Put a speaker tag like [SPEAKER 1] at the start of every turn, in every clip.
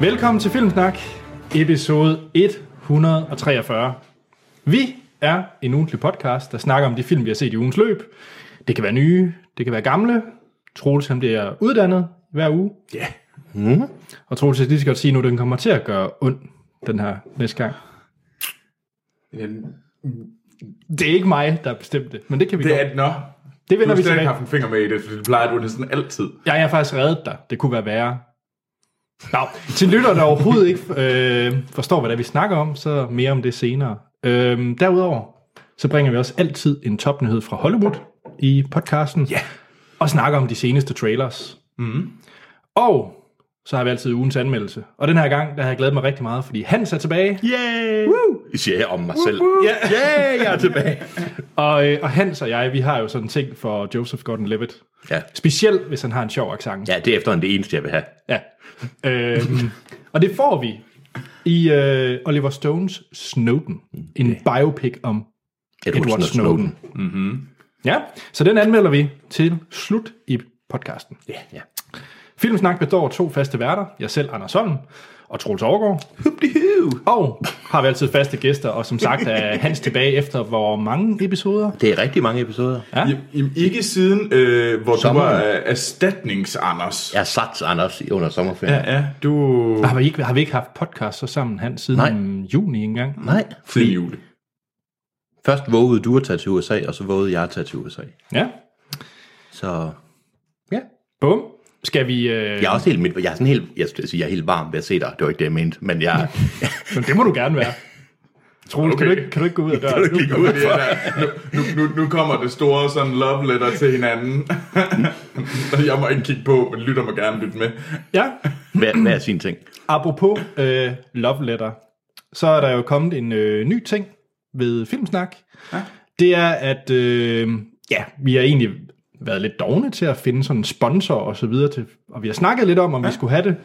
[SPEAKER 1] Velkommen til Filmsnak, episode 143. Vi er en ugentlig podcast, der snakker om de film, vi har set i ugens løb. Det kan være nye, det kan være gamle. Troels han bliver uddannet hver uge. Ja. Yeah. Mm. Og Troels, jeg skal lige så godt sige nu, den kommer til at gøre ondt den her næste gang. Det er ikke mig, der har bestemt det, men det kan vi
[SPEAKER 2] Det
[SPEAKER 1] godt.
[SPEAKER 2] er, nå,
[SPEAKER 1] det
[SPEAKER 2] du
[SPEAKER 1] vender
[SPEAKER 2] har
[SPEAKER 1] vi
[SPEAKER 2] stadig ikke
[SPEAKER 1] tilbage.
[SPEAKER 2] haft en finger med i det, for det plejer du næsten altid.
[SPEAKER 1] Jeg har faktisk reddet dig. Det kunne være værre. Nå, til lytter, der overhovedet ikke øh, forstår, hvad det er, vi snakker om, så mere om det senere. Øhm, derudover, så bringer vi også altid en topnyhed fra Hollywood i podcasten. Ja. Og snakker om de seneste trailers. Mm. Og så har vi altid ugens anmeldelse. Og den her gang, der har jeg glædet mig rigtig meget, fordi Hans er tilbage.
[SPEAKER 3] Yay! Woo! Jeg siger jeg om mig selv.
[SPEAKER 1] Yeah.
[SPEAKER 3] Yay, jeg er tilbage.
[SPEAKER 1] Og, øh, og Hans og jeg, vi har jo sådan en ting for Joseph Gordon-Levitt.
[SPEAKER 3] Ja.
[SPEAKER 1] Specielt, hvis han har en sjov accent.
[SPEAKER 3] ja, det er efterhånden det eneste, jeg vil have.
[SPEAKER 1] Ja. Øhm, og det får vi i øh, Oliver Stones Snowden. En biopic om
[SPEAKER 3] Edward,
[SPEAKER 1] Edward Snowden. Mm-hmm. Ja, så den anmelder vi til slut i podcasten.
[SPEAKER 3] Ja, ja.
[SPEAKER 1] Filmsnak består af to faste værter. Jeg selv, Anders Holm og Troels Overgaard. Og har vi altid faste gæster, og som sagt er Hans tilbage efter hvor mange episoder?
[SPEAKER 3] Det er rigtig mange episoder.
[SPEAKER 1] Ja.
[SPEAKER 2] Ja. Jamen, ikke siden, øh, hvor Sommer. du
[SPEAKER 3] Sommeren.
[SPEAKER 2] var øh, erstatnings-Anders.
[SPEAKER 3] Jeg har sat Anders under sommerferien. Ja.
[SPEAKER 2] ja, ja, du... Ah,
[SPEAKER 1] Har vi, ikke, har vi ikke haft podcast så sammen, Hans, siden
[SPEAKER 3] Nej.
[SPEAKER 1] juni engang?
[SPEAKER 3] Nej,
[SPEAKER 2] Siden
[SPEAKER 3] fordi
[SPEAKER 2] juli.
[SPEAKER 3] først vågede du at tage til USA, og så vågede jeg at tage til USA.
[SPEAKER 1] Ja.
[SPEAKER 3] Så ja,
[SPEAKER 1] Bum. Skal vi... Øh...
[SPEAKER 3] jeg er også helt midt, jeg er sådan helt, jeg skulle sige, jeg er helt varm ved at se dig. Det var ikke det, jeg mente, men jeg,
[SPEAKER 1] Men det må du gerne være. Troels, okay. kan, du
[SPEAKER 2] Okay.
[SPEAKER 1] ikke, kan du ikke gå ud af døren?
[SPEAKER 3] du ikke
[SPEAKER 1] Nu?
[SPEAKER 3] gå ud af
[SPEAKER 2] Det er der, nu, nu, nu, nu kommer det store sådan love letter til hinanden. Og jeg må ikke kigge på, men lytter mig gerne lytte med.
[SPEAKER 1] Ja,
[SPEAKER 3] hver, hver sin ting.
[SPEAKER 1] apropos øh, love letter, så er der jo kommet en øh, ny ting ved Filmsnak. Ja. Det er, at øh, ja, vi har egentlig været lidt dogne til at finde sådan en sponsor og så videre til, og vi har snakket lidt om, om ja. vi skulle have det.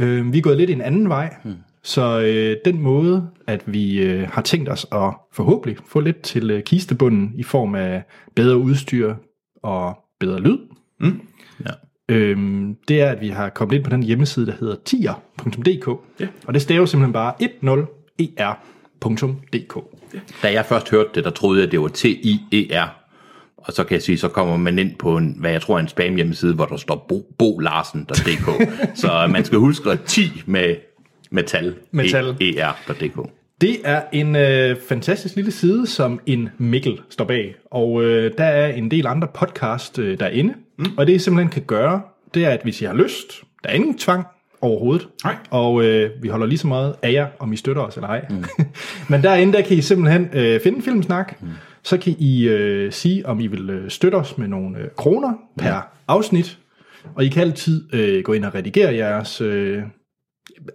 [SPEAKER 1] Øh, vi er gået lidt en anden vej, hmm. så øh, den måde, at vi øh, har tænkt os at forhåbentlig få lidt til øh, kistebunden i form af bedre udstyr og bedre lyd,
[SPEAKER 3] Ja.
[SPEAKER 1] øhm, det er, at vi har kommet ind på den hjemmeside, der hedder tier.dk. Ja. Og det staves simpelthen bare E 10er.dk.
[SPEAKER 3] Da jeg først hørte det, der troede jeg, det var T-I-E-R. Og så kan jeg sige, så kommer man ind på en, hvad jeg tror er en spam hjemmeside, hvor der står bo, bo Larsen.dk. så man skal huske at 10 med metal.
[SPEAKER 1] Metal.
[SPEAKER 3] E- ER.dk.
[SPEAKER 1] Det er en øh, fantastisk lille side, som en Mikkel står bag. Og øh, der er en del andre podcast øh, derinde. Mm. Og det I simpelthen kan gøre, det er, at hvis I har lyst, der er ingen tvang overhovedet.
[SPEAKER 2] Nej.
[SPEAKER 1] Og øh, vi holder lige så meget af jer, om I støtter os eller ej. Mm. Men derinde, der kan I simpelthen øh, finde Filmsnak. Mm. Så kan I øh, sige, om I vil øh, støtte os med nogle øh, kroner per afsnit. Og I kan altid øh, gå ind og redigere jeres øh,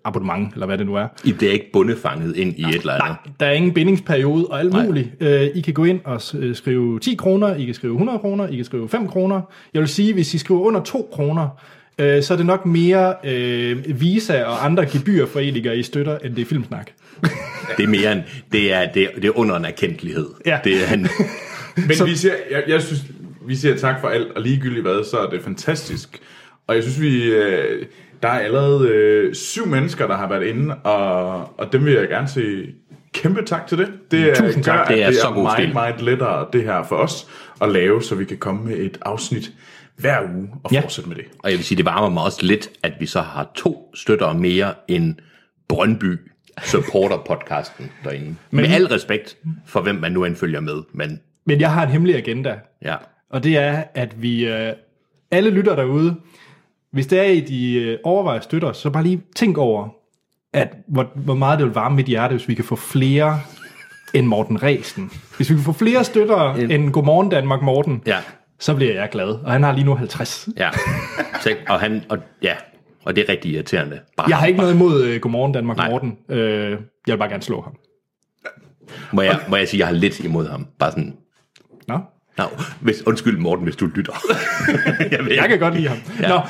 [SPEAKER 1] abonnement, eller hvad det nu er.
[SPEAKER 3] I bliver ikke bundefanget ind i et eller andet.
[SPEAKER 1] Der er ingen bindingsperiode og alt
[SPEAKER 3] Nej.
[SPEAKER 1] muligt. Øh, I kan gå ind og s- øh, skrive 10 kroner, I kan skrive 100 kroner, I kan skrive 5 kroner. Jeg vil sige, hvis I skriver under 2 kroner, øh, så er det nok mere øh, Visa og andre gebyrforeninger, I støtter, end det er Filmsnak.
[SPEAKER 3] Det er mere en, det er, det, er- det er under en erkendelighed.
[SPEAKER 1] Ja.
[SPEAKER 3] Det er en,
[SPEAKER 2] Men vi siger, jeg, jeg synes, vi siger tak for alt, og ligegyldigt hvad, så er det fantastisk. Og jeg synes, vi, øh, der er allerede øh, syv mennesker, der har været inde, og, og dem vil jeg gerne sige kæmpe tak til det. Det er,
[SPEAKER 1] Tusind tak.
[SPEAKER 2] gør,
[SPEAKER 3] Det er
[SPEAKER 2] at det
[SPEAKER 3] så
[SPEAKER 2] er
[SPEAKER 3] god
[SPEAKER 2] meget,
[SPEAKER 3] stil.
[SPEAKER 2] meget lettere det her for os at lave, så vi kan komme med et afsnit hver uge og
[SPEAKER 1] Ja.
[SPEAKER 2] ja. fortsætte med det.
[SPEAKER 3] og jeg vil sige, det varmer mig også lidt, at vi så har to støtter mere end Brøndby supporter podcasten derinde. Men, med al respekt for, hvem man nu end følger med. Men
[SPEAKER 1] Men jeg har en hemmelig agenda,
[SPEAKER 3] ja,
[SPEAKER 1] og det er, at vi øh, alle lytter derude. Hvis det er, I de øh, overvejer at støtte os, så bare lige tænk over, at hvor, hvor meget det vil varme mit hjerte, hvis vi kan få flere end Morten Ræsen. Hvis vi kan få flere støttere end, end Godmorgen Danmark Morten,
[SPEAKER 3] ja.
[SPEAKER 1] så bliver jeg glad. Og han har lige nu 50.
[SPEAKER 3] Ja. Så, og han, og, ja, og det er rigtig irriterende. Bare,
[SPEAKER 1] Jeg har ikke noget imod øh, Godmorgen Danmark Nej.
[SPEAKER 3] Nej.
[SPEAKER 1] Morten. Øh, jeg vil bare gerne slå ham.
[SPEAKER 3] Må jeg, må jeg sige, jeg har lidt imod ham. Bare sådan,
[SPEAKER 1] Nå?
[SPEAKER 3] no, hvis, undskyld Morten, hvis du lytter. jeg, ved,
[SPEAKER 1] Jeg kan godt lide ham. Ja.
[SPEAKER 3] Ja.
[SPEAKER 1] Nå,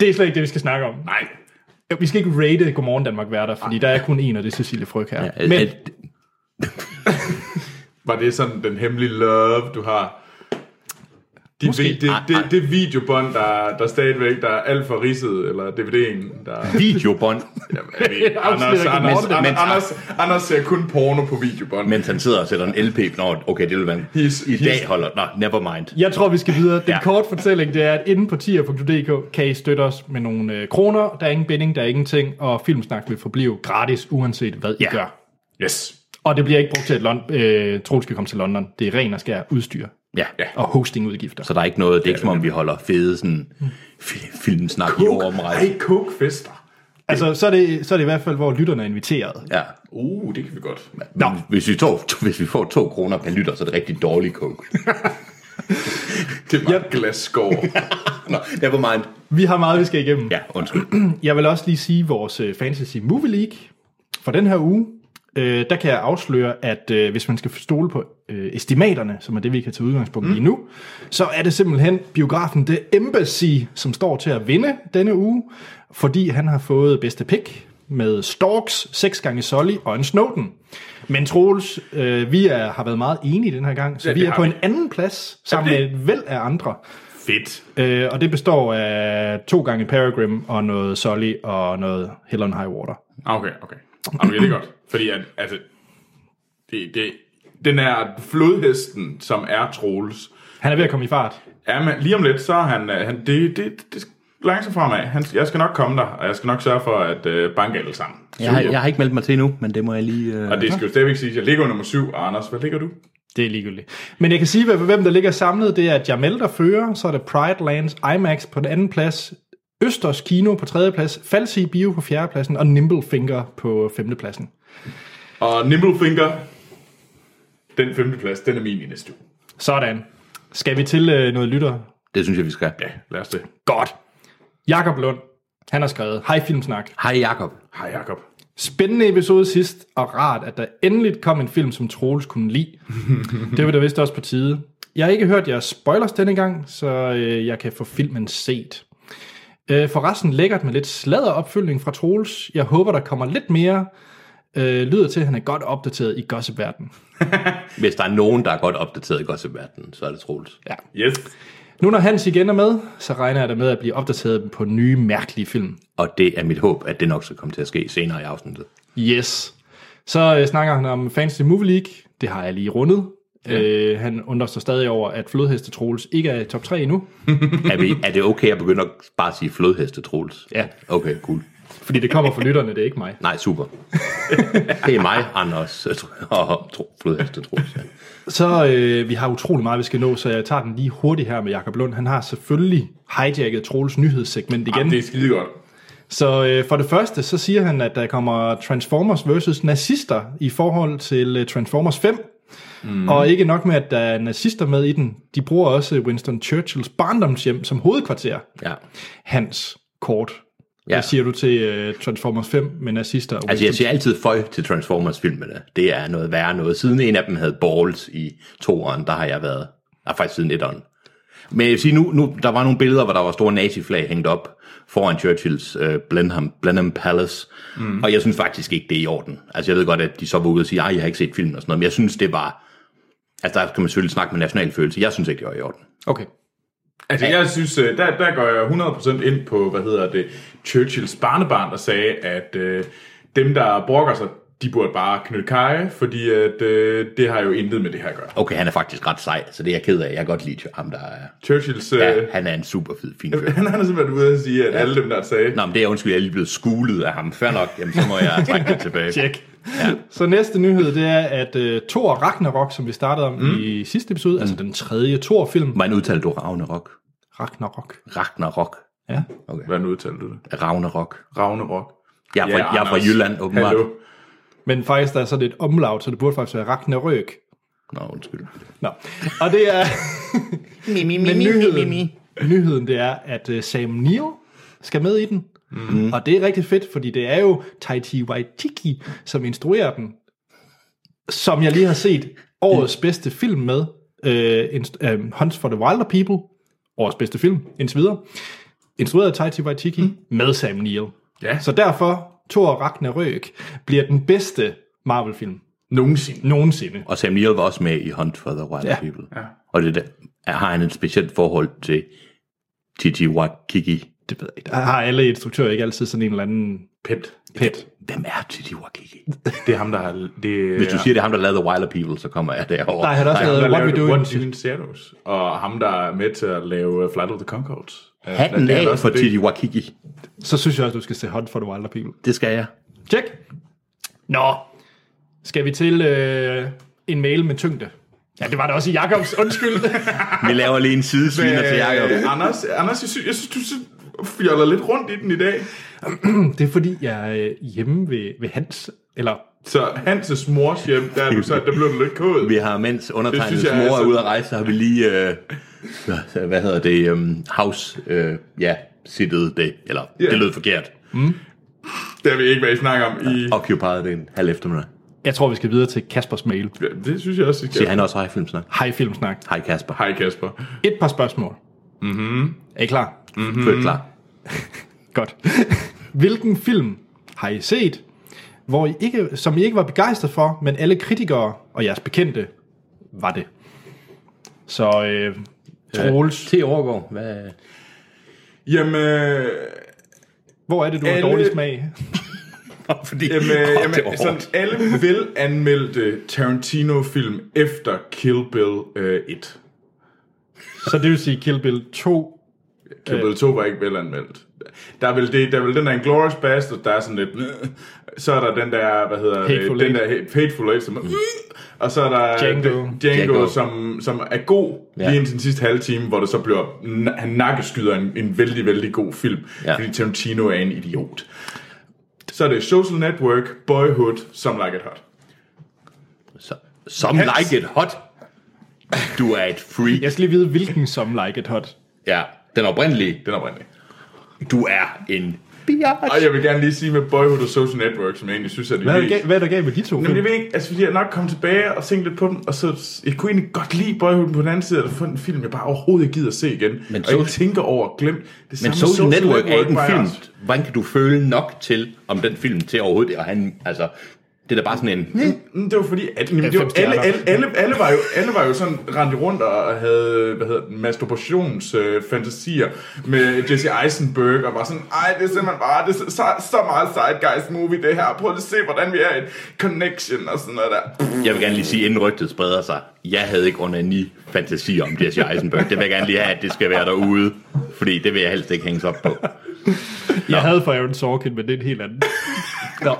[SPEAKER 1] det er slet ikke det, vi skal snakke om. Nej. Vi skal ikke rate Godmorgen Danmark værter, fordi der er kun en, og det er Cecilie Fryg her. Ja,
[SPEAKER 3] Øh,
[SPEAKER 1] Men
[SPEAKER 3] øh,
[SPEAKER 2] Var det sådan den hemmelige love, du har? De,
[SPEAKER 3] Måske. Ah,
[SPEAKER 2] det, det,
[SPEAKER 3] Nej, nej.
[SPEAKER 2] det, det videobånd, der, der stadigvæk der er alt for ridset, eller DVD'en, der...
[SPEAKER 3] Videobånd,
[SPEAKER 2] Jamen, jeg ved, Anders,
[SPEAKER 1] afslører
[SPEAKER 2] Anders,
[SPEAKER 3] Morten.
[SPEAKER 2] Anders,
[SPEAKER 3] Men-
[SPEAKER 2] Anders, Anders ser kun porno på videobånd. Men,
[SPEAKER 3] mens han sidder og sætter en LP. Nå, okay, det vil være en-
[SPEAKER 2] He's-
[SPEAKER 3] I dag
[SPEAKER 2] he's-
[SPEAKER 3] holder... Nå, never mind.
[SPEAKER 1] Jeg tror, vi skal videre. Den ja.
[SPEAKER 3] Ja.
[SPEAKER 1] korte fortælling, det er, at inde på tier.dk kan I støtte os med nogle øh, kroner. Der er ingen binding, der er ingenting, og Filmsnak vil forblive gratis, uanset hvad I
[SPEAKER 3] Ja.
[SPEAKER 1] gør.
[SPEAKER 2] yes.
[SPEAKER 1] Og det bliver ikke brugt til, at Lon- øh, Troels skal komme til London. Det er ren og skær udstyr
[SPEAKER 3] Ja. ja.
[SPEAKER 1] og hostingudgifter.
[SPEAKER 3] Så der er ikke noget, det er ikke som om, vi holder fede sådan, fi- filmsnak i overomrejse.
[SPEAKER 2] Ej, kokefester.
[SPEAKER 1] Altså, så er, det, så er det i hvert fald, hvor lytterne er inviteret.
[SPEAKER 3] Ja.
[SPEAKER 2] Uh, det kan vi godt.
[SPEAKER 3] Nå. Hvis, vi tog, hvis vi får to kroner per lytter, så er det rigtig dårlig coke.
[SPEAKER 2] Det var yep. glasskår.
[SPEAKER 3] Nå, never mind.
[SPEAKER 1] Vi har meget, vi skal igennem.
[SPEAKER 3] Ja, undskyld.
[SPEAKER 1] Jeg vil også lige sige vores øh, Fantasy Movie League for den her uge. Øh, der kan jeg afsløre, at øh, hvis man skal stole på øh, estimaterne, som er det, vi kan tage udgangspunkt
[SPEAKER 2] Mm.
[SPEAKER 1] i nu, så er det simpelthen biografen The Embassy, som står til at vinde denne uge, fordi han har fået bedste pick med Storks, 6 gange Solly og en Snowden. Men Troels, øh, vi er, har været meget enige den her gang, så ja,
[SPEAKER 2] Ja,
[SPEAKER 1] vi
[SPEAKER 2] det
[SPEAKER 1] er
[SPEAKER 2] har
[SPEAKER 1] på
[SPEAKER 2] vi.
[SPEAKER 1] en anden plads sammen med et væld af andre.
[SPEAKER 2] Fedt.
[SPEAKER 1] Øh, og det består af to gange Peregrine og noget Solly og noget Hell on High Water.
[SPEAKER 2] Ah, Okay, okay. Jamen, det er godt. Fordi at, altså, det, det, den her flodhesten, som er Troels,
[SPEAKER 1] Han er ved at komme i fart.
[SPEAKER 2] Ja, men lige om lidt, så er han, øh, han det, det, det langsomt fremad. Han, jeg skal nok komme der, og jeg skal nok sørge for at øh, banke alle sammen.
[SPEAKER 3] Jeg har, jeg har ikke meldt mig til endnu, men det må jeg lige... Øh...
[SPEAKER 2] Og det skal jo stadigvæk sige, at jeg ligger nummer syv, og Anders, hvad ligger du?
[SPEAKER 1] Det er ligegyldigt. Men jeg kan sige, hvem- hvem der ligger samlet. Det er Jamel, der fører. Så er det Pride Lands IMAX på den anden plads. Østers Kino på tredje plads. Falsi Bio på fjerde pladsen. Og Nimblefinger på femte pladsen.
[SPEAKER 2] Og Nimblefinger, den femte plads, den er min i næste uge.
[SPEAKER 1] Sådan. Skal vi til øh, noget lytter?
[SPEAKER 3] Det synes jeg, vi skal.
[SPEAKER 2] Ja, lad os det.
[SPEAKER 1] Godt. Jakob Lund. Han har skrevet, hej Filmsnak.
[SPEAKER 3] Hej Jakob.
[SPEAKER 2] Hej Jacob.
[SPEAKER 1] Spændende episode sidst, og rart, at der endeligt kom en film, som Troels kunne lide. det var da vist også på tide. Jeg har ikke hørt jeres spoilers denne gang, så øh, jeg kan få filmen set. Øh, forresten lækkert med lidt sladderopfølgning fra Troels. Jeg håber, der kommer lidt mere. Øh, lyder til, at han er godt opdateret i gossipverdenen.
[SPEAKER 3] Hvis der er nogen, der er godt opdateret i gossipverdenen, så er det Troels.
[SPEAKER 1] Ja.
[SPEAKER 2] Yes.
[SPEAKER 1] Nu når Hans igen er med, så regner jeg da med at blive opdateret på nye mærkelige film.
[SPEAKER 3] Og det er mit håb, at det nok skal komme til at ske senere i afsnittet.
[SPEAKER 1] Yes. Så øh, snakker han om Fantasy Movie League. Det har jeg lige rundet. Ja. Øh, han undrer sig stadig over, at flodheste Troels ikke er i top 3 endnu.
[SPEAKER 3] Er, vi, er det okay, at jeg begynder at bare sige flodheste, Troels?
[SPEAKER 1] Ja.
[SPEAKER 3] Okay, cool.
[SPEAKER 1] Fordi det kommer fra lytterne, det er ikke mig.
[SPEAKER 3] Nej, super. Det er mig, Anders øh, Tro- og Tro- flodheste, Troels. Ja.
[SPEAKER 1] Så øh, vi har utrolig meget, vi skal nå, så jeg tager den lige hurtigt her med Jakob Lund. Han har selvfølgelig hijacket Troels nyhedssegment igen.
[SPEAKER 2] Jamen, det er skide godt.
[SPEAKER 1] Så øh, for det første, så siger han, at der kommer Transformers versus nazister i forhold til øh, Transformers 5. Mm. Og ikke nok med, at der er nazister med i den. De bruger også Winston Churchills barndomshjem som hovedkvarter.
[SPEAKER 3] ja.
[SPEAKER 1] Hans kort. Ja.
[SPEAKER 3] Ja.
[SPEAKER 1] Hvad siger du til uh, Transformers 5 med nazister? og
[SPEAKER 3] Altså, jeg
[SPEAKER 1] Winston?
[SPEAKER 3] siger altid føj til Transformers-filmene. Det er noget værre noget. Siden en af dem havde Balls i toeren, der har jeg været. Nej, faktisk siden etteren. Men jeg vil sige, nu, nu, der var nogle billeder, hvor der var store naziflag hængt op foran Churchills øh, Blenheim, Blenheim Palace. Mm. Og jeg synes faktisk ikke, det er i orden. Altså, jeg ved godt, at de så var ude og sige, at jeg har ikke set filmen og sådan noget. Men jeg synes, det var... Altså, der kan man selvfølgelig snakke med nationalfølelse. Jeg synes ikke, det var i orden.
[SPEAKER 1] Okay.
[SPEAKER 2] Altså, jeg synes, øh, der, der går jeg 100% ind på, hvad hedder det, Churchills barnebarn, der sagde, at øh, dem, der brokker sig, de burde bare knytte kaje, fordi at, øh, det har jo intet med det her at gøre.
[SPEAKER 3] Okay, han er faktisk ret sej, så det er jeg ked af. Jeg kan godt lide ham, der er...
[SPEAKER 2] Churchills...
[SPEAKER 3] Ja,
[SPEAKER 2] Øh,
[SPEAKER 3] han er en super fed, fin fyr.
[SPEAKER 2] Han er simpelthen ude at sige, at ja. alle dem, der sagde...
[SPEAKER 3] Nå, men det er undskyld, jeg er lige blevet skulet af ham. Før nok, jamen, så må jeg trække det tilbage.
[SPEAKER 1] Check. Ja. Så næste nyhed, det er, at uh, Thor Ragnarok, som vi startede om mm. i sidste episode, mm. altså den tredje Thor-film,
[SPEAKER 3] Hvordan udtalte du Ragnarok?
[SPEAKER 1] Ragnarok.
[SPEAKER 3] Ragnarok.
[SPEAKER 1] Ja.
[SPEAKER 2] Hvordan udtalte du det?
[SPEAKER 3] Ragnarok.
[SPEAKER 2] Ragnarok.
[SPEAKER 3] Jeg er fra, jeg er fra
[SPEAKER 2] Anders.
[SPEAKER 3] Jylland, åbenbart.
[SPEAKER 2] Hallo.
[SPEAKER 1] Men faktisk, der er sådan et omlaut, så det burde faktisk være Ragnarøk.
[SPEAKER 3] Nå, undskyld.
[SPEAKER 1] Nå. Og det er...
[SPEAKER 3] Mi, mi,
[SPEAKER 1] Men nyheden, nyheden, det er, at uh, Sam Neill skal med i den. Mm. Og det er rigtig fedt, fordi det er jo Taiti Waititi, som instruerer den. Som jeg lige har set årets bedste film med. Uh, inst- uh, Hunts for the Wilder People. Årets bedste film, indtil videre. Instrueret af Taiti Waititi mm. med Sam Neill.
[SPEAKER 2] Ja.
[SPEAKER 1] Så derfor, Thor Ragnarøk bliver den bedste Marvel-film.
[SPEAKER 2] Nogensinde.
[SPEAKER 1] Nogensinde.
[SPEAKER 3] Og Sam Neill var også med i Hunt for the Wild
[SPEAKER 1] Ja.
[SPEAKER 3] People.
[SPEAKER 2] Ja.
[SPEAKER 3] Og det der, er- har han et specielt forhold til T.G. Wakiki.
[SPEAKER 1] Det ved jeg ikke. Har alle instruktører ikke altid sådan en eller anden
[SPEAKER 2] Pet.
[SPEAKER 1] pet?
[SPEAKER 3] Hvem er T.G. Wakiki?
[SPEAKER 2] Det er ham, der har... Det, øh,
[SPEAKER 3] Hvis du siger, det er ham, der lavede The Wilder People, så kommer jeg derover.
[SPEAKER 1] Nej, han har også
[SPEAKER 2] der
[SPEAKER 1] lavet
[SPEAKER 2] lavede
[SPEAKER 1] What We Do
[SPEAKER 2] What
[SPEAKER 1] in
[SPEAKER 2] Do in Shadows. Og ham, der er med til at lave uh, Flight of the Conchords. Øh,
[SPEAKER 3] Hatten
[SPEAKER 2] det er
[SPEAKER 3] af
[SPEAKER 2] også
[SPEAKER 3] for
[SPEAKER 2] det.
[SPEAKER 3] T.G. Wakiki.
[SPEAKER 1] Så synes jeg også, du skal se Hunt for the Wilder People.
[SPEAKER 3] Det skal jeg.
[SPEAKER 1] Tjek. Nå, skal vi til øh, en mail med tyngde? Ja, det var da også i Jacobs, undskyld.
[SPEAKER 3] Vi laver lige en sidesviner til Jacob.
[SPEAKER 2] Øh, Anders, Anders jeg, synes, jeg synes, du så fjoller lidt rundt i den i dag.
[SPEAKER 1] det er fordi, jeg er øh, hjemme ved, ved Hans, eller
[SPEAKER 2] Så Hanses mors hjem, der, er du så, der blev du lidt kåd.
[SPEAKER 3] Vi har, mens
[SPEAKER 2] Det
[SPEAKER 3] undertegnets
[SPEAKER 2] synes jeg altså-
[SPEAKER 3] mor
[SPEAKER 2] er
[SPEAKER 3] er
[SPEAKER 2] så-
[SPEAKER 3] ude at rejse, så har vi lige, øh, hvad- hvad hedder det, um, house, øh, ja, sittet det, eller
[SPEAKER 2] Ja.
[SPEAKER 3] det lød forkert,
[SPEAKER 2] Det har vi ikke været i snak om i...
[SPEAKER 3] occupied det en halv eftermiddag.
[SPEAKER 1] jeg tror, vi skal videre til Kaspers mail.
[SPEAKER 2] Det synes jeg også, vi
[SPEAKER 3] Siger
[SPEAKER 2] skal.
[SPEAKER 3] han også hej filmsnak.
[SPEAKER 1] Hej Filmsnak.
[SPEAKER 3] Hej Kasper,
[SPEAKER 2] Hej Kasper.
[SPEAKER 1] Et par spørgsmål. Mm-hmm. Er I klar?
[SPEAKER 2] Mhm.
[SPEAKER 3] mm. født klar.
[SPEAKER 1] Godt. Hvilken film har I set, hvor I ikke, som I ikke var begejstret for, men alle kritikere og jeres bekendte var det? Så øh, Troels,
[SPEAKER 3] T. Overgaard, hvad?
[SPEAKER 2] Jamen, øh,
[SPEAKER 1] hvor er det, du har
[SPEAKER 2] alle-
[SPEAKER 1] dårlig smag?
[SPEAKER 3] Fordi,
[SPEAKER 2] jamen,
[SPEAKER 3] Åh, det var
[SPEAKER 2] jamen
[SPEAKER 3] hårdt.
[SPEAKER 2] sådan alle velanmeldte Tarantino-film efter Kill Bill øh, 1.
[SPEAKER 1] Så det vil sige Kill Bill 2.
[SPEAKER 2] Kill Bill 2 var ikke velanmeldt. Der er vel, det, der er vel den der Inglourious Bastard, der er sådan lidt... øh. Så er der den der, hvad hedder
[SPEAKER 1] Hateful
[SPEAKER 2] det, den
[SPEAKER 1] Eight.
[SPEAKER 2] der Hate- Hateful Eight, som er, øh. Og så er der
[SPEAKER 1] Django.
[SPEAKER 2] den- Django,
[SPEAKER 3] Django.
[SPEAKER 2] Django. Som, som er god
[SPEAKER 3] Ja.
[SPEAKER 2] ja. lige indtil den sidste halve time, hvor det så bliver... na- Han nakkeskyder en, en vældig, vældig god film,
[SPEAKER 3] Ja.
[SPEAKER 2] ja. fordi Tarantino er en idiot. Så er det Social Network, Boyhood, Some Like It Hot.
[SPEAKER 3] Så, Some
[SPEAKER 2] Hans.
[SPEAKER 3] like it hot. Du er et freak.
[SPEAKER 1] Jeg skal lige vide, hvilken som Like It Hot.
[SPEAKER 3] Ja, den oprindelige.
[SPEAKER 2] Den oprindelige.
[SPEAKER 3] Du er en biatch.
[SPEAKER 2] Og jeg vil gerne lige sige med Boyhood og Social Network, som jeg egentlig synes er det
[SPEAKER 1] Hvad er der,
[SPEAKER 2] mest-
[SPEAKER 1] ga- hvad er der galt med de to
[SPEAKER 2] Jamen, jeg
[SPEAKER 1] film?
[SPEAKER 2] ved ikke, altså, fordi jeg nok kom tilbage og tænkte lidt på dem, og så, jeg kunne egentlig godt lide Boyhood men på den anden side, at få en film, jeg bare overhovedet ikke gider at se igen.
[SPEAKER 3] Men
[SPEAKER 2] Men og jeg
[SPEAKER 3] Social-
[SPEAKER 2] tænker over, glem det
[SPEAKER 3] Men
[SPEAKER 2] samme
[SPEAKER 3] Social, Social Network, er ikke
[SPEAKER 2] var jeg
[SPEAKER 3] en
[SPEAKER 2] også-
[SPEAKER 3] film. Hvordan kan du føle nok til, om den film til overhovedet og han, altså, det er da bare sådan en...
[SPEAKER 2] Mm, Det var fordi, at jamen, det var,
[SPEAKER 1] 90
[SPEAKER 2] alle, alle,
[SPEAKER 1] stjerner.
[SPEAKER 2] alle, alle, var jo, alle var jo sådan rendte rundt og havde, hvad hedder masturbationsfantasier med Jesse Eisenberg, og var sådan, ej, det er simpelthen bare, det er så, så meget Sideguys movie, det her. Prøv lige at se, hvordan vi er i et connection og sådan noget der.
[SPEAKER 3] Jeg vil gerne lige sige, inden rygtet spreder sig, jeg havde ikke under ni fantasi om Jesse Eisenberg. Det vil jeg gerne lige have, at det skal være derude, fordi det vil jeg helst ikke hænges op på.
[SPEAKER 1] Jeg havde for Aaron Sorkin, men det er en helt anden. Nå.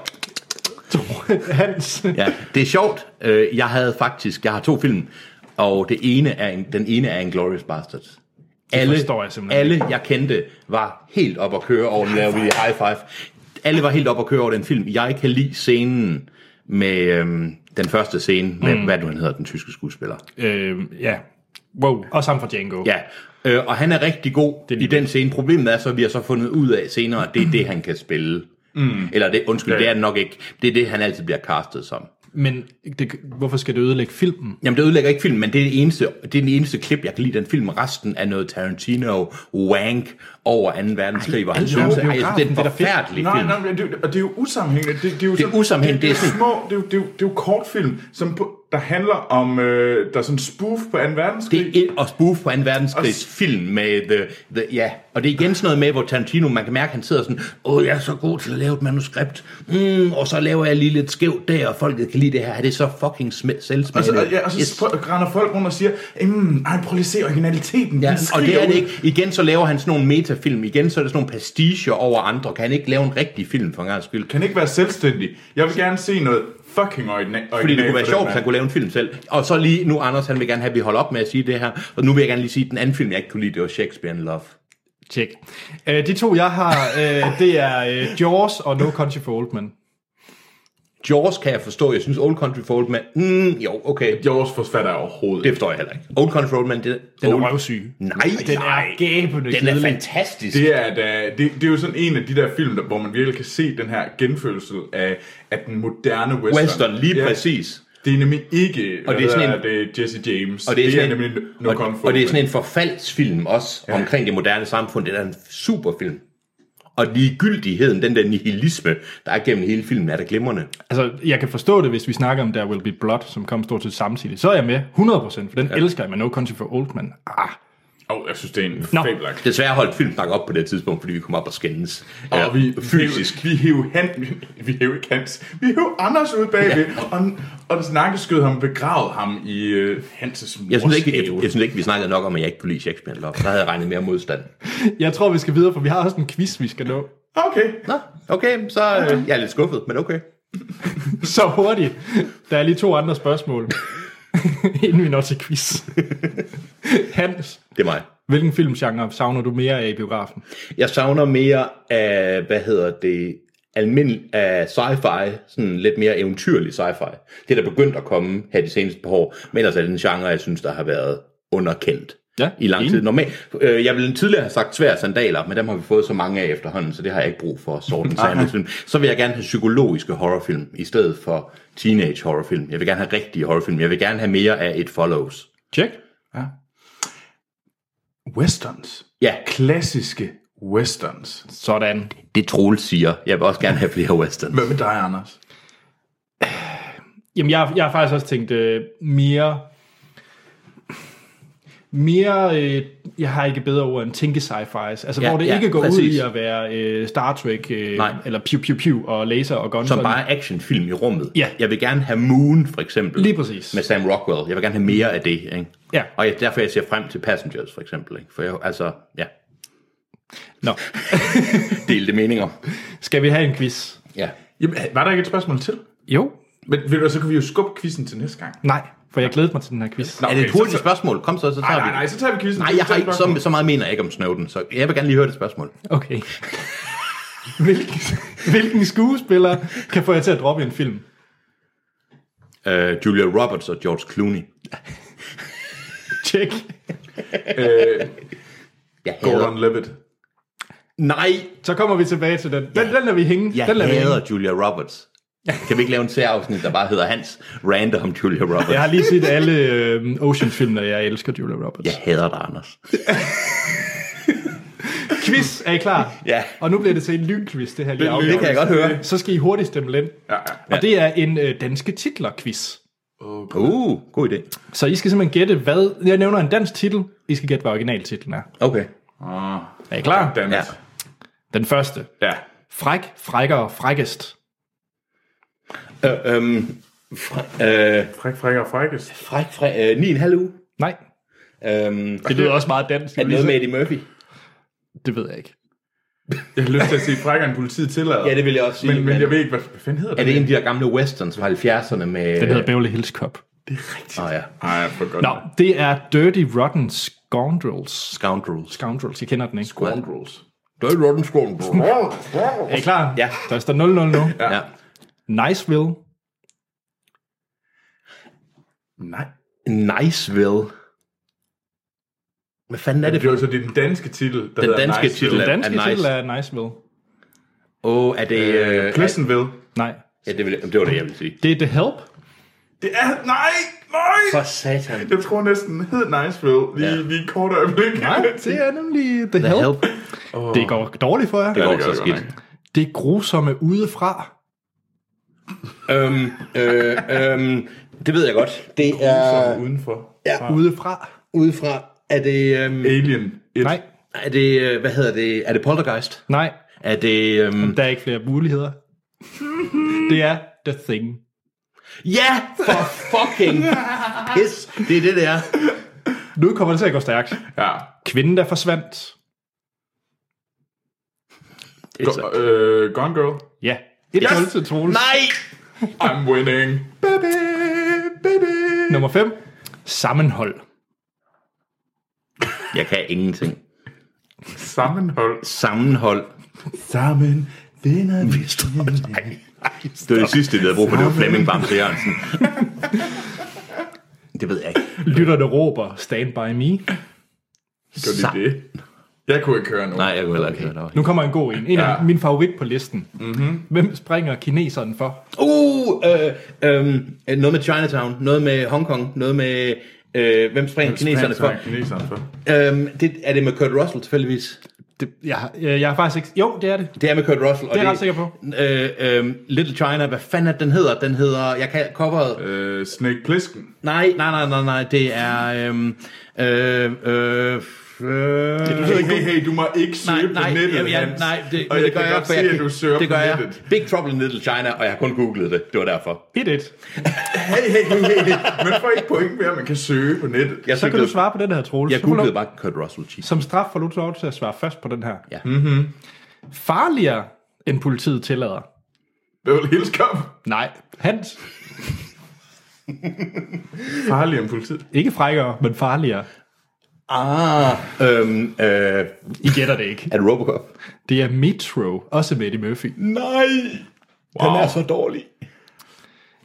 [SPEAKER 1] Tro- Hans.
[SPEAKER 3] Ja, det er sjovt. Øh, Jeg havde faktisk, jeg har to film, og det ene er en, den ene er en Glorious Bastards. Alle,
[SPEAKER 1] forstår jeg simpelthen
[SPEAKER 3] alle jeg kendte var helt op at køre over den laver vi lige high five. Alle var helt op at køre over den film. Jeg kan lide scenen med øhm, den første scene med, mm. hvad du han hedder, den tyske skuespiller.
[SPEAKER 1] Øh, ja. Wow. Og sammen for Django.
[SPEAKER 3] Ja, øh, og han er rigtig god
[SPEAKER 1] Det er
[SPEAKER 3] i
[SPEAKER 1] lige
[SPEAKER 3] den scene. Problemet er så, at vi har så fundet ud af senere, at det er det, han kan spille. Mm. Eller det, undskyld, ja.
[SPEAKER 2] Ja.
[SPEAKER 3] det er det nok ikke. Det er det, han altid bliver castet som.
[SPEAKER 1] Men det, hvorfor skal det ødelægge filmen?
[SPEAKER 3] Jamen, det ødelægger ikke filmen, men det er, det, eneste, det er den eneste klip, jeg kan lide i den film. Resten er noget Tarantino-wank over 2. verdenskrig, hvor han synes, at ej, jeg synes, det er
[SPEAKER 1] biografen,
[SPEAKER 3] en
[SPEAKER 1] det er da fedt.
[SPEAKER 3] forfærdelig
[SPEAKER 2] Nej,
[SPEAKER 3] film.
[SPEAKER 2] nej, men det, og det er jo usammenhængende. Det, det er jo sådan-
[SPEAKER 3] usammenhængende,
[SPEAKER 2] Det, det,
[SPEAKER 3] det er
[SPEAKER 2] er jo små, det er jo, det er jo, det er jo kortfilm, som på, der handler om, øh, der er sådan spoof på 2. verdenskrig.
[SPEAKER 3] Det er et og spoof på 2. verdenskrigs film med the, the, ja. Og det er igen sådan noget med, hvor Tarantino, man kan mærke, han sidder sådan, åh, jeg er så god til at lave et manuskript, mm, og så laver jeg lige lidt skævt der, og folket kan lide det her. Er det så fucking
[SPEAKER 2] og
[SPEAKER 3] sm-
[SPEAKER 2] så,
[SPEAKER 3] selvsmagende?
[SPEAKER 2] Altså, og, ja, og så
[SPEAKER 3] Yes.
[SPEAKER 2] sp- render folk rundt og siger, mm, ej, prøv lige at se originaliteten.
[SPEAKER 3] Ja,
[SPEAKER 2] Den
[SPEAKER 3] og det
[SPEAKER 2] skriger
[SPEAKER 3] er det
[SPEAKER 2] ud."
[SPEAKER 3] ikke. Igen så laver han sådan nogle metafilm. Igen så er det sådan nogle pastiger over andre. Kan han ikke lave en rigtig film for en gang skyld?
[SPEAKER 2] Kan ikke være selvstændig. Jeg vil gerne se noget fucking original.
[SPEAKER 3] Fordi det kunne være sjovt, hvis han kunne lave en film selv. Og så lige nu, Anders, han vil gerne have, at vi holder op med at sige det her. Og nu vil jeg gerne lige sige, at den anden film, jeg ikke kunne lide, det var Shakespeare in Love.
[SPEAKER 1] Tjek. Øh, de to, jeg har, øh, det er øh, Jaws og No Country for Old Men.
[SPEAKER 3] Jaws kan jeg forstå. Jeg synes, Old Country for Old Man... Mm, jo, okay.
[SPEAKER 2] Jaws forfatter jeg overhovedet.
[SPEAKER 3] Det forstår jeg heller ikke. Old Country for Old Man, det...
[SPEAKER 1] Den
[SPEAKER 3] old...
[SPEAKER 1] er røvsyg.
[SPEAKER 3] Nej,
[SPEAKER 1] Den
[SPEAKER 3] nej.
[SPEAKER 1] er gæbende
[SPEAKER 3] Den er
[SPEAKER 1] kedelig.
[SPEAKER 3] fantastisk.
[SPEAKER 2] Det er, da, det, det er jo sådan en af de der film, der, hvor man virkelig kan se den her genfølelse af, af den moderne western.
[SPEAKER 3] Western, lige
[SPEAKER 2] Ja.
[SPEAKER 3] præcis.
[SPEAKER 2] Det er nemlig ikke,
[SPEAKER 3] Og
[SPEAKER 2] og
[SPEAKER 3] det
[SPEAKER 2] det
[SPEAKER 3] er
[SPEAKER 2] er
[SPEAKER 3] sådan en-
[SPEAKER 2] det er Jesse James.
[SPEAKER 3] Og det er, sådan en,
[SPEAKER 2] nemlig No
[SPEAKER 3] og,
[SPEAKER 2] Country for
[SPEAKER 3] og det er
[SPEAKER 2] Old
[SPEAKER 3] sådan
[SPEAKER 2] Men.
[SPEAKER 3] en forfaldsfilm også, ja. omkring det moderne samfund. Det er da en superfilm. og ligegyldigheden, den der nihilisme, der er gennem hele filmen, er der glimrende.
[SPEAKER 1] Altså, jeg kan forstå det, hvis vi snakker om There Will Be Blood, som kom stort set samtidig. Så er jeg med 100%, for den ja. elsker jeg med No Country for Old Men. Ah,
[SPEAKER 2] Åh, oh, jeg synes, det er en no. fabelagt.
[SPEAKER 3] Desværre holdt filmsnak op på det tidspunkt, fordi vi kom op og skændes.
[SPEAKER 2] Og
[SPEAKER 3] Ja,
[SPEAKER 2] vi, fysisk. Vi, vi hæv han, vi hæv ikke Hans, vi hæv Anders ud bagved, ja. og, og den snakke skød ham, begravede ham i øh, Hans' mors
[SPEAKER 3] Jeg synes, ikke,
[SPEAKER 2] have.
[SPEAKER 3] jeg, jeg synes ikke, vi snakkede nok om, at jeg ikke kunne lide Shakespeare eller Der havde jeg regnet mere modstand.
[SPEAKER 1] jeg tror, vi skal videre, for vi har også en quiz, vi skal nå.
[SPEAKER 2] Okay,
[SPEAKER 3] Nå, okay, så øh, jeg er lidt skuffet, men okay.
[SPEAKER 1] Så hurtigt. Der er lige to andre spørgsmål, inden vi når til quiz. Hans,
[SPEAKER 3] Det er mig.
[SPEAKER 1] hvilken filmgenre savner du mere af i biografen?
[SPEAKER 3] Jeg savner mere af, hvad hedder det, almindelig af sci-fi, sådan lidt mere eventyrlig sci-fi. Det er der begyndt at komme her de seneste par år, men ellers er det en genre, jeg synes, der har været underkendt.
[SPEAKER 1] Ja,
[SPEAKER 3] I lang
[SPEAKER 1] enig.
[SPEAKER 3] tid. Normalt, øh, jeg ville tidligere have sagt svære sandaler, men dem har vi fået så mange af efterhånden, så det har jeg ikke brug for sorten sandwichfilm. Så vil jeg gerne have psykologiske horrorfilm, i stedet for teenage horrorfilm. Jeg vil gerne have rigtige horrorfilm. Jeg vil gerne have mere af et follows.
[SPEAKER 1] Tjek.
[SPEAKER 2] westerns.
[SPEAKER 3] Ja,
[SPEAKER 2] Klassiske westerns.
[SPEAKER 1] Sådan.
[SPEAKER 3] det Troels siger. Jeg vil også gerne have flere westerns.
[SPEAKER 2] Hvad med dig, Anders?
[SPEAKER 1] Jamen, jeg, jeg har faktisk også tænkt øh, mere... Mere, øh, jeg har ikke bedre ord end tænke sci fi Altså,
[SPEAKER 3] Ja,
[SPEAKER 1] ja, hvor det
[SPEAKER 3] ja,
[SPEAKER 1] ja, ikke går ud
[SPEAKER 3] præcis.
[SPEAKER 1] i at være øh, Star Trek, øh,
[SPEAKER 3] Nej.
[SPEAKER 1] eller pew, pew, pew, og laser og guns.
[SPEAKER 3] Som
[SPEAKER 1] og-
[SPEAKER 3] bare er actionfilm i rummet.
[SPEAKER 1] Ja.
[SPEAKER 3] Jeg vil gerne have Moon, for eksempel.
[SPEAKER 1] Lige præcis.
[SPEAKER 3] Med Sam Rockwell. Jeg vil gerne have mere af det, ikke?
[SPEAKER 1] Ja.
[SPEAKER 3] Og jeg, derfor jeg ser frem til Passengers, for eksempel. Ikke? For jeg, altså, ja,
[SPEAKER 1] Nå.
[SPEAKER 3] delte meninger.
[SPEAKER 1] Skal vi have en quiz?
[SPEAKER 3] Ja.
[SPEAKER 2] Jamen, var der ikke et spørgsmål til?
[SPEAKER 1] Jo.
[SPEAKER 2] Men ved du, hvad, så kan vi jo skubbe quizzen til næste gang.
[SPEAKER 1] Nej, for jeg glæder mig til den her quiz.
[SPEAKER 2] Nå,
[SPEAKER 3] Okay, er det et
[SPEAKER 2] okay,
[SPEAKER 3] hurtigt
[SPEAKER 2] så- så-
[SPEAKER 3] spørgsmål? Kom så, så tager
[SPEAKER 2] Nej,
[SPEAKER 3] vi
[SPEAKER 2] nej,
[SPEAKER 3] det.
[SPEAKER 2] nej, så tager vi quizzen.
[SPEAKER 3] Nej,
[SPEAKER 2] Så
[SPEAKER 3] jeg har
[SPEAKER 2] tager
[SPEAKER 3] ikke, så,
[SPEAKER 2] spørgsmål.
[SPEAKER 3] så meget mener jeg ikke om Snowden, så jeg vil gerne lige høre det spørgsmål.
[SPEAKER 1] Okay. Hvilken, hvilken skuespiller kan få jer til at droppe i en film?
[SPEAKER 3] Uh, Julia Roberts og George Clooney.
[SPEAKER 1] Tjek.
[SPEAKER 3] Jeg hader,
[SPEAKER 2] Gordon Levitt.
[SPEAKER 3] nej,
[SPEAKER 1] Så kommer vi tilbage til den. Den, ja. den lader vi hænge.
[SPEAKER 3] jeg
[SPEAKER 1] den lader vi hænge.
[SPEAKER 3] hader Julia Roberts. Kan vi ikke lave en særafsnit, der bare hedder Hans Rant om Julia Roberts?
[SPEAKER 1] Jeg har lige set alle øh, Ocean-filmene, og jeg elsker Julia Roberts.
[SPEAKER 3] Jeg hader dig, Anders.
[SPEAKER 1] Quiz, er I klar?
[SPEAKER 3] Ja.
[SPEAKER 1] Og nu bliver det til en lynquiz, det her lige
[SPEAKER 3] Det kan jeg godt høre.
[SPEAKER 1] Så skal I hurtigt stemme ind.
[SPEAKER 2] Ja, ja.
[SPEAKER 1] Og det er en øh, danske titler-quiz.
[SPEAKER 3] Uh, god idé.
[SPEAKER 1] Så I skal simpelthen gætte, hvad... Jeg nævner en dansk titel. I skal gætte, hvad originaltitlen er.
[SPEAKER 3] Okay.
[SPEAKER 2] Oh,
[SPEAKER 1] Er I klar?
[SPEAKER 2] Dannes.
[SPEAKER 3] Ja.
[SPEAKER 2] Ja.
[SPEAKER 1] Den første.
[SPEAKER 2] ja.
[SPEAKER 1] Fræk, frækkere, frækkest.
[SPEAKER 3] Øh, øhm, fra, øh,
[SPEAKER 2] Fræk, fræk og frækkest.
[SPEAKER 3] fræk, fræk, øh, 9,5 uge.
[SPEAKER 1] Nej,
[SPEAKER 3] Øhm,
[SPEAKER 1] det lyder også meget dansk.
[SPEAKER 3] er det noget med Eddie Murphy?
[SPEAKER 1] Det ved jeg ikke.
[SPEAKER 2] Jeg har lyst til at sige frækkere end politiet tillader.
[SPEAKER 3] Ja, det vil jeg også sige.
[SPEAKER 2] men, men jeg ved ikke, hvad, hvad fanden hedder
[SPEAKER 3] Er det en
[SPEAKER 2] det?
[SPEAKER 3] af de der gamle westerns fra 70'erne med...
[SPEAKER 1] Den hedder Beverly Hills Cop.
[SPEAKER 3] Åh oh, ja.
[SPEAKER 2] Nej, jeg for godt.
[SPEAKER 1] Nå, det er Dirty Rotten Scoundrels.
[SPEAKER 3] Scoundrels.
[SPEAKER 1] Scoundrels, jeg kender den ikke.
[SPEAKER 2] Scoundrels.
[SPEAKER 3] Det er Rotten Scoundrels.
[SPEAKER 1] Er I klar?
[SPEAKER 3] Ja.
[SPEAKER 1] Der står 0-0 nu.
[SPEAKER 3] ja.
[SPEAKER 1] Niceville.
[SPEAKER 2] Nej.
[SPEAKER 3] Niceville. Hvad fanden er det
[SPEAKER 2] Det er
[SPEAKER 3] for?
[SPEAKER 2] jo så den danske titel, der
[SPEAKER 3] Den
[SPEAKER 2] hedder
[SPEAKER 3] danske
[SPEAKER 2] Niceville.
[SPEAKER 1] Den
[SPEAKER 3] titel er-
[SPEAKER 1] danske
[SPEAKER 3] er nice.
[SPEAKER 1] titel er Niceville.
[SPEAKER 3] Åh, oh, er det... Øh,
[SPEAKER 2] Øh, Pleasantville.
[SPEAKER 1] Nej.
[SPEAKER 3] ja, det, vil, det var det, jeg ville sige.
[SPEAKER 1] Det er The Help.
[SPEAKER 2] Det er... Nej! Nej!
[SPEAKER 3] For satan.
[SPEAKER 2] Jeg tror næsten, den hed Niceville. Lige,
[SPEAKER 3] Ja.
[SPEAKER 2] ja. lige et kort øjeblik.
[SPEAKER 1] Nej, det er nemlig The,
[SPEAKER 3] The
[SPEAKER 1] Help.
[SPEAKER 3] Help.
[SPEAKER 1] Det går dårligt for jer.
[SPEAKER 3] Det
[SPEAKER 2] Ja,
[SPEAKER 3] går
[SPEAKER 2] det gør
[SPEAKER 3] så
[SPEAKER 2] det
[SPEAKER 3] skidt.
[SPEAKER 2] godt nok.
[SPEAKER 1] Det er grusomme udefra.
[SPEAKER 3] Øhm, øh, øhm, det ved jeg godt. Det er
[SPEAKER 2] Som udenfor.
[SPEAKER 3] Ah.
[SPEAKER 1] Udefra.
[SPEAKER 3] udefra... Er det... Øhm,
[SPEAKER 2] Alien. Et.
[SPEAKER 1] Nej,
[SPEAKER 3] er det... øh, Hvad hedder det? Er det Poltergeist?
[SPEAKER 1] nej.
[SPEAKER 3] Er det... Øhm,
[SPEAKER 1] Der er ikke flere muligheder. Det er The Thing.
[SPEAKER 3] ja, for fucking pis. Det er det, det er.
[SPEAKER 1] Nu kommer det til at gå stærkt.
[SPEAKER 2] Ja.
[SPEAKER 1] Kvinden, der forsvandt.
[SPEAKER 3] Det er
[SPEAKER 2] Go,
[SPEAKER 3] så.
[SPEAKER 2] øh, Gone Girl.
[SPEAKER 1] Ja. 1-0
[SPEAKER 3] Yes!
[SPEAKER 1] til Troels.
[SPEAKER 3] Nej!
[SPEAKER 2] I'm winning.
[SPEAKER 1] Baby, baby. Nummer 5. Sammenhold.
[SPEAKER 3] Jeg kan ingenting.
[SPEAKER 2] Sammenhold.
[SPEAKER 3] Sammenhold.
[SPEAKER 2] Sammen vinder vi.
[SPEAKER 3] Det var det sidste, vi havde brug for. Det var Flemming Bamse Jørgensen. Det ved jeg ikke.
[SPEAKER 1] Lytterne råber, stand by me.
[SPEAKER 2] Gør de det? Jeg kunne ikke høre nogen.
[SPEAKER 3] Nej, jeg kunne heller ikke høre det.
[SPEAKER 1] Nu kommer en god en. En ja. af
[SPEAKER 2] Ja.
[SPEAKER 1] min favorit på listen.
[SPEAKER 3] Mhm.
[SPEAKER 1] Mm-hmm. Hvem springer kineseren for?
[SPEAKER 3] Uh, øh, øh, noget med Chinatown, noget med Hongkong, noget med... Øh, hvem springer kineserne for?
[SPEAKER 2] Kineserne for.
[SPEAKER 3] Øhm, det, er det med Kurt Russell tilfældigvis?
[SPEAKER 1] Det, jeg, har- øh, jeg har faktisk ikke... Jo, det er det.
[SPEAKER 3] Det er med Kurt Russell. Og
[SPEAKER 1] Det er jeg ret sikker på.
[SPEAKER 3] Øh, øh, Little China, hvad fanden er den hedder? Den hedder, jeg kan coveret...
[SPEAKER 2] Øh, Snake Plissken.
[SPEAKER 3] Nej, nej, nej, nej, nej, det er... Øhm, øh, øh, øh,
[SPEAKER 2] Hey, hey, hey, du må ikke
[SPEAKER 3] Nej,
[SPEAKER 2] søge
[SPEAKER 3] nej,
[SPEAKER 2] på nettet,
[SPEAKER 3] jeg, jeg,
[SPEAKER 2] Hans.
[SPEAKER 3] nej, det,
[SPEAKER 2] og jeg,
[SPEAKER 3] men det gør
[SPEAKER 2] kan
[SPEAKER 3] jeg,
[SPEAKER 2] godt
[SPEAKER 3] for
[SPEAKER 2] se,
[SPEAKER 3] jeg,
[SPEAKER 2] at du søger
[SPEAKER 3] det
[SPEAKER 2] på
[SPEAKER 3] gør jeg.
[SPEAKER 2] nettet.
[SPEAKER 3] Big Trouble in Little China, og jeg har kun googlet det. Det var derfor.
[SPEAKER 1] 1-1.
[SPEAKER 2] Hey, hey, hey, hey, hey. Man får ikke point mere, man kan søge på nettet.
[SPEAKER 3] Jeg
[SPEAKER 1] Så kan
[SPEAKER 3] googlede-
[SPEAKER 1] du svare på den her, Troels.
[SPEAKER 3] Jeg
[SPEAKER 1] Så får
[SPEAKER 3] googlede
[SPEAKER 1] du-
[SPEAKER 3] bare Kurt Russell cheese.
[SPEAKER 1] Som straf får du lov til at svare først på den her.
[SPEAKER 3] Ja. Mhm.
[SPEAKER 1] Mm-hmm. Farligere, end politiet tillader.
[SPEAKER 2] Beverly Hills Cop.
[SPEAKER 1] Nej. Hans.
[SPEAKER 2] Farlig om politiet.
[SPEAKER 1] Ikke frækkere, men farligere.
[SPEAKER 3] Ah, øhm, øh,
[SPEAKER 1] I gætter det ikke.
[SPEAKER 3] er det Robocop?
[SPEAKER 1] Det er Metro, også med Eddie Murphy.
[SPEAKER 3] Nej, wow. den er så dårlig.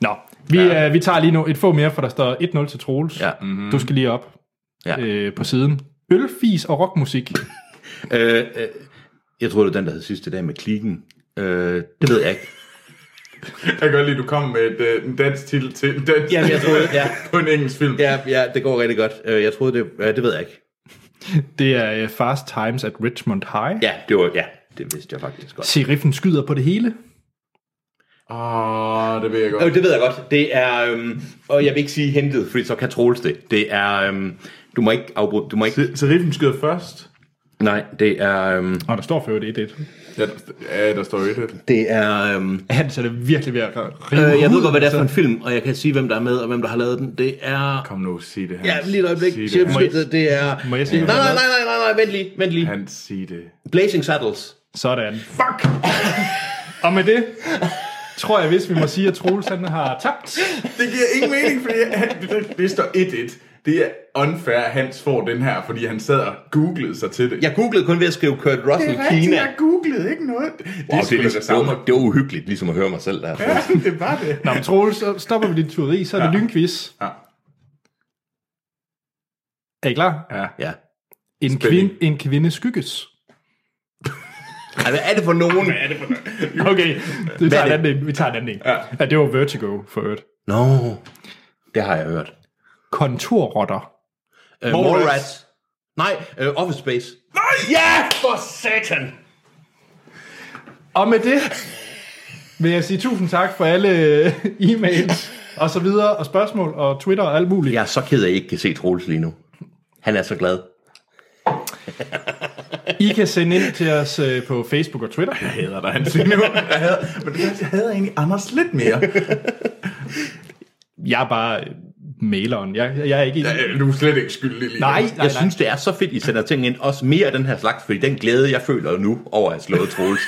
[SPEAKER 1] Nå, vi, ja. øh, vi tager lige nu et få mere, for der står 1-0 til Troels.
[SPEAKER 3] Ja. Mhm.
[SPEAKER 1] Mm-hmm. Du skal lige op
[SPEAKER 3] Ja.
[SPEAKER 1] øh, på siden. Ølfis og rockmusik.
[SPEAKER 3] Øh, øh, jeg tror, det var den, der hed sidste dag med klikken. Øh, det ved jeg ikke.
[SPEAKER 2] Jeg kan godt lide, at du kom med et, øh, en dansk titel til en dansk
[SPEAKER 3] Jamen, jeg troede- ja.
[SPEAKER 2] på en engelsk film.
[SPEAKER 3] Ja, ja, det går rigtig godt. Øh, jeg troede, det, øh, det ved jeg ikke.
[SPEAKER 1] Det er øh, Fast Times at Richmond High.
[SPEAKER 3] Ja, det var, ja, det vidste jeg faktisk godt.
[SPEAKER 1] Seriffen skyder på det hele.
[SPEAKER 2] Åh, oh, det ved jeg godt.
[SPEAKER 3] Øh, det ved jeg godt. Det er, øhm, og jeg vil ikke sige hentet, fordi så kan Troels det. Det er, øhm, du må ikke afbryde, du må ikke...
[SPEAKER 2] Se- Serifen skyder først.
[SPEAKER 3] Nej, det er, øhm,
[SPEAKER 1] Og der står for øvrigt 1-1.
[SPEAKER 2] Ja, der, ja, der står jo et. et.
[SPEAKER 3] det er, øhm,
[SPEAKER 1] Hans er det virkelig ved at rive
[SPEAKER 3] Øh, jeg ved
[SPEAKER 1] hovedet altså.
[SPEAKER 3] godt, hvad det er for en
[SPEAKER 1] af sig.
[SPEAKER 3] film, og jeg kan sige, hvem der er med, og hvem der har lavet den. Det er...
[SPEAKER 2] Kom nu, sig det, Hans.
[SPEAKER 3] Ja, lige et øjeblik.
[SPEAKER 2] Sig
[SPEAKER 3] Chef
[SPEAKER 2] det, Hans.
[SPEAKER 3] Smittet, det er...
[SPEAKER 1] Må jeg sige
[SPEAKER 3] nej,
[SPEAKER 1] det?
[SPEAKER 3] nej, nej, nej, nej, nej, vent lige, vent lige.
[SPEAKER 2] Hans, sig det.
[SPEAKER 3] Blazing Saddles.
[SPEAKER 1] Sådan. Fuck! og med det tror jeg, hvis vi må sige, at Troels han har tabt.
[SPEAKER 2] Det giver ingen mening, fordi han, det, det står 1-1. Det er unfair, at Hans får den her, fordi han sad og googlede sig til det.
[SPEAKER 3] Jeg googlede kun ved at skrive Kurt Russell Kina.
[SPEAKER 2] jeg googlede ikke noget. Det, wow, det er det samme.
[SPEAKER 3] det var uhyggeligt, ligesom at høre mig selv der. Ja.
[SPEAKER 2] det var det.
[SPEAKER 1] Nå, men Troels, så stopper vi din teori, så er det ja. lynquiz.
[SPEAKER 2] Ja.
[SPEAKER 1] Er I klar?
[SPEAKER 2] Ja.
[SPEAKER 3] ja.
[SPEAKER 1] En,
[SPEAKER 2] Spænding.
[SPEAKER 1] kvinde, en kvinde skygges.
[SPEAKER 3] Ej, hvad Altså, er det for nogen?
[SPEAKER 1] Okay, vi tager
[SPEAKER 3] er
[SPEAKER 1] en
[SPEAKER 3] det?
[SPEAKER 1] anden en. Vi tager en anden en. Ja. ja, det var Vertigo for øvrigt.
[SPEAKER 3] Nå, det har jeg hørt.
[SPEAKER 1] Kontorrotter.
[SPEAKER 3] Uh,
[SPEAKER 2] Mallrats.
[SPEAKER 3] Mallrats. Nej, uh, Office Space.
[SPEAKER 1] Og med det vil jeg sige tusind tak for alle øh, e-mails og så videre, og spørgsmål og Twitter og alt muligt.
[SPEAKER 3] Jeg er så ked af, at I ikke kan se Troels lige nu. Han er så glad.
[SPEAKER 1] I kan sende ind til os øh, på Facebook og Twitter.
[SPEAKER 2] Jeg hader dig, Hans, lige nu. Jeg hader, men det, er faktisk, jeg hader egentlig Anders lidt mere.
[SPEAKER 1] Jeg er bare øh, maileren. Jeg, jeg er ikke...
[SPEAKER 2] Ja, øh, Du er slet ikke skyldig lige
[SPEAKER 1] Nej,
[SPEAKER 2] nu.
[SPEAKER 1] nej, nej.
[SPEAKER 3] Jeg synes, det er så fedt, I sender ting ind. Også mere af den her slags, fordi den glæde, jeg føler nu over at have slået Troels.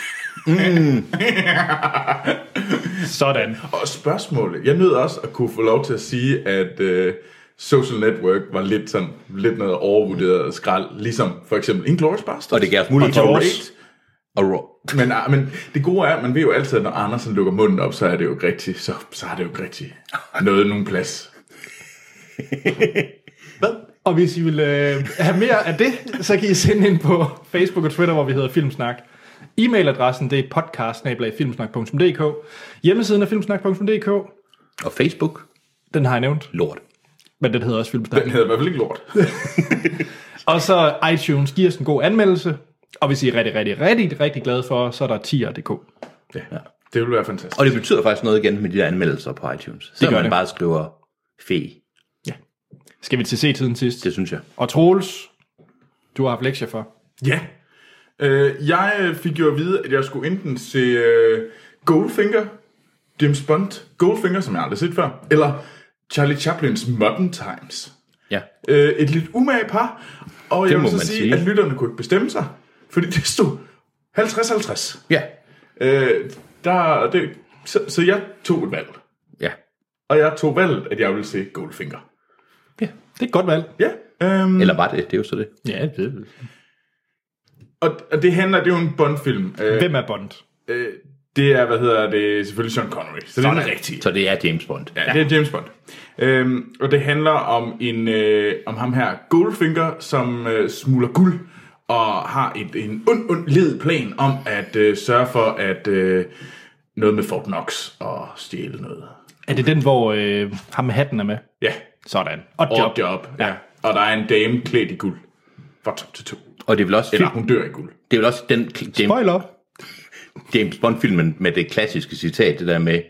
[SPEAKER 1] Sådan.
[SPEAKER 2] Og spørgsmålet. Jeg nød også at kunne få lov til at sige, at øh, Social Network var lidt, sådan, lidt noget overvurderet skrald. Ligesom for eksempel Inglourious Basterds.
[SPEAKER 3] Og det gav os mulighed for
[SPEAKER 2] Og
[SPEAKER 3] at
[SPEAKER 2] Raid.
[SPEAKER 3] rate. Og raw.
[SPEAKER 2] Men, ah, men det gode er, at man ved jo altid, at når Andersen lukker munden op, så er det jo ikke rigtigt. Så, så er det jo ikke rigtigt. Noget nogen plads.
[SPEAKER 1] Og hvis I vil øh, have mere af det, så kan I sende ind på Facebook og Twitter, hvor vi hedder Filmsnak. E-mailadressen det er podcast Hjemmesiden er filmsnak.dk.
[SPEAKER 3] Og Facebook.
[SPEAKER 1] Den har jeg nævnt,
[SPEAKER 3] Lort.
[SPEAKER 1] men den hedder også Filmsnak.
[SPEAKER 2] Den hedder i hvert fald ikke lort.
[SPEAKER 1] Og så iTunes giver os en god anmeldelse. Og hvis I er rigtig, rigtig, rigtig, rigtig glade for, så er der tier.dk.
[SPEAKER 2] Ja. Det ville være fantastisk.
[SPEAKER 3] Og det betyder faktisk noget igen med de der anmeldelser på iTunes. Så
[SPEAKER 1] gør
[SPEAKER 3] man
[SPEAKER 1] det.
[SPEAKER 3] bare skriver fe.
[SPEAKER 1] Skal vi til se-tiden sidst?
[SPEAKER 3] Det synes jeg.
[SPEAKER 1] Og Troels, du har haft lektier for.
[SPEAKER 2] Ja. Øh, jeg øh, fik jo at vide, at jeg skulle enten se øh, Goldfinger, James Bond, Goldfinger, som jeg aldrig har set før, eller Charlie Chaplins Modern Times.
[SPEAKER 3] Ja.
[SPEAKER 2] Øh, et lidt umage par, og jeg
[SPEAKER 3] må
[SPEAKER 2] vil så
[SPEAKER 3] man
[SPEAKER 2] sige,
[SPEAKER 3] sige.
[SPEAKER 2] at lytterne kunne ikke bestemme sig, fordi det stod 50-50.
[SPEAKER 3] Ja.
[SPEAKER 2] Øh, der, det, så, så jeg tog et valg,
[SPEAKER 3] Ja.
[SPEAKER 2] og jeg tog valget, at jeg ville se Goldfinger.
[SPEAKER 1] Ja, det er et godt valg.
[SPEAKER 2] Ja, øhm,
[SPEAKER 3] Eller var det? Det er jo så det.
[SPEAKER 1] Ja, det
[SPEAKER 2] og, og det handler, det er jo en Bond-film. Øh,
[SPEAKER 1] Hvem er Bond?
[SPEAKER 2] øh, det er, hvad hedder det, selvfølgelig Sean Connery, så det er den rigtige.
[SPEAKER 3] Så det er James Bond.
[SPEAKER 2] Ja, det er James Bond. Øhm, og det handler om en øh, om ham her Goldfinger, som øh, smuler guld og har et, en ond, ond led plan om at øh, sørge for at øh, noget med Fort Knox og stjæle noget.
[SPEAKER 1] Er det den, hvor øh, ham med hatten er med?
[SPEAKER 2] Ja,
[SPEAKER 1] Sådan. Og
[SPEAKER 2] og
[SPEAKER 1] job.
[SPEAKER 2] job. Ja. Og der er en dame klædt i guld. fra top til to.
[SPEAKER 3] Og det er vel også,
[SPEAKER 2] Eller hun dør i guld.
[SPEAKER 3] det er vel også den kl- James,
[SPEAKER 1] Spoiler.
[SPEAKER 3] James Bond-filmen med det klassiske citat, det der med,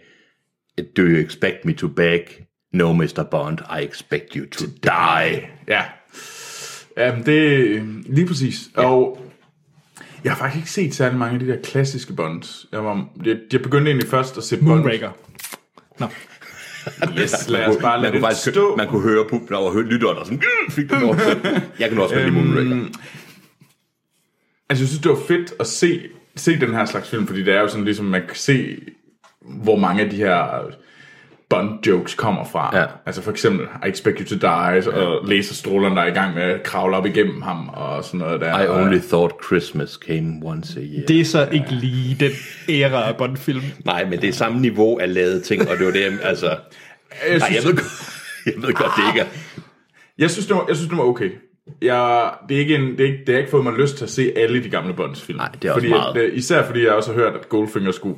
[SPEAKER 3] Do you expect me to beg? No, Mr. Bond, I expect you to die.
[SPEAKER 2] Ja. Ja, men det øhm, lige præcis. Ja. Og jeg har faktisk ikke set særlig mange af de der klassiske bonds. Jeg, var, jeg, jeg begyndte egentlig først at se Bond.
[SPEAKER 1] Moonraker. Nå.
[SPEAKER 2] Yes, lad os bare lade
[SPEAKER 3] man, kunne
[SPEAKER 2] det
[SPEAKER 3] faktisk,
[SPEAKER 2] stå.
[SPEAKER 3] man kunne høre publikum og høre lytteren, der sådan, "Øh, fik den over. Jeg kan også godt lide
[SPEAKER 2] Øhm,
[SPEAKER 3] Moonraker.
[SPEAKER 2] Altså, jeg synes, det var fedt at se, se den her slags film, fordi det er jo sådan ligesom, man kan se, hvor mange af de her Bond-jokes kommer fra.
[SPEAKER 3] Ja.
[SPEAKER 2] Altså for eksempel, I expect you to die, og laserstråleren, der er i gang med at kravle op igennem ham, og sådan noget der.
[SPEAKER 3] I
[SPEAKER 2] Og-
[SPEAKER 3] only thought Christmas came once a year.
[SPEAKER 1] Det er så ikke lige den æra af Bond-film.
[SPEAKER 3] Nej, men det er samme niveau af lavede ting, og det var det, jeg- altså...
[SPEAKER 2] Jeg
[SPEAKER 3] Nej,
[SPEAKER 2] synes,
[SPEAKER 3] jeg ved, godt- jeg ved godt, det ikke er...
[SPEAKER 2] Jeg synes, det var, jeg synes, det var okay. Jeg, det, er ikke en, det, er ikke, det har ikke fået mig lyst til at se alle de gamle Bonds film.
[SPEAKER 3] Nej, det er også
[SPEAKER 2] fordi,
[SPEAKER 3] meget.
[SPEAKER 2] At, øh, især fordi jeg også har hørt, at Goldfinger skulle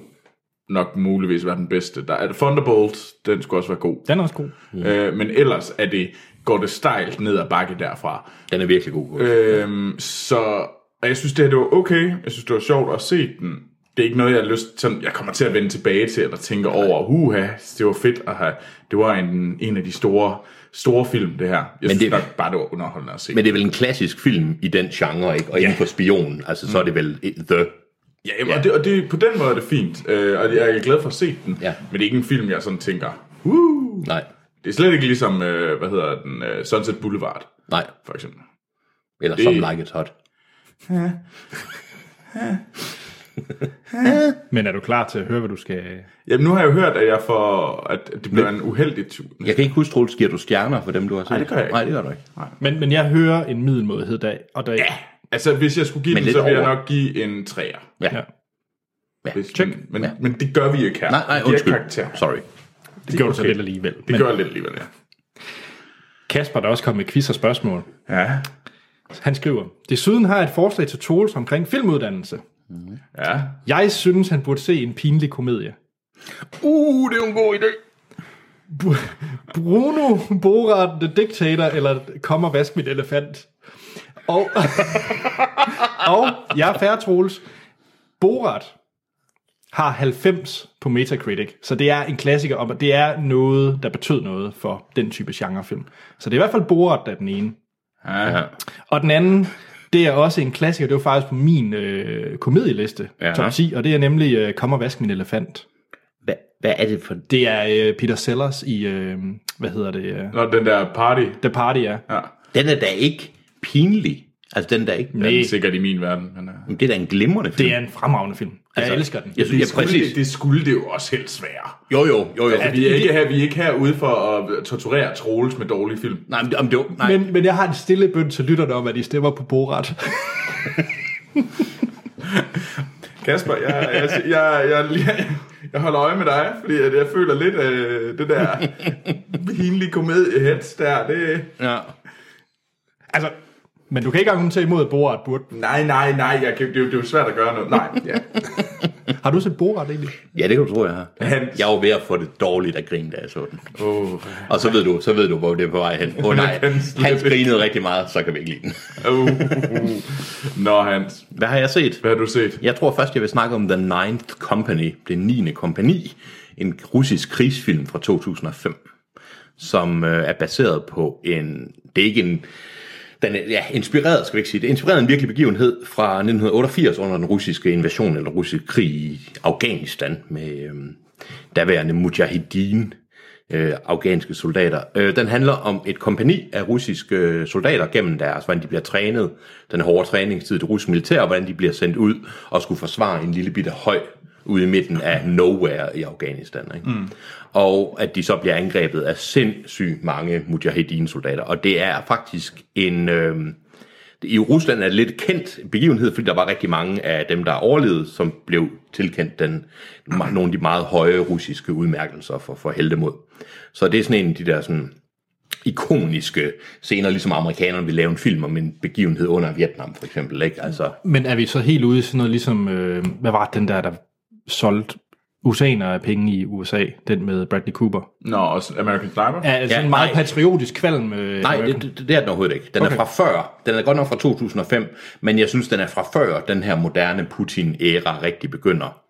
[SPEAKER 2] nok muligvis være den bedste. Der er Thunderbolt, den skulle også være god.
[SPEAKER 1] Den er også god.
[SPEAKER 2] Mm. Øh, men ellers er det, går det stejlt ned ad bakke derfra.
[SPEAKER 3] Den er virkelig god. Øh,
[SPEAKER 2] Øhm, så og jeg synes, det her det var okay. Jeg synes, det var sjovt at se den. Det er ikke noget, jeg har lyst til. Jeg kommer til at vende tilbage til, eller tænker over, huha, det var fedt at have. Det var en, en af de store, store film, det her. Jeg Men synes
[SPEAKER 3] det-
[SPEAKER 2] det... nok bare, det var underholdende at se.
[SPEAKER 3] men det er vel en klassisk film i den genre, ikke? Og inden for spion, altså så er det vel The...
[SPEAKER 2] Ja, jamen, og, det, og det, på den måde er det fint, øh, og jeg er glad for at se den.
[SPEAKER 3] Ja.
[SPEAKER 2] Men det er ikke en film, jeg sådan tænker,
[SPEAKER 3] Nej,
[SPEAKER 2] det er slet ikke ligesom, øh, hvad hedder den, øh, Sunset Boulevard,
[SPEAKER 3] nej.
[SPEAKER 2] for eksempel.
[SPEAKER 3] Eller
[SPEAKER 2] Det-
[SPEAKER 3] Some Like It's Hot.
[SPEAKER 1] Men er du klar til at høre, hvad du skal...
[SPEAKER 2] Jamen, nu har jeg jo hørt, at, jeg får, at at det bliver en uheldig tur.
[SPEAKER 3] Jeg kan ikke huske, Troels, giver du stjerner for dem, du har set? Nej,
[SPEAKER 2] det gør jeg ikke.
[SPEAKER 3] Nej, det gør du ikke.
[SPEAKER 1] Men, men jeg hører en middelmådighed der, og der...
[SPEAKER 2] Ja, altså hvis jeg skulle give
[SPEAKER 3] Men
[SPEAKER 2] den,
[SPEAKER 3] lidt
[SPEAKER 2] så ville jeg
[SPEAKER 3] over.
[SPEAKER 2] nok give en 3'er.
[SPEAKER 3] Ja.
[SPEAKER 1] Ja.
[SPEAKER 3] ja.
[SPEAKER 2] Hvis-
[SPEAKER 3] check.
[SPEAKER 2] Men, men,
[SPEAKER 3] Ja.
[SPEAKER 2] men det gør vi ikke her.
[SPEAKER 3] Nej, nej,
[SPEAKER 2] Vi giver
[SPEAKER 3] undskyld.
[SPEAKER 2] karakter.
[SPEAKER 3] Sorry.
[SPEAKER 1] Det gjorde du så
[SPEAKER 2] okay.
[SPEAKER 1] lidt alligevel.
[SPEAKER 2] Det
[SPEAKER 1] Men
[SPEAKER 2] gør jeg lidt alligevel, ja.
[SPEAKER 1] Kasper, der også kom med quiz og spørgsmål,
[SPEAKER 2] Ja,
[SPEAKER 1] han skriver, Desuden har jeg et forslag til Troels omkring filmuddannelse.
[SPEAKER 2] ja.
[SPEAKER 1] Jeg synes, han burde se en pinlig komedie.
[SPEAKER 3] Uh, det er en god idé.
[SPEAKER 1] Bruno Borat, The Dictator, eller Kom og vask mit elefant. Og, og jeg er færre, Troels. Borat har 90 på Metacritic, så det er en klassiker, og det er noget, der betød noget for den type genrefilm. Så det er i hvert fald Borat, der er den ene.
[SPEAKER 2] ja.
[SPEAKER 1] Og den anden, det er også en klassiker, det var faktisk på min øh, komedieliste,
[SPEAKER 3] Ja.
[SPEAKER 1] ja. top 10, og det er nemlig øh, Kom og vask min elefant.
[SPEAKER 3] Hva, hvad er det for...
[SPEAKER 1] Det er øh, Peter Sellers i, øh, hvad hedder det, øh,
[SPEAKER 2] Når den der party,
[SPEAKER 1] The Party er.
[SPEAKER 2] ja,
[SPEAKER 3] Den er da ikke pinlig. Altså, den er da ikke...
[SPEAKER 2] den er
[SPEAKER 1] Nej.
[SPEAKER 2] sikkert i min verden. Men, uh,
[SPEAKER 3] Jamen, Det er da en glimrende film.
[SPEAKER 1] Det er en fremragende film. Jeg altså, elsker den.
[SPEAKER 3] Jeg synes, ja, præcis.
[SPEAKER 2] det, det skulle det jo også helst være.
[SPEAKER 3] Jo, jo, jo, jo.
[SPEAKER 2] Vi er, ikke her, vi er ikke herude for at torturere Troels med dårlige film.
[SPEAKER 3] Nej, men det, om det var, nej. Men,
[SPEAKER 1] Men, men jeg har en stille bøn til lytterne om, at de stemmer på Borat.
[SPEAKER 2] Kasper, jeg, jeg, jeg, jeg, jeg holder øje med dig, fordi at jeg føler lidt, øh, det der pinlige komedie-heads der, det,
[SPEAKER 3] ja.
[SPEAKER 1] altså, men du kan ikke engang tage imod, at Borat burde.
[SPEAKER 2] Nej, nej, nej, jeg kan, det, er jo, det er jo svært at gøre noget. Nej, ja.
[SPEAKER 1] Har du set Borat egentlig?
[SPEAKER 3] ja, det kan du tro, jeg har.
[SPEAKER 2] Hans.
[SPEAKER 3] Jeg var ved at få det dårligt af grin, da jeg så den.
[SPEAKER 2] Oh,
[SPEAKER 3] Og så ved du, så ved du hvor det er på vej hen. Åh oh, nej,
[SPEAKER 2] Hans
[SPEAKER 3] Hans
[SPEAKER 2] Lippe.
[SPEAKER 3] grinede rigtig meget, så kan vi ikke lide den.
[SPEAKER 2] oh. Nå, Hans,
[SPEAKER 3] Hvad har jeg set?
[SPEAKER 2] hvad har du set?
[SPEAKER 3] Jeg tror først, jeg vil snakke om The Ninth Company, det 9. kompani, en russisk krigsfilm fra 2005, som øh, er baseret på en, det er ikke en, den er ja, inspireret, skal vi ikke sige det, inspireret af en virkelig begivenhed fra 1988 under den russiske invasion eller russiske krig i Afghanistan med øh, daværende mujahideen, øh, afghanske soldater. Øh, den handler om et kompani af russiske øh, soldater gennem deres, hvordan de bliver trænet, den hårde træningstid i det russiske militær, og hvordan de bliver sendt ud og skulle forsvare en lille bitte høj ude i midten af nowhere i Afghanistan. Ikke? Mm. Og at de så bliver angrebet af sindssygt mange mujahedin-soldater. Og det er faktisk en... Øh, i Rusland er det lidt kendt begivenhed, fordi der var rigtig mange af dem, der overlevede, som blev tilkendt den, nogle af de meget høje russiske udmærkelser for, for heldemod. Så det er sådan en af de der sådan, ikoniske scener, ligesom amerikanerne vil lave en film om en begivenhed under Vietnam, for eksempel. Ikke? Altså,
[SPEAKER 1] Men er vi så helt ude i sådan noget ligesom, øh, hvad var den der, der solgte Oceaner af penge i USA, den med Bradley Cooper.
[SPEAKER 2] Nå, også American Sniper?
[SPEAKER 1] Ja, altså ja,
[SPEAKER 3] Ja,
[SPEAKER 1] en meget
[SPEAKER 3] nej.
[SPEAKER 1] patriotisk kvalm. Øh,
[SPEAKER 3] Nej,
[SPEAKER 1] American.
[SPEAKER 3] det, det, det er den overhovedet ikke. Den okay. er fra før. Den er godt nok fra 2005, men jeg synes, den er fra før den her moderne Putin-æra rigtig begynder.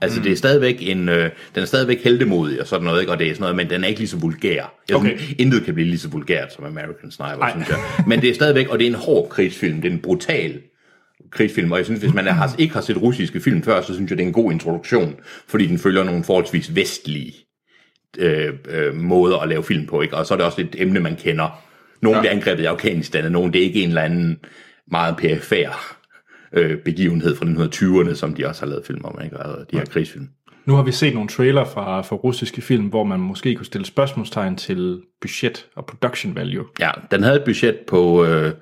[SPEAKER 3] Altså, mm. det er stadigvæk en, øh, den er stadigvæk heldemodig og sådan noget, ikke? og det er sådan noget, men den er ikke lige så vulgær. Jeg okay. synes, intet kan blive lige så vulgært som American Sniper, Ej. synes jeg. Men det er stadigvæk, og det er en hård krigsfilm, det er en brutal krigsfilm, og jeg synes, hvis man har, ikke har set russiske film før, så synes jeg, det er en god introduktion, fordi den følger nogle forholdsvis vestlige øh, øh, måder at lave film på, ikke? og så er det også et emne, man kender. Nogle ja. bliver angrebet i Afghanistan, og nogle det er ikke en eller anden meget perifær øh, begivenhed fra 1920'erne, som de også har lavet film om, ikke? Altså, de her krigsfilm.
[SPEAKER 1] Nu har vi set nogle trailer fra, fra russiske film, hvor man måske kunne stille spørgsmålstegn til budget og production value.
[SPEAKER 3] Ja, den havde et budget på, øh,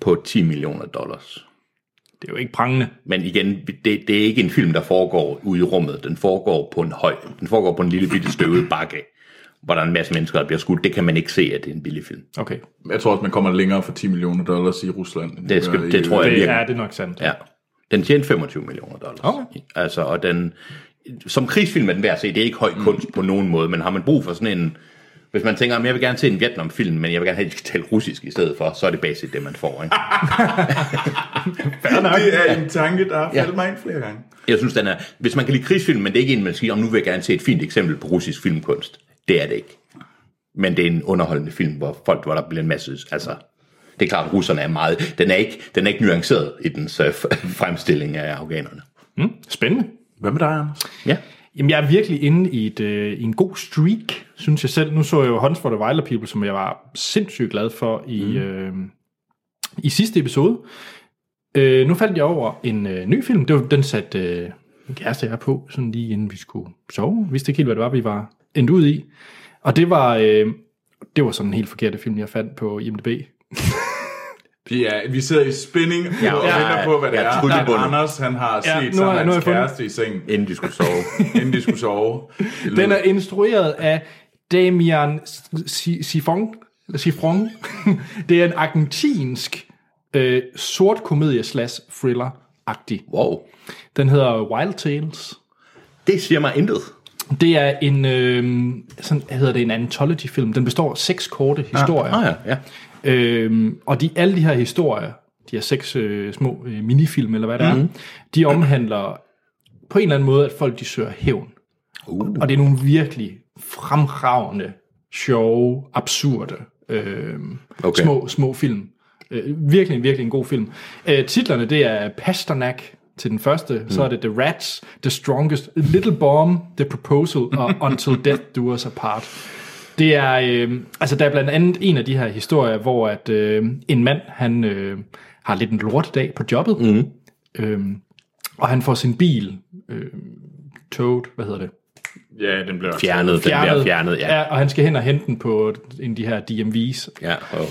[SPEAKER 3] på 10 millioner dollars.
[SPEAKER 1] Det er jo ikke prangende.
[SPEAKER 3] Men igen, det, det er ikke en film, der foregår ude i rummet. Den foregår på en høj. Den foregår på en lille bitte støvet bakke, hvor der er en masse mennesker, der bliver skudt. Det kan man ikke se, at det er en billig film.
[SPEAKER 1] Okay,
[SPEAKER 2] Jeg tror også, man kommer længere for 10 millioner dollars i Rusland. end
[SPEAKER 3] Det
[SPEAKER 2] du
[SPEAKER 3] skal-
[SPEAKER 2] gør i-
[SPEAKER 3] det tror jeg.
[SPEAKER 1] det
[SPEAKER 3] virkelig.
[SPEAKER 1] er det er nok sandt.
[SPEAKER 3] Ja. Den tjente 25 millioner dollars.
[SPEAKER 1] Okay.
[SPEAKER 3] Altså, og den, som krigsfilm er den værd at se. Det er ikke høj kunst på nogen måde, men har man brug for sådan en... Hvis man tænker, at jeg vil gerne se en Vietnamfilm, men jeg vil gerne have, at de skal tale russisk i stedet for, så er det basic det, man får. Ikke?
[SPEAKER 2] Det er en tanke, der har faldet ja. mig ind flere gange.
[SPEAKER 3] Jeg synes, den er, hvis man kan lide krigsfilm, men det er ikke en, man siger, om nu vil jeg gerne se et fint eksempel på russisk filmkunst. Det er det ikke. Men det er en underholdende film, hvor folk, hvor der bliver en masse... Altså, det er klart, at russerne er meget... Den er ikke, den er ikke nuanceret i dens øh, fremstilling af afghanerne.
[SPEAKER 1] Mm, spændende.
[SPEAKER 2] Hvad med dig, Anders?
[SPEAKER 3] Ja.
[SPEAKER 1] Jamen, jeg er virkelig inde i, et, øh, i en god streak, synes jeg selv. Nu så jeg jo Hunts for the Wilder People, som jeg var sindssygt glad for i, mm. øh, i sidste episode. Øh, nu faldt jeg over en øh, ny film. Det var, den satte øh, min kæreste og jeg på, sådan lige inden vi skulle sove. Vi vidste ikke helt, hvad det var, vi var endt ud i. Og det var, øh, det var sådan en helt forkert film, jeg fandt på IMDb.
[SPEAKER 2] Ja, vi sidder i spænding og ja,
[SPEAKER 3] ja,
[SPEAKER 2] venter på, hvad det
[SPEAKER 3] ja,
[SPEAKER 2] er, at
[SPEAKER 3] tryllebundet.
[SPEAKER 2] Anders han har set
[SPEAKER 1] Ja,
[SPEAKER 2] ja,
[SPEAKER 1] nu har-
[SPEAKER 2] sammen
[SPEAKER 1] nu
[SPEAKER 2] med
[SPEAKER 1] har jeg fundet-
[SPEAKER 2] hans kæreste i sengen,
[SPEAKER 3] Inden de skulle sove.
[SPEAKER 2] inden de skulle sove. Det
[SPEAKER 1] Den
[SPEAKER 2] lød-
[SPEAKER 1] er instrueret af Damian Si- Sifon. Sifron. det er en argentinsk øh, sort komedie slash thriller-agtig.
[SPEAKER 3] Wow.
[SPEAKER 1] Den hedder Wild Tales.
[SPEAKER 3] Det siger mig intet.
[SPEAKER 1] Det er en, øh, sådan hedder det, en anthology-film. Den består af seks korte historier.
[SPEAKER 3] Ah, ja, ja.
[SPEAKER 1] Øhm, og de, alle de her historier, de her seks øh, små øh, minifilm, eller hvad det
[SPEAKER 3] Mhm.
[SPEAKER 1] mm-hmm. er, de omhandler på en eller anden måde, at folk de søger hævn. Uh. Og det er nogle virkelig fremragende, sjove, absurde øh,
[SPEAKER 3] Okay.
[SPEAKER 1] okay. små, små film. Øh, virkelig, virkelig en god film. Øh, titlerne, det er Pasternak til den første, mm. så er det The Rats, The Strongest, Little Bomb, The Proposal og Until Death Do Us Apart. Det er, øh, altså der er blandt andet en af de her historier, hvor at øh, en mand, han øh, har lidt en lort dag på jobbet, mm. øh, og han får sin bil øh, toget, hvad hedder det?
[SPEAKER 2] Ja, den bliver...
[SPEAKER 3] Fjernet, fjernet, den bliver fjernet, ja.
[SPEAKER 1] ja. Og han skal hen og hente den på en af de her DMV's.
[SPEAKER 3] ja oh.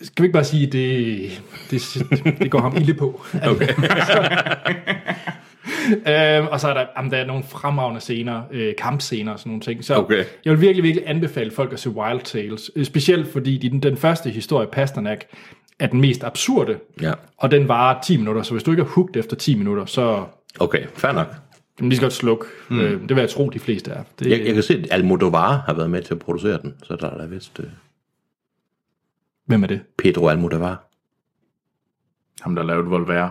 [SPEAKER 1] Skal vi ikke bare sige, at det, det, det går ham ilde på? Okay. øhm, og så er der, jamen, der er nogle fremragende scener, øh, kampscener og sådan nogle ting. Så
[SPEAKER 3] Okay.
[SPEAKER 1] jeg vil virkelig, virkelig anbefale folk at se Wild Tales. Øh, Specielt fordi de, den, den første historie, Pasternak, er den mest absurde.
[SPEAKER 3] Ja.
[SPEAKER 1] Og den varer 10 minutter, så hvis du ikke er hooked efter 10 minutter, så
[SPEAKER 3] Okay, fair nok.
[SPEAKER 1] kan man lige så godt slukke. Mm. Øh, det vil jeg tro, de fleste er. Det,
[SPEAKER 3] Jeg, jeg kan se, at Almodovar har været med til at producere den, så der er der vist øh,
[SPEAKER 1] Hvem er det?
[SPEAKER 3] Pedro Almodovar.
[SPEAKER 2] Ham, der lavede Volvere.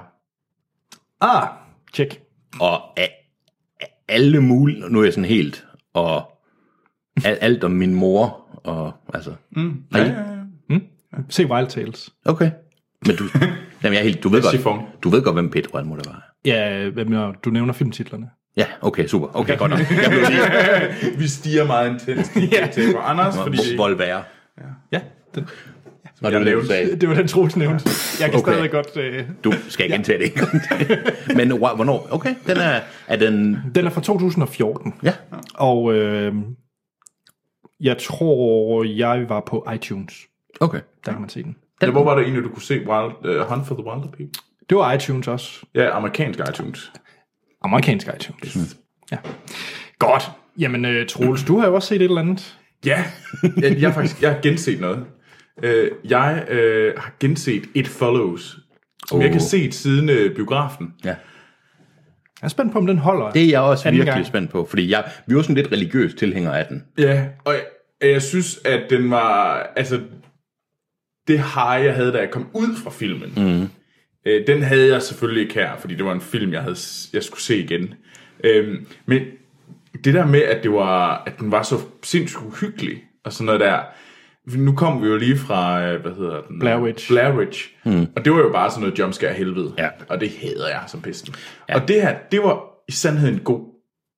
[SPEAKER 1] Ah, tjek.
[SPEAKER 3] Og af, af alle mulige, nu er jeg sådan helt, og al, alt om min mor, og altså,
[SPEAKER 2] Mm. Ja, ja, ja.
[SPEAKER 1] Se Wild Tales.
[SPEAKER 3] okay. Men du, jamen jeg er helt, du ved,
[SPEAKER 2] Chiffon.
[SPEAKER 3] godt, du ved godt, hvem Pedro Almodovar er.
[SPEAKER 1] Ja, hvem er- du nævner filmtitlerne.
[SPEAKER 3] Ja, okay, super. Okay, godt nok. Jeg blev lige
[SPEAKER 2] Vi stiger meget intens ja. til på Anders, fordi...
[SPEAKER 3] Volvere.
[SPEAKER 1] Ja, den,
[SPEAKER 3] Nå, det var det, du sagde.
[SPEAKER 1] det var den Troels nævnte. Jeg kan
[SPEAKER 3] Okay.
[SPEAKER 1] okay. stadig godt... Øh,
[SPEAKER 3] Du skal ikke gentage det en gang til. Men wha- hvornår? Okay, den er, er den...
[SPEAKER 1] den er fra 2014,
[SPEAKER 3] Ja,
[SPEAKER 1] og øh, jeg tror, jeg var på iTunes.
[SPEAKER 3] okay.
[SPEAKER 1] Der kan man se den.
[SPEAKER 2] Ja, hvor var det egentlig, du kunne se Wild, uh, Hunt for the Wilder People?
[SPEAKER 1] Det var iTunes også.
[SPEAKER 2] Ja, amerikansk iTunes.
[SPEAKER 1] Amerikansk iTunes. Ja. Godt. Jamen, øh, Troels, du har jo også set et eller andet.
[SPEAKER 2] Ja, jeg, jeg, har faktisk, jeg har genset noget. Øh, jeg øh, har genset It Follows, som oh. jeg
[SPEAKER 3] Oh.
[SPEAKER 2] kan se siden øh, biografen.
[SPEAKER 3] Ja.
[SPEAKER 1] Jeg er spændt på, om den holder.
[SPEAKER 3] Det er jeg også
[SPEAKER 1] Anden
[SPEAKER 3] virkelig
[SPEAKER 1] gang.
[SPEAKER 3] spændt på, fordi jeg, vi var sådan lidt religiøs tilhængere af den.
[SPEAKER 2] Ja, og jeg, jeg synes, at den var... Altså, det har jeg havde, da jeg kom ud fra filmen. Mm. Øh, den havde jeg selvfølgelig ikke her, fordi det var en film, jeg, havde, s- jeg skulle se igen. Øhm, men det der med, at, det var, at den var så sindssygt uhyggelig, og sådan noget der... Nu kom vi jo lige fra, øh, hvad hedder den?
[SPEAKER 1] Blair Witch.
[SPEAKER 2] Blair Witch. Mm. Og det var jo bare sådan noget jumpscare helvede.
[SPEAKER 3] Ja.
[SPEAKER 2] Og det hader jeg som pesten. Ja. Og det her, det var i sandhed en god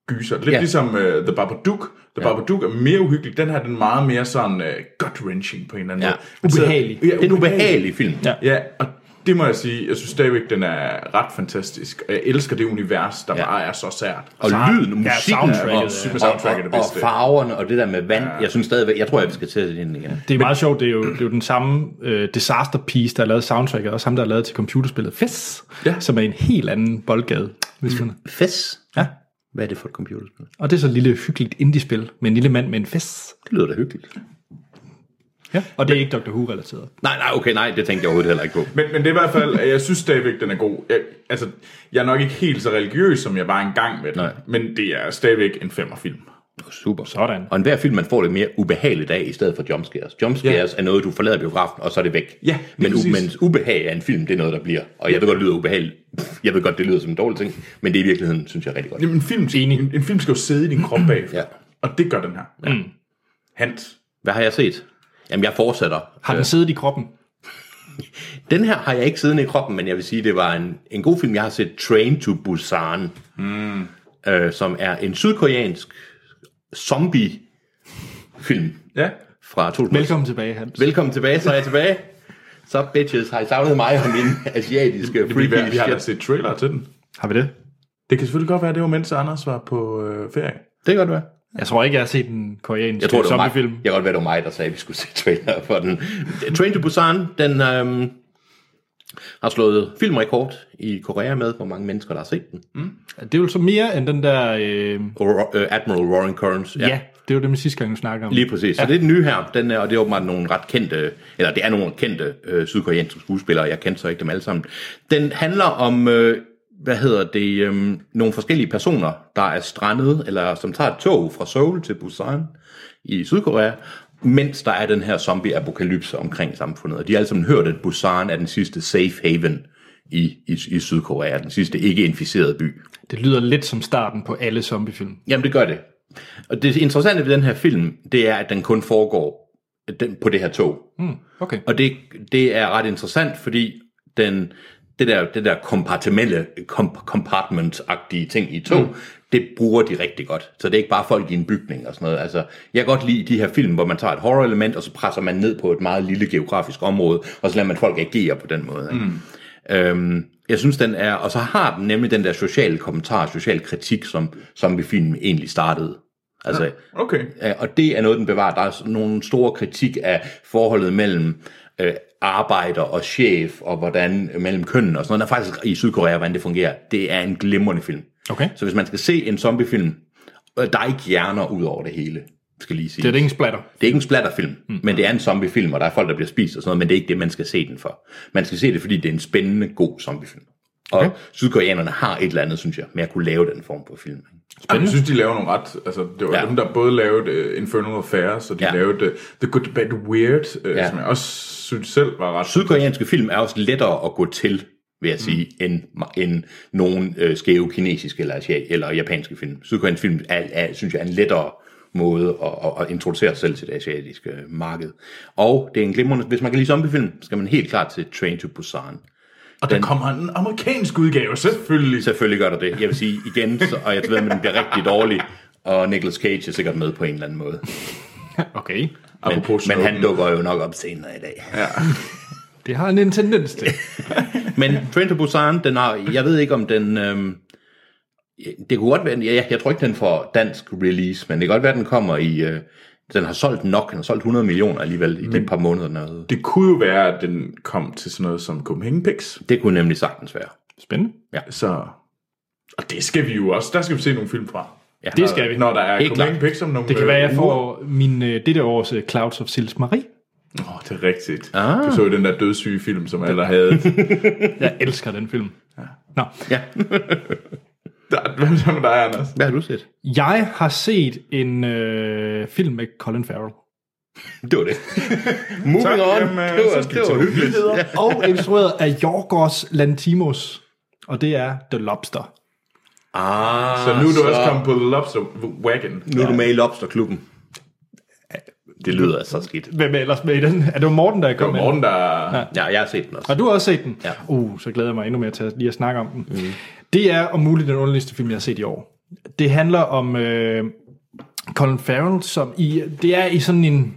[SPEAKER 2] gyser. Lidt ja.
[SPEAKER 3] Ja.
[SPEAKER 2] ligesom uh, The Babadook. The ja. Babadook er mere uhyggelig. Den her den er meget mere sådan uh, gut-wrenching på en eller anden
[SPEAKER 3] Ja.
[SPEAKER 2] måde. Men så-
[SPEAKER 1] Ubehagelig.
[SPEAKER 2] Ja,
[SPEAKER 3] Det er en ubehagelig film.
[SPEAKER 1] Ja.
[SPEAKER 2] Ja, og det må jeg sige, jeg synes stadigvæk, den er ret fantastisk. Og jeg elsker det univers, der ja.
[SPEAKER 3] Ja.
[SPEAKER 2] bare er så sært.
[SPEAKER 3] Og lyden, musikken,
[SPEAKER 1] soundtracket
[SPEAKER 3] og,
[SPEAKER 1] er- Super
[SPEAKER 2] soundtracket er
[SPEAKER 3] og,
[SPEAKER 2] det
[SPEAKER 3] og,
[SPEAKER 2] bedste.
[SPEAKER 3] farverne, og det der med vand. Jeg synes stadigvæk, jeg tror, jeg skal til den igen.
[SPEAKER 1] Det er meget sjovt, det er jo, det er jo den samme øh, disaster piece, der har lavet soundtracket, og samme, der har lavet til computerspillet FIS,
[SPEAKER 2] Ja.
[SPEAKER 1] ja. som er en helt anden boldgade. Hvis man...
[SPEAKER 3] Fes?
[SPEAKER 1] Ja.
[SPEAKER 3] Hvad er det for et computerspil?
[SPEAKER 1] Og det er så et lille hyggeligt indiespil med en lille mand med en FIS.
[SPEAKER 3] Det lyder da hyggeligt.
[SPEAKER 1] Ja. Og det er ikke Dr. Who-relateret.
[SPEAKER 3] Nej, nej, okay, nej, det tænkte jeg overhovedet heller ikke på.
[SPEAKER 2] Men, men det er i hvert fald, at jeg synes stadigvæk, den er god. Jeg, altså, jeg er nok ikke helt så religiøs, som jeg var engang med den.
[SPEAKER 3] Nej.
[SPEAKER 2] Men det er stadigvæk en femmerfilm.
[SPEAKER 3] Super.
[SPEAKER 1] Sådan.
[SPEAKER 3] Og enhver film, man får det mere ubehageligt af, i stedet for jumpscares. Jumpscares er noget, du forlader biografen, og så er det væk.
[SPEAKER 2] Ja, lige
[SPEAKER 3] men, u-
[SPEAKER 2] præcis.
[SPEAKER 3] men ubehag af en film, det er noget, der bliver. Og jeg ved godt, det lyder ubehageligt. Pff, Jeg ved godt, det lyder som en dårlig ting, men det er i virkeligheden, synes jeg, rigtig godt.
[SPEAKER 2] Jamen, en, film, en, en film skal jo sidde i din krop bagefter.
[SPEAKER 3] Ja.
[SPEAKER 2] Og det gør den her. Mm. Hans.
[SPEAKER 3] Hvad har jeg set? Jamen, jeg fortsætter.
[SPEAKER 1] Har den siddet i kroppen?
[SPEAKER 3] Den her har jeg ikke siddende i kroppen, men jeg vil sige, det var en, en god film. Jeg har set Train to Busan, mm. øh, som er en sydkoreansk zombie-film
[SPEAKER 2] Ja.
[SPEAKER 3] fra 2000.
[SPEAKER 1] Velkommen tilbage, Hans.
[SPEAKER 3] Velkommen tilbage, så er jeg tilbage. Så bitches, har I savnet mig og min asiatiske
[SPEAKER 2] Det bliver, værd.
[SPEAKER 3] freaky
[SPEAKER 2] vi har da
[SPEAKER 3] shit?
[SPEAKER 2] set trailer til den.
[SPEAKER 1] Har vi det?
[SPEAKER 2] Det kan selvfølgelig godt være, at det var mens Anders var på øh, ferie.
[SPEAKER 3] Det kan godt være.
[SPEAKER 1] Jeg tror ikke, jeg har set en koreansk
[SPEAKER 3] Jeg tror, det var mig.
[SPEAKER 1] zombiefilm.
[SPEAKER 3] Jeg kan godt være, det var mig, der sagde, at vi skulle se trailer for den. Train to Busan, den øhm, har slået filmrekord i Korea med, hvor mange mennesker, der har set den.
[SPEAKER 1] Det er jo så mere end den der... Øh...
[SPEAKER 3] Ro- øh, Admiral Warren Currens.
[SPEAKER 1] Ja. ja. det var det, man sidste gang vi snakkede om.
[SPEAKER 3] Lige præcis. Så det er den nye her, den er, og det er åbenbart nogle ret kendte, eller det er nogle kendte øh, sydkoreanske skuespillere, jeg kender så ikke dem alle sammen. Den handler om, øh, hvad hedder det, øh, nogle forskellige personer, der er strandet, eller som tager et tog fra Seoul til Busan i Sydkorea, mens der er den her zombie-apokalypse omkring samfundet. Og de har alle sammen hørt, at Busan er den sidste safe haven i, i, i Sydkorea, den sidste ikke-inficerede by.
[SPEAKER 1] Det lyder lidt som starten på alle zombiefilm.
[SPEAKER 3] Jamen, det gør det. Og det interessante ved den her film, det er, at den kun foregår den, på det her tog.
[SPEAKER 1] Mm, okay.
[SPEAKER 3] Og det, det er ret interessant, fordi den, det der, det der kompartimelle, kom, compartment-agtige ting i tog, mm. det bruger de rigtig godt. Så det er ikke bare folk i en bygning og sådan noget. Altså, jeg kan godt lide de her film, hvor man tager et horror-element, og så presser man ned på et meget lille geografisk område, og så lader man folk agere på den måde. Ikke? Mm. Øhm, jeg synes, den er, og så har den nemlig den der sociale kommentar, social kritik, som zombiefilmen egentlig startede. Altså,
[SPEAKER 2] Okay.
[SPEAKER 3] Øh, Og det er noget, den bevarer. Der er sådan nogle store kritik af forholdet mellem øh, arbejder og chef, og hvordan øh, mellem kønnene og sådan noget. Der er faktisk i Sydkorea, hvordan det fungerer. Det er en glimrende film.
[SPEAKER 1] Okay.
[SPEAKER 3] Så hvis man skal se en zombiefilm, øh, der er ikke hjerner ud over det hele, skal lige sige.
[SPEAKER 1] Det er det ingen splatter.
[SPEAKER 3] Det er ikke en splatterfilm, mm. men det er en zombiefilm, og der er folk, der bliver spist og sådan noget, men det er ikke det, man skal se den for. Man skal se det, fordi det er en spændende, god zombiefilm. Og okay. sydkoreanerne har et eller andet, synes jeg, med at kunne lave den form for film.
[SPEAKER 2] Spændende. Jeg synes, de laver nogle ret... Altså, det var ja.
[SPEAKER 3] Ja.
[SPEAKER 2] dem, der både lavede uh, Infernal Affairs, og de ja.
[SPEAKER 3] Ja.
[SPEAKER 2] lavede uh, The Good, The Bad, The Weird, uh, ja.
[SPEAKER 3] Ja.
[SPEAKER 2] som jeg også synes selv var ret...
[SPEAKER 3] sydkoreanske film er også lettere at gå til, vil jeg sige, mm. end, end nogle øh, skæve kinesiske eller, asia- eller japanske film. Sydkoreanske film er, er, synes jeg er en lettere måde at, at, at introducere sig selv til det asiatiske øh, marked. Og det er en glimrende, hvis man kan lide zombiefilm, skal man helt klart til Train to Busan.
[SPEAKER 2] Og der kommer en amerikansk udgave, selvfølgelig.
[SPEAKER 3] Selvfølgelig gør der det. Jeg vil sige igen, så, og jeg ved, at den bliver rigtig dårlig, og Nicolas Cage er sikkert med på en eller anden måde.
[SPEAKER 1] Okay.
[SPEAKER 3] Men,
[SPEAKER 2] Apropos
[SPEAKER 3] men
[SPEAKER 2] Snowden.
[SPEAKER 3] han dukker jo nok op senere i dag.
[SPEAKER 1] Det har en tendens til.
[SPEAKER 3] Men Train to Busan, den har, jeg ved ikke om den, øhm, det kunne godt være, den- ja, jeg tror ikke den får dansk release, men det kan godt være, den kommer i, øh, den har solgt nok, den har solgt 100 millioner alligevel i de par måneder, den er ude.
[SPEAKER 2] Det kunne jo være, at den kom til sådan noget som Copenhagen Pix.
[SPEAKER 3] Det kunne nemlig sagtens være.
[SPEAKER 1] Spændende.
[SPEAKER 2] Så... Og det skal vi jo også. Der skal vi se nogle film fra.
[SPEAKER 3] Ja,
[SPEAKER 1] Det skal vi.
[SPEAKER 2] Når der er
[SPEAKER 3] Helt
[SPEAKER 2] Copenhagen
[SPEAKER 3] klart.
[SPEAKER 2] Pix om nogle
[SPEAKER 1] Det kan
[SPEAKER 2] øh,
[SPEAKER 1] være, jeg
[SPEAKER 2] uger.
[SPEAKER 1] får min, øh, dette års øh, Clouds of Sils Marie.
[SPEAKER 2] Åh, oh, det er rigtigt. Ah.
[SPEAKER 3] Ah.
[SPEAKER 2] Du så jo den der dødssyge film, som alle havde.
[SPEAKER 1] Jeg elsker den film. Nå,
[SPEAKER 3] Ja.
[SPEAKER 2] Der, hvad så med dig, Anders?
[SPEAKER 3] Hvad har du set?
[SPEAKER 1] Jeg har set en øh, film med Colin Farrell.
[SPEAKER 3] Det var det. Moving
[SPEAKER 2] Tak,
[SPEAKER 3] on.
[SPEAKER 2] jamen, øh,
[SPEAKER 3] det var,
[SPEAKER 2] så skal vi
[SPEAKER 3] det
[SPEAKER 2] til
[SPEAKER 3] var hyggeligt. Ja.
[SPEAKER 1] Og instrueret af Yorgos Lantimos. Og det er The Lobster.
[SPEAKER 3] Ah,
[SPEAKER 2] Så nu er du også kommet på Lobster Wagon.
[SPEAKER 3] Nu er du med i Lobsterklubben. Det lyder så skidt.
[SPEAKER 1] Hvem er ellers med i den? Er det jo Morten, der er
[SPEAKER 2] Det var
[SPEAKER 1] kommet?
[SPEAKER 2] Morten, der... Ja.
[SPEAKER 3] Ja, jeg har set den også.
[SPEAKER 1] Har du har også set den?
[SPEAKER 3] Ja.
[SPEAKER 1] Uh, så glæder jeg mig endnu mere til at, lige at snakke om den. Mm. Det er om muligt den underligste film, jeg har set i år. Det handler om øh, Colin Farrell, som i, det er i sådan en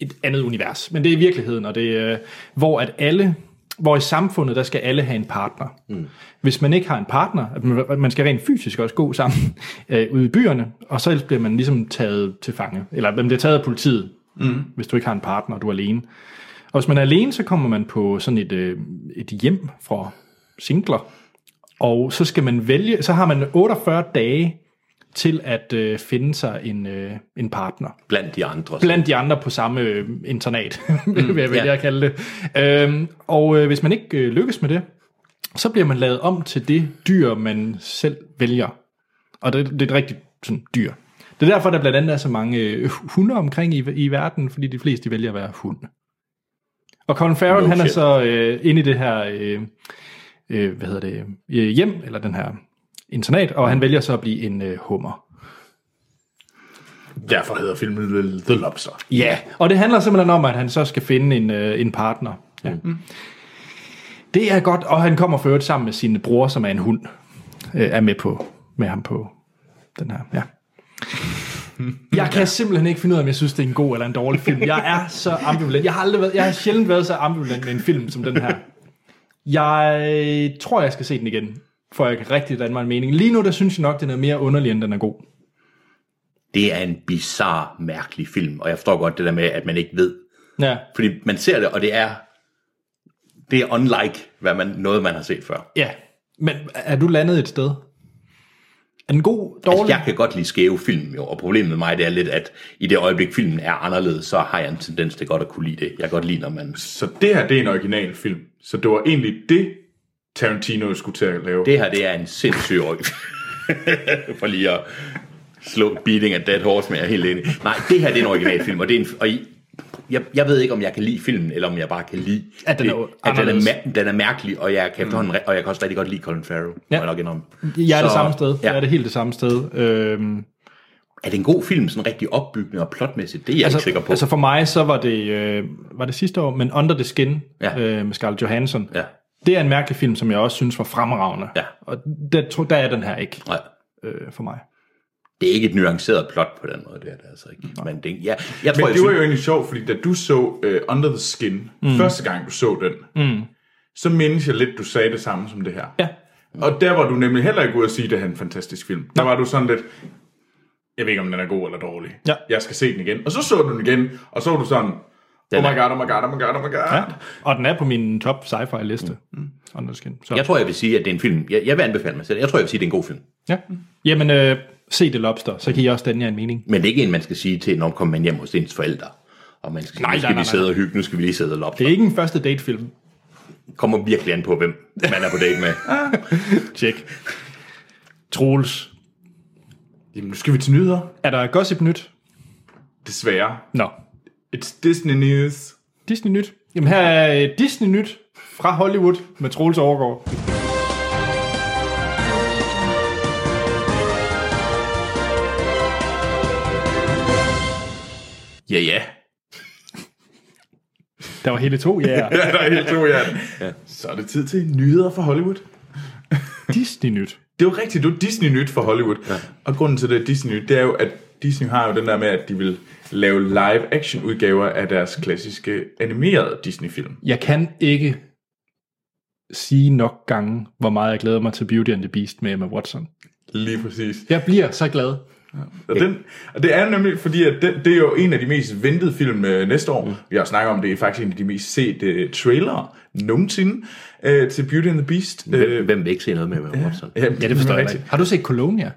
[SPEAKER 1] et andet univers, men det er i virkeligheden, og det er, øh, hvor at alle, hvor i samfundet, der skal alle have en partner. Mm. Hvis man ikke har en partner, at man- man skal rent fysisk også gå sammen øh, ude i byerne, og så ellers bliver man ligesom taget til fange, eller man bliver taget af politiet, mm. hvis du ikke har en partner, og du er alene. Og hvis man er alene, så kommer man på sådan et, øh, et hjem fra singler, og så skal man vælge, så har man 48 dage til at øh, finde sig en, øh, en partner
[SPEAKER 3] Blandt de andre.
[SPEAKER 1] blandt de andre på samme øh, internat, mm, vil jeg
[SPEAKER 3] ja.
[SPEAKER 1] ja. kalde det. Øhm, og øh, hvis man ikke øh, lykkes med det, så bliver man lavet om til det dyr, man selv vælger. Og det, det er et rigtigt sådan, dyr. Det er derfor, der blandt andet er så mange øh, hunde omkring i, i verden, fordi de fleste de vælger at være hund. Og Colin Farrell,
[SPEAKER 3] No
[SPEAKER 1] han er
[SPEAKER 3] shit.
[SPEAKER 1] så øh, inde i det her øh, øh, hvad hedder det, øh, hjem, eller den her internat, og
[SPEAKER 3] Mm.
[SPEAKER 1] han vælger så at blive en øh, hummer.
[SPEAKER 2] Derfor hedder filmen The- The Lobster.
[SPEAKER 1] Ja, og det handler simpelthen om, at han så skal finde en, øh, en partner. Ja. Mm. Det er godt, og han kommer for øvrigt sammen med sin bror, som er en hund, øh, er med på med ham på den her. Ja. Jeg kan simpelthen ikke finde ud af, om jeg synes, det er en god eller en dårlig film. Jeg er så ambivalent. Jeg har, aldrig været, jeg har sjældent været så ambivalent med en film som den her. Jeg tror, jeg skal se den igen, for jeg kan rigtig danne mig en mening. Lige nu, der synes jeg nok, den er mere underlig, end den er god.
[SPEAKER 3] Det er en bizarre, mærkelig film, og jeg forstår godt det der med, at man ikke ved.
[SPEAKER 1] Ja.
[SPEAKER 3] Fordi man ser det, og det er, det er unlike hvad man, noget, man har set før.
[SPEAKER 1] Ja, men er du landet et sted? Er den god, dårlig?
[SPEAKER 3] Altså, jeg kan godt lide skæve film, jo, og problemet med mig det er lidt, at i det øjeblik, filmen er anderledes, så har jeg en tendens til godt at kunne lide det. Jeg kan godt lide, når man...
[SPEAKER 2] Så det her, det er en original film. Så det var egentlig det, Tarantino skulle til at lave. Det.
[SPEAKER 3] Det her, det er en sindssyg røg. For lige at slå beating af dead horse, men jeg er helt enig. Nej, det her, det er en originalfilm, og det er en... Og I, jeg, jeg ved ikke, om jeg kan lide filmen, eller om jeg bare kan lide...
[SPEAKER 1] At den er
[SPEAKER 3] det, at den, er,
[SPEAKER 1] anderledes.
[SPEAKER 3] mær- den er mærkelig, og jeg, kan mm. og jeg kan også rigtig godt lide Colin Farrell. Ja. Jeg nok indrømme.
[SPEAKER 1] Jeg er det
[SPEAKER 3] Så-
[SPEAKER 1] samme sted.
[SPEAKER 3] Ja.
[SPEAKER 1] Jeg er det helt det samme sted. Øhm,
[SPEAKER 3] Er det en god film, sådan rigtig opbyggende og plotmæssigt? Det er jeg altså, ikke sikker på.
[SPEAKER 1] altså
[SPEAKER 3] Altså,
[SPEAKER 1] for mig, så var det, øh, var det sidste år, men Under the Skin
[SPEAKER 3] Ja.
[SPEAKER 1] øh, med Scarlett Johansson.
[SPEAKER 3] Ja.
[SPEAKER 1] Det er en mærkelig film, som jeg også synes var fremragende.
[SPEAKER 3] Ja.
[SPEAKER 1] Og der, tror- der er den her ikke
[SPEAKER 3] Nej,
[SPEAKER 1] øh, for mig.
[SPEAKER 3] det er ikke et nuanceret plot på den måde, det er det altså ikke. Men det, ja, jeg tror,
[SPEAKER 2] Men
[SPEAKER 3] jeg
[SPEAKER 2] det var
[SPEAKER 3] synes,
[SPEAKER 2] jo egentlig sjovt, fordi da du så uh, Under the Skin, mm. første gang du så den, mm. så mindes jeg lidt, du sagde det samme som det her.
[SPEAKER 1] Ja.
[SPEAKER 2] Og der var du nemlig heller ikke ude at sige, at det er en fantastisk film. Der var du sådan lidt, jeg ved ikke, om den er god eller dårlig.
[SPEAKER 1] Ja.
[SPEAKER 2] Jeg skal se den igen. Og så så du den igen, og så var du sådan, oh my god, oh my god, oh my god, oh my god.
[SPEAKER 1] Ja. Og den er på min top sci-fi liste. Mm. Under the Skin. Så,
[SPEAKER 3] jeg tror, jeg vil sige, at det er en film. Jeg, jeg vil anbefale mig selv. Jeg tror, jeg vil sige, at det er en god film.
[SPEAKER 1] ja. Jamen, øh, se det lobster, så kan I også danne jer en mening.
[SPEAKER 3] Men det er ikke en, man skal sige til, når kommer man hjem hos ens forældre. Og man skal sige,
[SPEAKER 1] Nej,
[SPEAKER 3] nu skal
[SPEAKER 1] nej, nej,
[SPEAKER 3] vi sidde og hygge, nu skal vi lige sidde og lopte.
[SPEAKER 1] Det er ikke en første date-film.
[SPEAKER 3] Det kommer virkelig an på, hvem man er på date med.
[SPEAKER 1] Tjek. Troels,
[SPEAKER 2] Jamen, nu skal vi til nyheder.
[SPEAKER 1] er der gossip nyt?
[SPEAKER 2] Desværre.
[SPEAKER 1] Nå.
[SPEAKER 2] It's Disney News.
[SPEAKER 1] Disney nyt. Jamen her er øh, Disney nyt fra Hollywood med Troels Overgaard.
[SPEAKER 3] ja, ja.
[SPEAKER 1] Der var hele to, ja. Yeah.
[SPEAKER 2] Ja, der er helt to, ja. Så er det tid til nyheder fra Hollywood.
[SPEAKER 1] Disney nyt.
[SPEAKER 2] Det er jo rigtigt, det er jo Disney-nyt fra Hollywood. Ja. Og grunden til det er Disney-nyt, det er jo, at Disney har jo den der med, at de vil lave live-action-udgaver af deres klassiske animerede Disney-film.
[SPEAKER 1] Jeg kan ikke sige nok gange, hvor meget jeg glæder mig til Beauty and the Beast med Emma Watson.
[SPEAKER 2] Lige præcis.
[SPEAKER 1] Jeg bliver så glad.
[SPEAKER 2] Og, den, og det er nemlig, fordi at det, det er jo en af de mest ventede film øh, næste år. Mm. Vi har snakket om, det er faktisk en af de mest sete øh, trailere nogensinde øh, til Beauty and the Beast. Øh,
[SPEAKER 3] Hvem, hvem vil ikke se noget med Emma Watson?
[SPEAKER 1] Ja, det forstår jeg ikke. Har du set Colonia?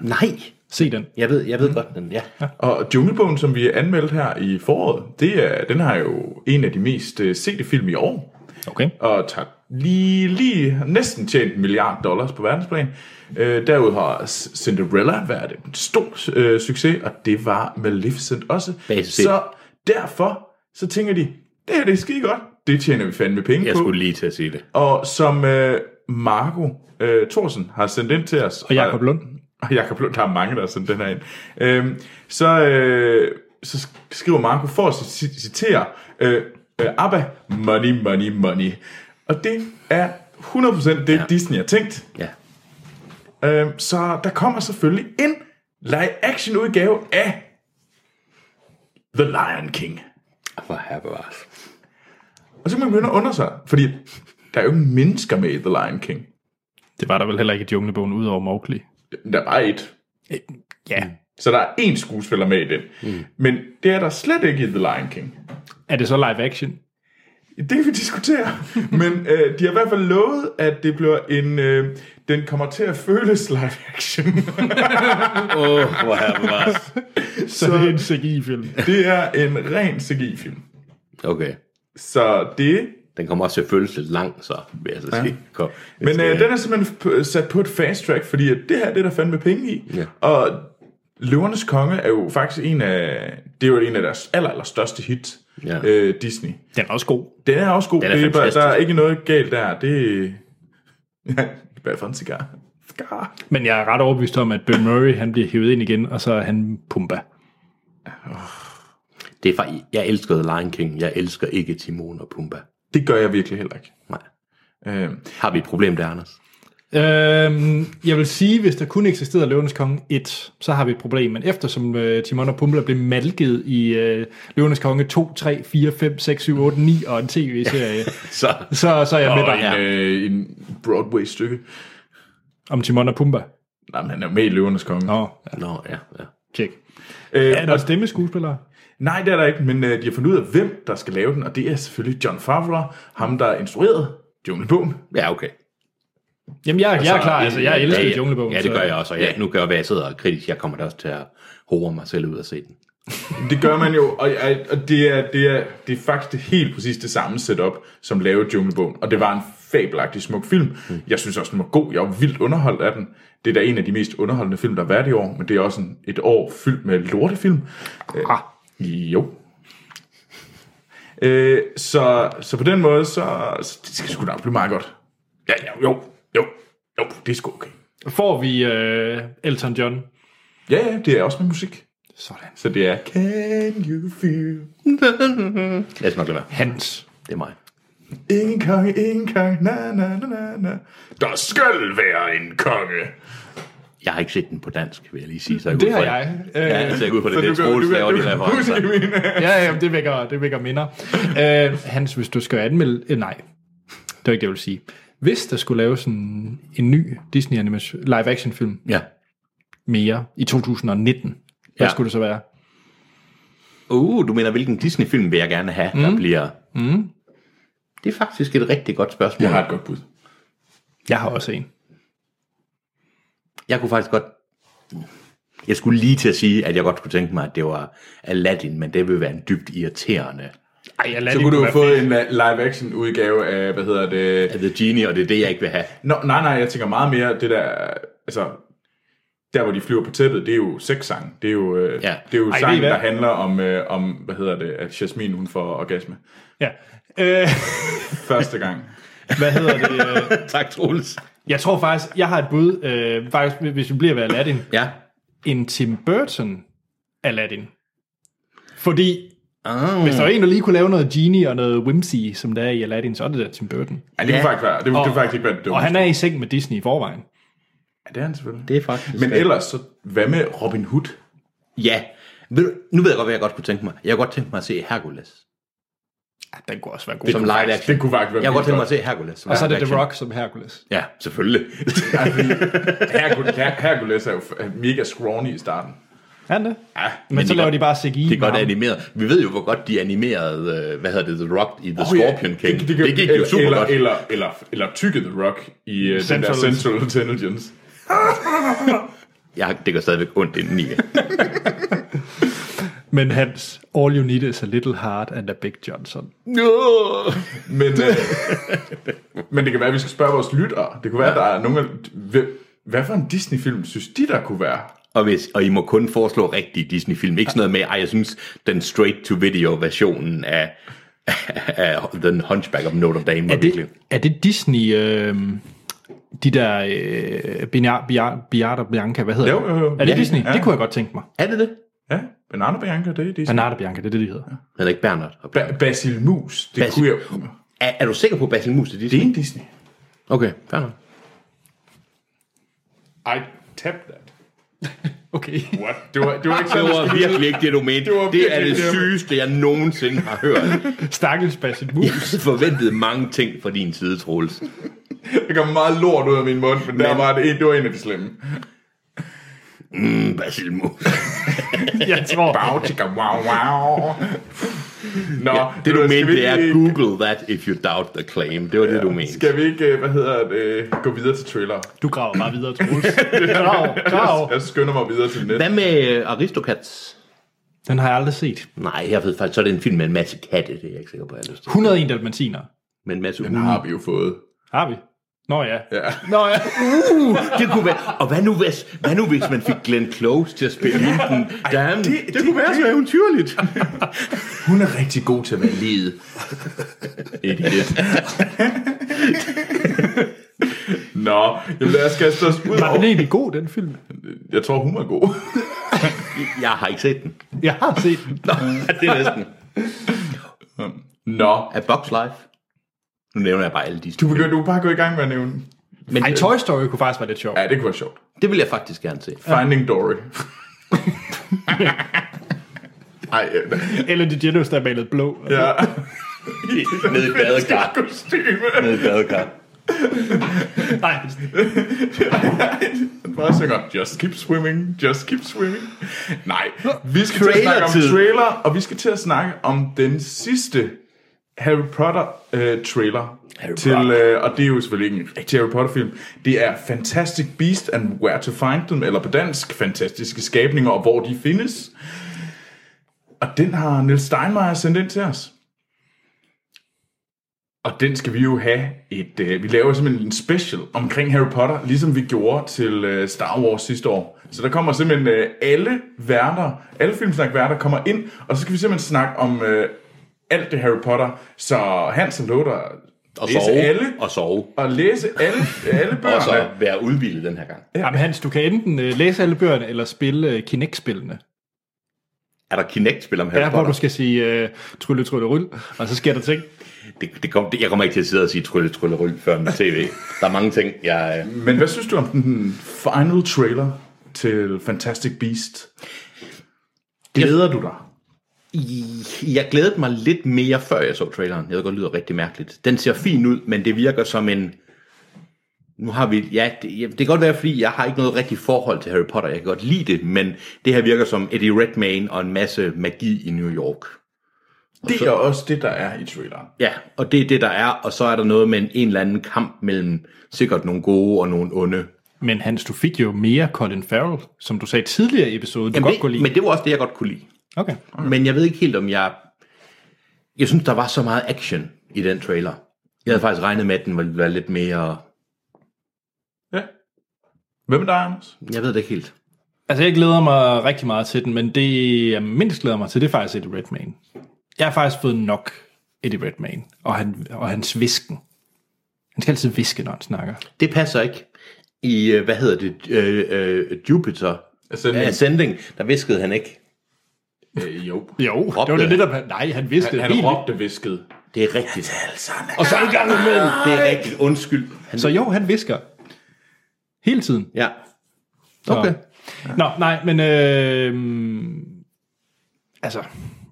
[SPEAKER 3] Nej,
[SPEAKER 1] Se den.
[SPEAKER 3] jeg ved, jeg ved mm. godt, men ja.
[SPEAKER 2] Og Junglebogen, som vi anmeldte her i foråret, det er, den har jo en af de mest øh, sete film i år.
[SPEAKER 1] Okay.
[SPEAKER 2] og tager lige, lige næsten tjent en milliard dollars på verdensplan. Øh, derud har Cinderella været en stor øh, succes, og det var Maleficent også.
[SPEAKER 3] Basis.
[SPEAKER 2] Så derfor så tænker de, det her det er skide godt. Det tjener vi fandme penge
[SPEAKER 3] Jeg
[SPEAKER 2] på.
[SPEAKER 3] skulle lige til at sige det.
[SPEAKER 2] Og som øh, Marco øh, Thorsen har sendt ind til os.
[SPEAKER 1] Og Jakob Lund.
[SPEAKER 2] Og Jakob Lund, der er mange, der har sendt den her ind. Øhm, så, øh, så sk- skriver Marco for at ci- citere øh, øh, ABBA, money, money, money. Og det er 100% det, ja. Disney har tænkt.
[SPEAKER 3] Ja.
[SPEAKER 2] Øhm, så der kommer selvfølgelig en live-action udgave af The Lion King.
[SPEAKER 3] Hvor her bevares.
[SPEAKER 2] Og så kan man begynde at undre sig, fordi der er jo ingen mennesker med i The Lion King.
[SPEAKER 1] Det var der vel heller ikke i junglebogen, udover Mowgli. Mm.
[SPEAKER 2] Der er bare et.
[SPEAKER 1] Øh, Ja.
[SPEAKER 2] Så der er én skuespiller med i den. Mm. Men det er der slet ikke i The Lion King.
[SPEAKER 1] Er det så live action?
[SPEAKER 2] Det kan vi diskutere. Men øh, de har i hvert fald lovet, at det bliver en... Øh, den kommer til at føles live action.
[SPEAKER 3] Åh, oh, hvor her bevares.
[SPEAKER 1] Så det er en CGI-film.
[SPEAKER 2] det er en ren CGI-film.
[SPEAKER 3] Okay.
[SPEAKER 2] Så det...
[SPEAKER 3] Den kommer også til at føles lidt lang, så vil jeg så sige. Kom.
[SPEAKER 2] Men øh, den er simpelthen p- sat på et fast track, fordi at det her, det er der fandme penge i.
[SPEAKER 3] Ja.
[SPEAKER 2] Og Løvernes Konge er jo faktisk en af... Det er jo en af deres aller, aller største hit,
[SPEAKER 3] Ja.
[SPEAKER 2] øh, Disney.
[SPEAKER 1] Den er også god.
[SPEAKER 2] Den er også god.
[SPEAKER 3] Den er
[SPEAKER 2] det er bare, der
[SPEAKER 3] fantastisk.
[SPEAKER 2] er ikke noget galt der. Det er... Hvad for en cigar? Cigar.
[SPEAKER 1] Men jeg er ret overbevist om, at Bill Murray han bliver hævet ind igen, og så er han Pumba.
[SPEAKER 3] Det er faktisk, jeg elskede Lion King. Jeg elsker ikke Timon og Pumba.
[SPEAKER 2] Det gør jeg virkelig heller ikke.
[SPEAKER 3] Nej.
[SPEAKER 2] Øh,
[SPEAKER 3] Har vi et problem der, Anders?
[SPEAKER 1] Øhm, jeg vil sige, hvis der kun eksisterede Løvenes Konge 1, så har vi et problem. Men eftersom øh, Timon og Pumba blev malket i øh, Løvenes Konge 2, 3, 4, 5, 6, 7, 8, 9 og en tv-serie,
[SPEAKER 3] Så
[SPEAKER 1] så, så er jeg med
[SPEAKER 3] Åh,
[SPEAKER 1] dig
[SPEAKER 3] ja.
[SPEAKER 2] ja. øh, en Broadway-stykke.
[SPEAKER 1] om Timon og Pumba.
[SPEAKER 2] Nej, men han er med i Løvernes Konge.
[SPEAKER 1] Nå,
[SPEAKER 3] Nå, ja, ja.
[SPEAKER 1] tjek.
[SPEAKER 2] Øh,
[SPEAKER 1] Er der stemmeskuespillere?
[SPEAKER 2] nej, det er der ikke, men øh, de har fundet ud af, hvem der skal lave den, og det er selvfølgelig John Favreau, ham der instruerede Junglebogen.
[SPEAKER 3] Ja, okay.
[SPEAKER 1] Jamen, jeg, jeg er klar. Altså, jeg elsker
[SPEAKER 3] ja, ja.
[SPEAKER 1] Junglebogen.
[SPEAKER 3] Ja, det
[SPEAKER 1] så-
[SPEAKER 3] gør jeg også. Og ja, nu gør jeg, hvad jeg sidder og er kritisk. Jeg kommer da også til at hore mig selv ud og se den.
[SPEAKER 2] Det gør man jo, og, og- og det, er, det, er, det er faktisk det helt præcis det samme setup, som lavede Junglebogen, og det var en fabelagtig smuk film.
[SPEAKER 1] Mm.
[SPEAKER 2] Jeg synes også, den var god. Jeg var vildt underholdt af den. Det er da en af de mest underholdende film, der har været i år, men det er også en, et år fyldt med lortefilm. Øh,
[SPEAKER 1] Ah,
[SPEAKER 2] Jo. Øh, så, så på den måde, så, så det skal sgu da blive meget godt. Ja, ja, jo, jo, jo, det er sgu okay.
[SPEAKER 1] Får vi øh, Elton John?
[SPEAKER 2] Ja, ja, det er også med musik.
[SPEAKER 1] Sådan.
[SPEAKER 2] Så det er Can you feel
[SPEAKER 3] Lad os nok lade være.
[SPEAKER 1] Hans.
[SPEAKER 3] Det er mig.
[SPEAKER 2] Ingen konge, ingen konge, na na na na na Der skal være en konge
[SPEAKER 3] Jeg har ikke set den på dansk, vil jeg lige sige. Så jeg
[SPEAKER 1] Det har jeg. Øh,
[SPEAKER 3] Ja, så jeg går ud på det. Det er Troels, der laver de referencer.
[SPEAKER 1] ja, jamen, det vækker, det vækker minder. Øh, Hans, hvis du skal anmelde... Øh, nej, det var ikke det, jeg ville sige. Hvis der skulle laves en, en ny Disney animation, live action film
[SPEAKER 3] Ja.
[SPEAKER 1] mere i 2019, hvad
[SPEAKER 3] Ja.
[SPEAKER 1] skulle det så være?
[SPEAKER 3] Uh, du mener, hvilken Disney-film vil jeg gerne have, der bliver... Mm. Det er faktisk et rigtig godt spørgsmål.
[SPEAKER 2] Jeg har et godt bud
[SPEAKER 1] Jeg har også en.
[SPEAKER 3] Jeg kunne faktisk godt... Jeg skulle lige til at sige, at jeg godt kunne tænke mig, at det var Aladdin, men det vil være en dybt irriterende.
[SPEAKER 1] Ej, jeg lader
[SPEAKER 2] Så kunne du jo få en uh, live action udgave af, hvad hedder det
[SPEAKER 3] At The Genie, og det er det, jeg ikke vil have.
[SPEAKER 2] Nå, nej, nej, jeg tænker meget mere det der, altså, der hvor de flyver på tæppet, det er jo sexsang. Det er jo, øh,
[SPEAKER 3] Ja.
[SPEAKER 2] det er
[SPEAKER 1] Ej,
[SPEAKER 2] jo
[SPEAKER 1] ved I
[SPEAKER 2] sang,
[SPEAKER 1] hvad?
[SPEAKER 2] der handler om, øh, om, hvad hedder det, at Jasmine hun får orgasme
[SPEAKER 1] Ja. Øh,
[SPEAKER 2] første gang.
[SPEAKER 1] hvad hedder det? Øh,
[SPEAKER 3] tak, Troels.
[SPEAKER 1] Jeg tror faktisk, jeg har et bud, øh, faktisk, hvis vi bliver ved Aladdin.
[SPEAKER 3] Ja.
[SPEAKER 1] en Tim Burton Aladdin. Fordi
[SPEAKER 2] Ah.
[SPEAKER 3] Oh.
[SPEAKER 1] hvis der var en, der lige kunne lave noget genie og noget whimsy, som der er i Aladdin, så er det der Tim Burton.
[SPEAKER 2] Ja, det kunne
[SPEAKER 3] Ja.
[SPEAKER 2] faktisk være, det, kunne- det kunne
[SPEAKER 1] Og-
[SPEAKER 2] faktisk ikke være det dumt.
[SPEAKER 1] Og han er i seng med Disney i forvejen.
[SPEAKER 2] Ja, det er han selvfølgelig.
[SPEAKER 3] Det er faktisk...
[SPEAKER 2] Men ellers, så hvad med Robin Hood?
[SPEAKER 3] Ja. Ved du- Nu ved jeg godt, hvad jeg godt kunne tænke mig. Jeg kunne godt tænke mig at se Hercules.
[SPEAKER 1] Ja, den kunne også være god.
[SPEAKER 3] Det som
[SPEAKER 1] Som
[SPEAKER 3] live action.
[SPEAKER 2] Det kunne faktisk være
[SPEAKER 3] jeg kunne
[SPEAKER 2] vildt
[SPEAKER 3] godt tænke mig at se Hercules. Som
[SPEAKER 1] og så er
[SPEAKER 3] live
[SPEAKER 1] det The
[SPEAKER 3] action.
[SPEAKER 1] Rock som Hercules.
[SPEAKER 3] Ja, selvfølgelig.
[SPEAKER 2] Hercules, Her- Hercules er jo f- er mega scrawny i starten.
[SPEAKER 1] Er han det?
[SPEAKER 3] ja,
[SPEAKER 1] Men, men så
[SPEAKER 3] det er
[SPEAKER 1] laver
[SPEAKER 3] godt-
[SPEAKER 1] de bare CGI.
[SPEAKER 3] Det er godt
[SPEAKER 1] med ham.
[SPEAKER 3] animeret. Vi ved jo, hvor godt de animerede, øh, hvad hedder det, The Rock i The
[SPEAKER 2] Åh, Oh, ja.
[SPEAKER 3] Scorpion King. Det, det,
[SPEAKER 2] gør-
[SPEAKER 3] det gik jo
[SPEAKER 2] eller-
[SPEAKER 3] super
[SPEAKER 2] eller,
[SPEAKER 3] godt.
[SPEAKER 2] Eller, eller, eller tykke The Rock i uh, den der
[SPEAKER 1] Central-
[SPEAKER 2] Central Intelligence.
[SPEAKER 3] Jeg, det gør stadigvæk ondt indeni.
[SPEAKER 1] Men hans All You Need Is A Little Heart and A Big Johnson.
[SPEAKER 2] Men, øh, men det kan være, at vi skal spørge vores lyttere. Det kunne være, at der er nogen af... hvem- Hvad for en Disney-film synes de, der kunne være?
[SPEAKER 3] Og, hvis, og I må kun foreslå rigtige Disney-film. Ikke sådan noget med, ej, jeg synes, den straight-to-video-versionen af, af The Hunchback of Notre Dame var
[SPEAKER 1] Er
[SPEAKER 3] virkelig...
[SPEAKER 1] det, er det Disney... Øh, de der øh, Binar, Biar, Biart og Bianca, hvad hedder
[SPEAKER 2] Jo,
[SPEAKER 1] det?
[SPEAKER 2] jo, jo.
[SPEAKER 1] Er det
[SPEAKER 2] Ja,
[SPEAKER 1] Disney?
[SPEAKER 2] ja.
[SPEAKER 1] Det kunne jeg godt tænke mig.
[SPEAKER 3] Er det det?
[SPEAKER 2] Ja, Banana Bianca, det er Disney.
[SPEAKER 1] Bernard og Bianca, det er det, de hedder.
[SPEAKER 3] Hedder ikke Bernard? Og
[SPEAKER 2] Ba- Basil Mus, det
[SPEAKER 3] Basil-
[SPEAKER 2] Basil. kunne jeg...
[SPEAKER 3] Er, er du sikker på, at Basil Mus er Disney?
[SPEAKER 2] Det er en Disney.
[SPEAKER 3] Okay, fair nok.
[SPEAKER 2] I tap that.
[SPEAKER 1] Okay.
[SPEAKER 2] What? Det var, det var ikke
[SPEAKER 3] Det
[SPEAKER 2] sådan, jeg
[SPEAKER 3] var virkelig ikke det, du mente.
[SPEAKER 2] Det var
[SPEAKER 3] Det, det er
[SPEAKER 2] virkelig
[SPEAKER 3] det
[SPEAKER 2] ikke det, jeg
[SPEAKER 3] sygeste, jeg nogensinde har hørt.
[SPEAKER 1] Stakkels Basil
[SPEAKER 3] Jeg
[SPEAKER 1] Mus.
[SPEAKER 3] havde forventet mange ting fra din side, Troels.
[SPEAKER 2] skulle- Der kom meget lort ud af min mund, men, der
[SPEAKER 3] Men-
[SPEAKER 2] var det, en, det var en af de slemme.
[SPEAKER 3] Mm, Basil Mus.
[SPEAKER 1] jeg tror,
[SPEAKER 2] Bow, chicka, wow, wow. Nå,
[SPEAKER 3] Det, du
[SPEAKER 2] ved hvad, skal
[SPEAKER 3] mente,
[SPEAKER 2] vi
[SPEAKER 3] det er
[SPEAKER 2] ikke-
[SPEAKER 3] Google that if you doubt the claim. Det var det, du mente.
[SPEAKER 2] Skal vi ikke, øh, hvad hedder det, gå videre til trailer?
[SPEAKER 1] du graver bare videre, Troels. Grav, grav.
[SPEAKER 2] Jeg skynder mig videre til net.
[SPEAKER 3] Hvad med øh, Aristocats?
[SPEAKER 1] Den har jeg aldrig set.
[SPEAKER 3] Nej, jeg ved faktisk, så er det en film med en masse katte, det er jeg ikke sikker på, jeg har lyst til.
[SPEAKER 1] 101 dalmatiner.
[SPEAKER 3] Men en masse
[SPEAKER 2] Den
[SPEAKER 3] hunde.
[SPEAKER 2] har vi jo fået.
[SPEAKER 1] Har vi? Nå ja.
[SPEAKER 2] Ja.
[SPEAKER 1] Nå ja.
[SPEAKER 3] Uh, det kunne være. Og hvad nu, hvis, hvad nu, hvis man fik Glenn Close til at spille i den? Damn, det, det, det, kunne være så eventyrligt.
[SPEAKER 2] Hun er rigtig god til at være
[SPEAKER 3] Livet. Idiot.
[SPEAKER 2] Nå, jamen lad os kaste os ud
[SPEAKER 1] Var den
[SPEAKER 2] over.
[SPEAKER 1] egentlig god, den film?
[SPEAKER 2] Jeg tror, hun er god.
[SPEAKER 3] Jeg har ikke set den.
[SPEAKER 1] Jeg har set den.
[SPEAKER 3] Nå, det er næsten.
[SPEAKER 2] Nå,
[SPEAKER 3] Er Box Life? Nu nævner jeg bare alle de
[SPEAKER 2] du begynder du kan bare gå i gang med at nævne.
[SPEAKER 3] Men
[SPEAKER 1] Ej, Toy Story kunne faktisk være lidt sjov.
[SPEAKER 2] Ja, det kunne være sjovt.
[SPEAKER 3] det vil jeg faktisk gerne se.
[SPEAKER 2] Finding Dory. Ej, øh,
[SPEAKER 1] Eller de Genos, der er malet blå.
[SPEAKER 2] ja.
[SPEAKER 3] Nede i et badekar.
[SPEAKER 2] Kostyme.
[SPEAKER 3] Nede i et badekar.
[SPEAKER 1] Nej,
[SPEAKER 2] Bare så godt. Just keep swimming. Just keep swimming. Nej, vi skal til at snakke om
[SPEAKER 3] Trailertid.
[SPEAKER 2] trailer, og vi skal til at snakke om den sidste Harry Potter øh, trailer.
[SPEAKER 3] Harry
[SPEAKER 2] til,
[SPEAKER 3] Potter.
[SPEAKER 2] Øh, og det er jo selvfølgelig ikke en rigtig Harry Potter film. Det er Fantastic Beast and Where to Find Them, eller på dansk, Fantastiske Skabninger og Hvor de Findes. Og den har Nils Steinmeier sendt ind til os. Og den skal vi jo have et... Øh, vi laver simpelthen en special omkring Harry Potter, ligesom vi gjorde til øh, Star Wars sidste år. Så der kommer simpelthen øh, alle værter, alle filmsnak-værter kommer ind, og så skal vi simpelthen snakke om øh, alt det Harry Potter. Så Hans og Lothar
[SPEAKER 3] Og
[SPEAKER 2] læse
[SPEAKER 3] sove.
[SPEAKER 2] alle,
[SPEAKER 3] Og sove.
[SPEAKER 2] og læse alle, alle
[SPEAKER 3] Og så
[SPEAKER 2] bøgerne.
[SPEAKER 3] være udvildet den her gang.
[SPEAKER 1] Jamen Hans, du kan enten øh, læse alle bøgerne, eller spille øh, Kinect-spillene.
[SPEAKER 3] Er der Kinect-spil om
[SPEAKER 1] Der,
[SPEAKER 3] Harry
[SPEAKER 1] hvor du
[SPEAKER 3] Potter?
[SPEAKER 1] skal sige øh, trylle, trylle, ryl, og så sker der ting.
[SPEAKER 3] Det, det kom, det, jeg kommer ikke til at sidde og sige trylle, trylle, ryl før med tv. Der er mange ting, jeg... øh,
[SPEAKER 2] Men hvad synes du om den final trailer til Fantastic Beast? Glæder du dig?
[SPEAKER 3] I- Jeg glædede mig lidt mere, før jeg så traileren. Jeg ved godt, det lyder rigtig mærkeligt. Den ser fin ud, men det virker som en... Nu har vi... Ja, det, ja, det kan godt være, fordi jeg har ikke noget rigtigt forhold til Harry Potter. Jeg kan godt lide det, men det her virker som Eddie Redmayne og en masse magi i New York.
[SPEAKER 2] Det er også det, der er i traileren.
[SPEAKER 3] Ja, og det er det, der er. Og så er der noget med en, en eller anden kamp mellem sikkert nogle gode og nogle onde.
[SPEAKER 1] Men Hans, du fik jo mere Colin Farrell, som du sagde tidligere i episoden, du godt kunne
[SPEAKER 3] det,
[SPEAKER 1] lide.
[SPEAKER 3] men det var også det, jeg godt kunne lide.
[SPEAKER 1] Okay.
[SPEAKER 3] Mm. Men jeg ved ikke helt, om jeg... Jeg synes, der var så meget action i den trailer. Jeg havde faktisk regnet med, at den ville være lidt mere...
[SPEAKER 2] Ja. Hvem er dig, Anders?
[SPEAKER 3] Jeg ved det ikke helt.
[SPEAKER 1] Altså, jeg glæder mig rigtig meget til den, men det, jeg mindst glæder mig til, det er faktisk Eddie Redmayne. Jeg har faktisk fået nok Eddie Redmayne, og, han, og hans visken. Han skal altid viske, når han snakker.
[SPEAKER 3] Det passer ikke. I, øh, hvad hedder det, øh, øh, Jupiter Øh,
[SPEAKER 2] Ascending.
[SPEAKER 3] Ascending, der viskede han ikke.
[SPEAKER 2] Øh, jo.
[SPEAKER 1] Jo,
[SPEAKER 3] Råbte
[SPEAKER 1] det var det
[SPEAKER 3] han.
[SPEAKER 1] netop, han, nej, han vidste
[SPEAKER 2] Han
[SPEAKER 1] det. helt.
[SPEAKER 2] råbte visket.
[SPEAKER 3] Det er rigtigt.
[SPEAKER 1] Og så en gang imellem.
[SPEAKER 3] Det er rigtigt. Undskyld. Han,
[SPEAKER 1] Så jo, han visker. Hele tiden.
[SPEAKER 3] ja.
[SPEAKER 1] Så.
[SPEAKER 3] Okay.
[SPEAKER 1] Nå, nej, men øh, altså,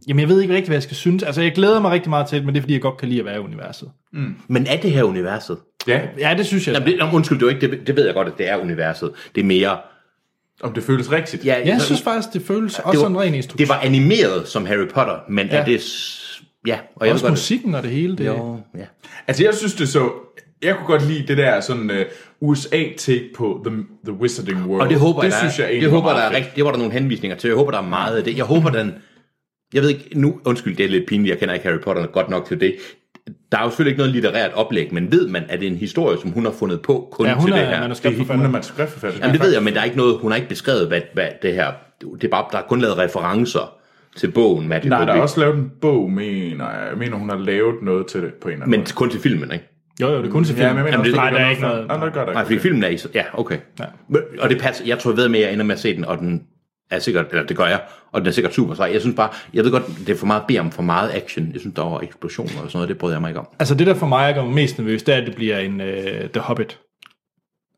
[SPEAKER 1] jamen jeg ved ikke rigtig, hvad jeg skal synes. Altså, jeg glæder mig rigtig meget til det, men det er, fordi jeg godt kan lide at være i universet.
[SPEAKER 3] Men er det her universet?
[SPEAKER 2] Ja,
[SPEAKER 1] Ja, det synes jeg.
[SPEAKER 3] Jamen, det, jamen, undskyld, det, var ikke, det, det ved jeg godt, at det er universet. Det er mere...
[SPEAKER 2] om det føles rigtigt.
[SPEAKER 3] Ja,
[SPEAKER 1] jeg
[SPEAKER 3] så-
[SPEAKER 1] synes faktisk, det føles også sådan ren
[SPEAKER 3] det
[SPEAKER 1] instruktion.
[SPEAKER 3] var animeret som Harry Potter, men ja.
[SPEAKER 1] Ja.
[SPEAKER 3] er det... s- Ja, og jeg
[SPEAKER 1] Også
[SPEAKER 3] ved godt-
[SPEAKER 1] musikken og det hele. Det.
[SPEAKER 3] Jo, ja.
[SPEAKER 2] Altså, jeg synes det så... Jeg kunne godt lide det der sådan uh, USA-take på the, the Wizarding World.
[SPEAKER 3] Og det håber
[SPEAKER 2] det
[SPEAKER 3] jeg,
[SPEAKER 2] synes
[SPEAKER 3] der,
[SPEAKER 2] jeg egentlig
[SPEAKER 3] det
[SPEAKER 2] var
[SPEAKER 3] håber
[SPEAKER 2] meget
[SPEAKER 3] der er
[SPEAKER 2] fedt.
[SPEAKER 3] rigtigt. Det var der nogle henvisninger til. Jeg håber, der er meget af det. Jeg håber, den jeg ved ikke, nu, undskyld, det er lidt pinligt, jeg kender ikke Harry Potter godt nok til det. Der er jo selvfølgelig ikke noget litterært oplæg, men ved man, at det er en historie, som hun har fundet på kun
[SPEAKER 1] Ja, hun
[SPEAKER 3] til det
[SPEAKER 1] er
[SPEAKER 3] her?
[SPEAKER 2] Hun er
[SPEAKER 1] manuskriptforfatter.
[SPEAKER 2] manuskriptforfatter.
[SPEAKER 3] Jamen, det ved jeg, men der er ikke noget, hun har ikke beskrevet, hvad, hvad det her... Det er bare, der er kun lavet referencer til bogen, Magic
[SPEAKER 2] Nej, der er
[SPEAKER 3] Book,
[SPEAKER 2] også lavet en bog, mener jeg. Jeg mener, hun har lavet noget til det på en eller anden
[SPEAKER 3] men kun til filmen, ikke?
[SPEAKER 1] Jo, jo, det er kun til
[SPEAKER 2] måde. Ja, men
[SPEAKER 1] film.
[SPEAKER 2] jeg mener,
[SPEAKER 1] Ja, nej,
[SPEAKER 2] også, der
[SPEAKER 3] Jamen, det-
[SPEAKER 1] der er
[SPEAKER 2] noget
[SPEAKER 1] ikke
[SPEAKER 2] for-
[SPEAKER 1] noget-
[SPEAKER 2] Nej, det gør der
[SPEAKER 3] Nej, fordi
[SPEAKER 2] ikke.
[SPEAKER 3] filmen er i... Ja, okay.
[SPEAKER 1] Ja.
[SPEAKER 3] Men- Og det passer. Jeg tror ved med, at jeg ender med at se den, og den er sikkert... Eller det gør jeg, og den er sikkert super sej. Jeg synes bare... Jeg ved godt, det er for meget at bede om for meget action. Jeg synes, der var eksplosioner og sådan noget. Det brød jeg mig ikke om.
[SPEAKER 1] Altså det, der for mig gør mig mest nervøs, det er, at det bliver en uh, The Hobbit.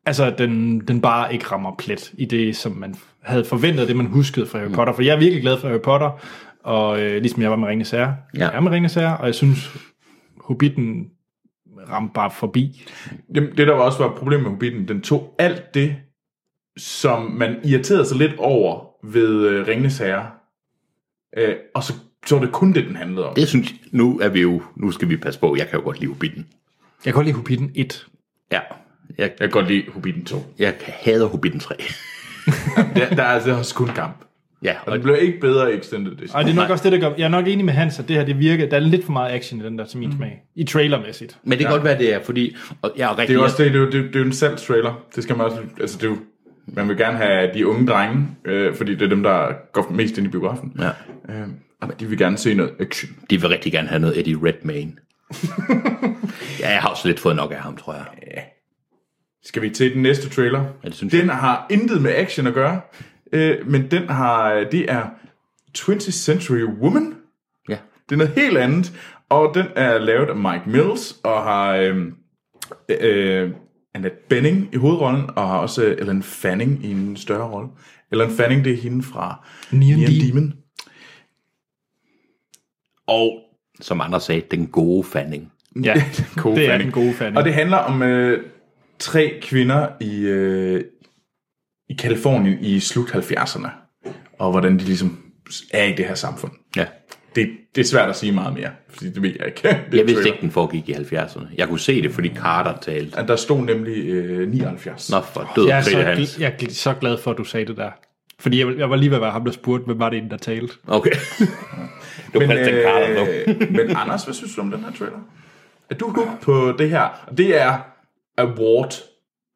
[SPEAKER 1] Altså, at den, den bare ikke rammer plet i det, som man havde forventet, det man huskede fra Harry Potter. For jeg er virkelig glad for Harry Potter, og øh, ligesom jeg var med Ringens Herre,
[SPEAKER 3] Ja.
[SPEAKER 1] ja. jeg er med Ringens Herre, og jeg synes, Hobbiten ramte bare forbi.
[SPEAKER 2] Jamen, det der også var et problem med Hobbiten, den tog alt det, som man irriterede sig lidt over ved øh, Ringnes Herre, øh, og så, så var det kun det, den handlede om.
[SPEAKER 3] Det synes... Nu er vi jo... Nu skal vi passe på. Jeg kan jo godt lide Hobbiten.
[SPEAKER 1] Jeg kan godt lide Hobbiten 1.
[SPEAKER 3] Ja. Jeg,
[SPEAKER 2] Jeg kan godt lide Hobbiten 2.
[SPEAKER 3] jeg hader Hobbiten 3.
[SPEAKER 2] Der, der er altså også kun kamp.
[SPEAKER 3] ja,
[SPEAKER 2] Og den blev ikke bedre i Extended Edition.
[SPEAKER 1] Og det er nok
[SPEAKER 3] Nej.
[SPEAKER 1] også det, der gør... Jeg er nok enig med Hans, at det her, det virker... Der er lidt for meget action i den der, til min smag. I trailermæssigt.
[SPEAKER 3] Men det kan ja. godt være, det er, fordi... Og jeg er rigtig,
[SPEAKER 2] Det er jo også det, det er jo, det, er jo- det er jo en salgstrailer. Det skal man også, altså det er jo, man vil gerne have de unge drenge, øh, fordi det er dem, der går mest ind i biografen.
[SPEAKER 3] Ja.
[SPEAKER 2] Øh, og de vil gerne se noget action.
[SPEAKER 3] De vil rigtig gerne have noget Eddie Redmayne. ja, jeg har også lidt fået nok af ham, tror jeg.
[SPEAKER 2] Skal vi til den næste trailer?
[SPEAKER 3] Ja, det synes
[SPEAKER 2] den har intet med action at gøre, øh, men den har, det er 20th Century Woman.
[SPEAKER 3] Ja.
[SPEAKER 2] Det er noget helt andet, og den er lavet af Mike Mills, og har øh, øh, Annette Benning i hovedrollen, og har også øh, Ellen Fanning i en større rolle. Ellen Fanning, det er hende fra
[SPEAKER 1] Neon
[SPEAKER 2] Neon
[SPEAKER 1] Demon.
[SPEAKER 2] Demon. Og
[SPEAKER 3] Som andre sagde, den gode fanning.
[SPEAKER 1] Ja,
[SPEAKER 2] gode
[SPEAKER 1] det er
[SPEAKER 2] Fanning.
[SPEAKER 1] den gode Fanning.
[SPEAKER 2] Og det handler om øh, tre kvinder i, øh, i Kalifornien i slut 70'erne, og hvordan de ligesom er i det her samfund.
[SPEAKER 3] Ja.
[SPEAKER 2] Det, det er svært at sige meget mere, fordi det ved jeg ikke. Det er
[SPEAKER 3] Jeg vidste
[SPEAKER 2] trailer.
[SPEAKER 3] ikke, den foregik i 70'erne. Jeg kunne se det, fordi Carter talte.
[SPEAKER 2] At der stod nemlig øh, 79.
[SPEAKER 3] Nå, for død
[SPEAKER 1] Jeg er,
[SPEAKER 3] og
[SPEAKER 1] så,
[SPEAKER 3] krig hans.
[SPEAKER 1] gl- jeg er gl- så glad for, at du sagde det der. Fordi jeg, jeg var lige ved at være ham, der spurgte, hvem var det, en, der talte.
[SPEAKER 3] Okay. du men, den Carter
[SPEAKER 1] øh,
[SPEAKER 3] nu.
[SPEAKER 2] øh, men Anders, hvad synes du om den her trailer? Er du hooked på det her? Det er award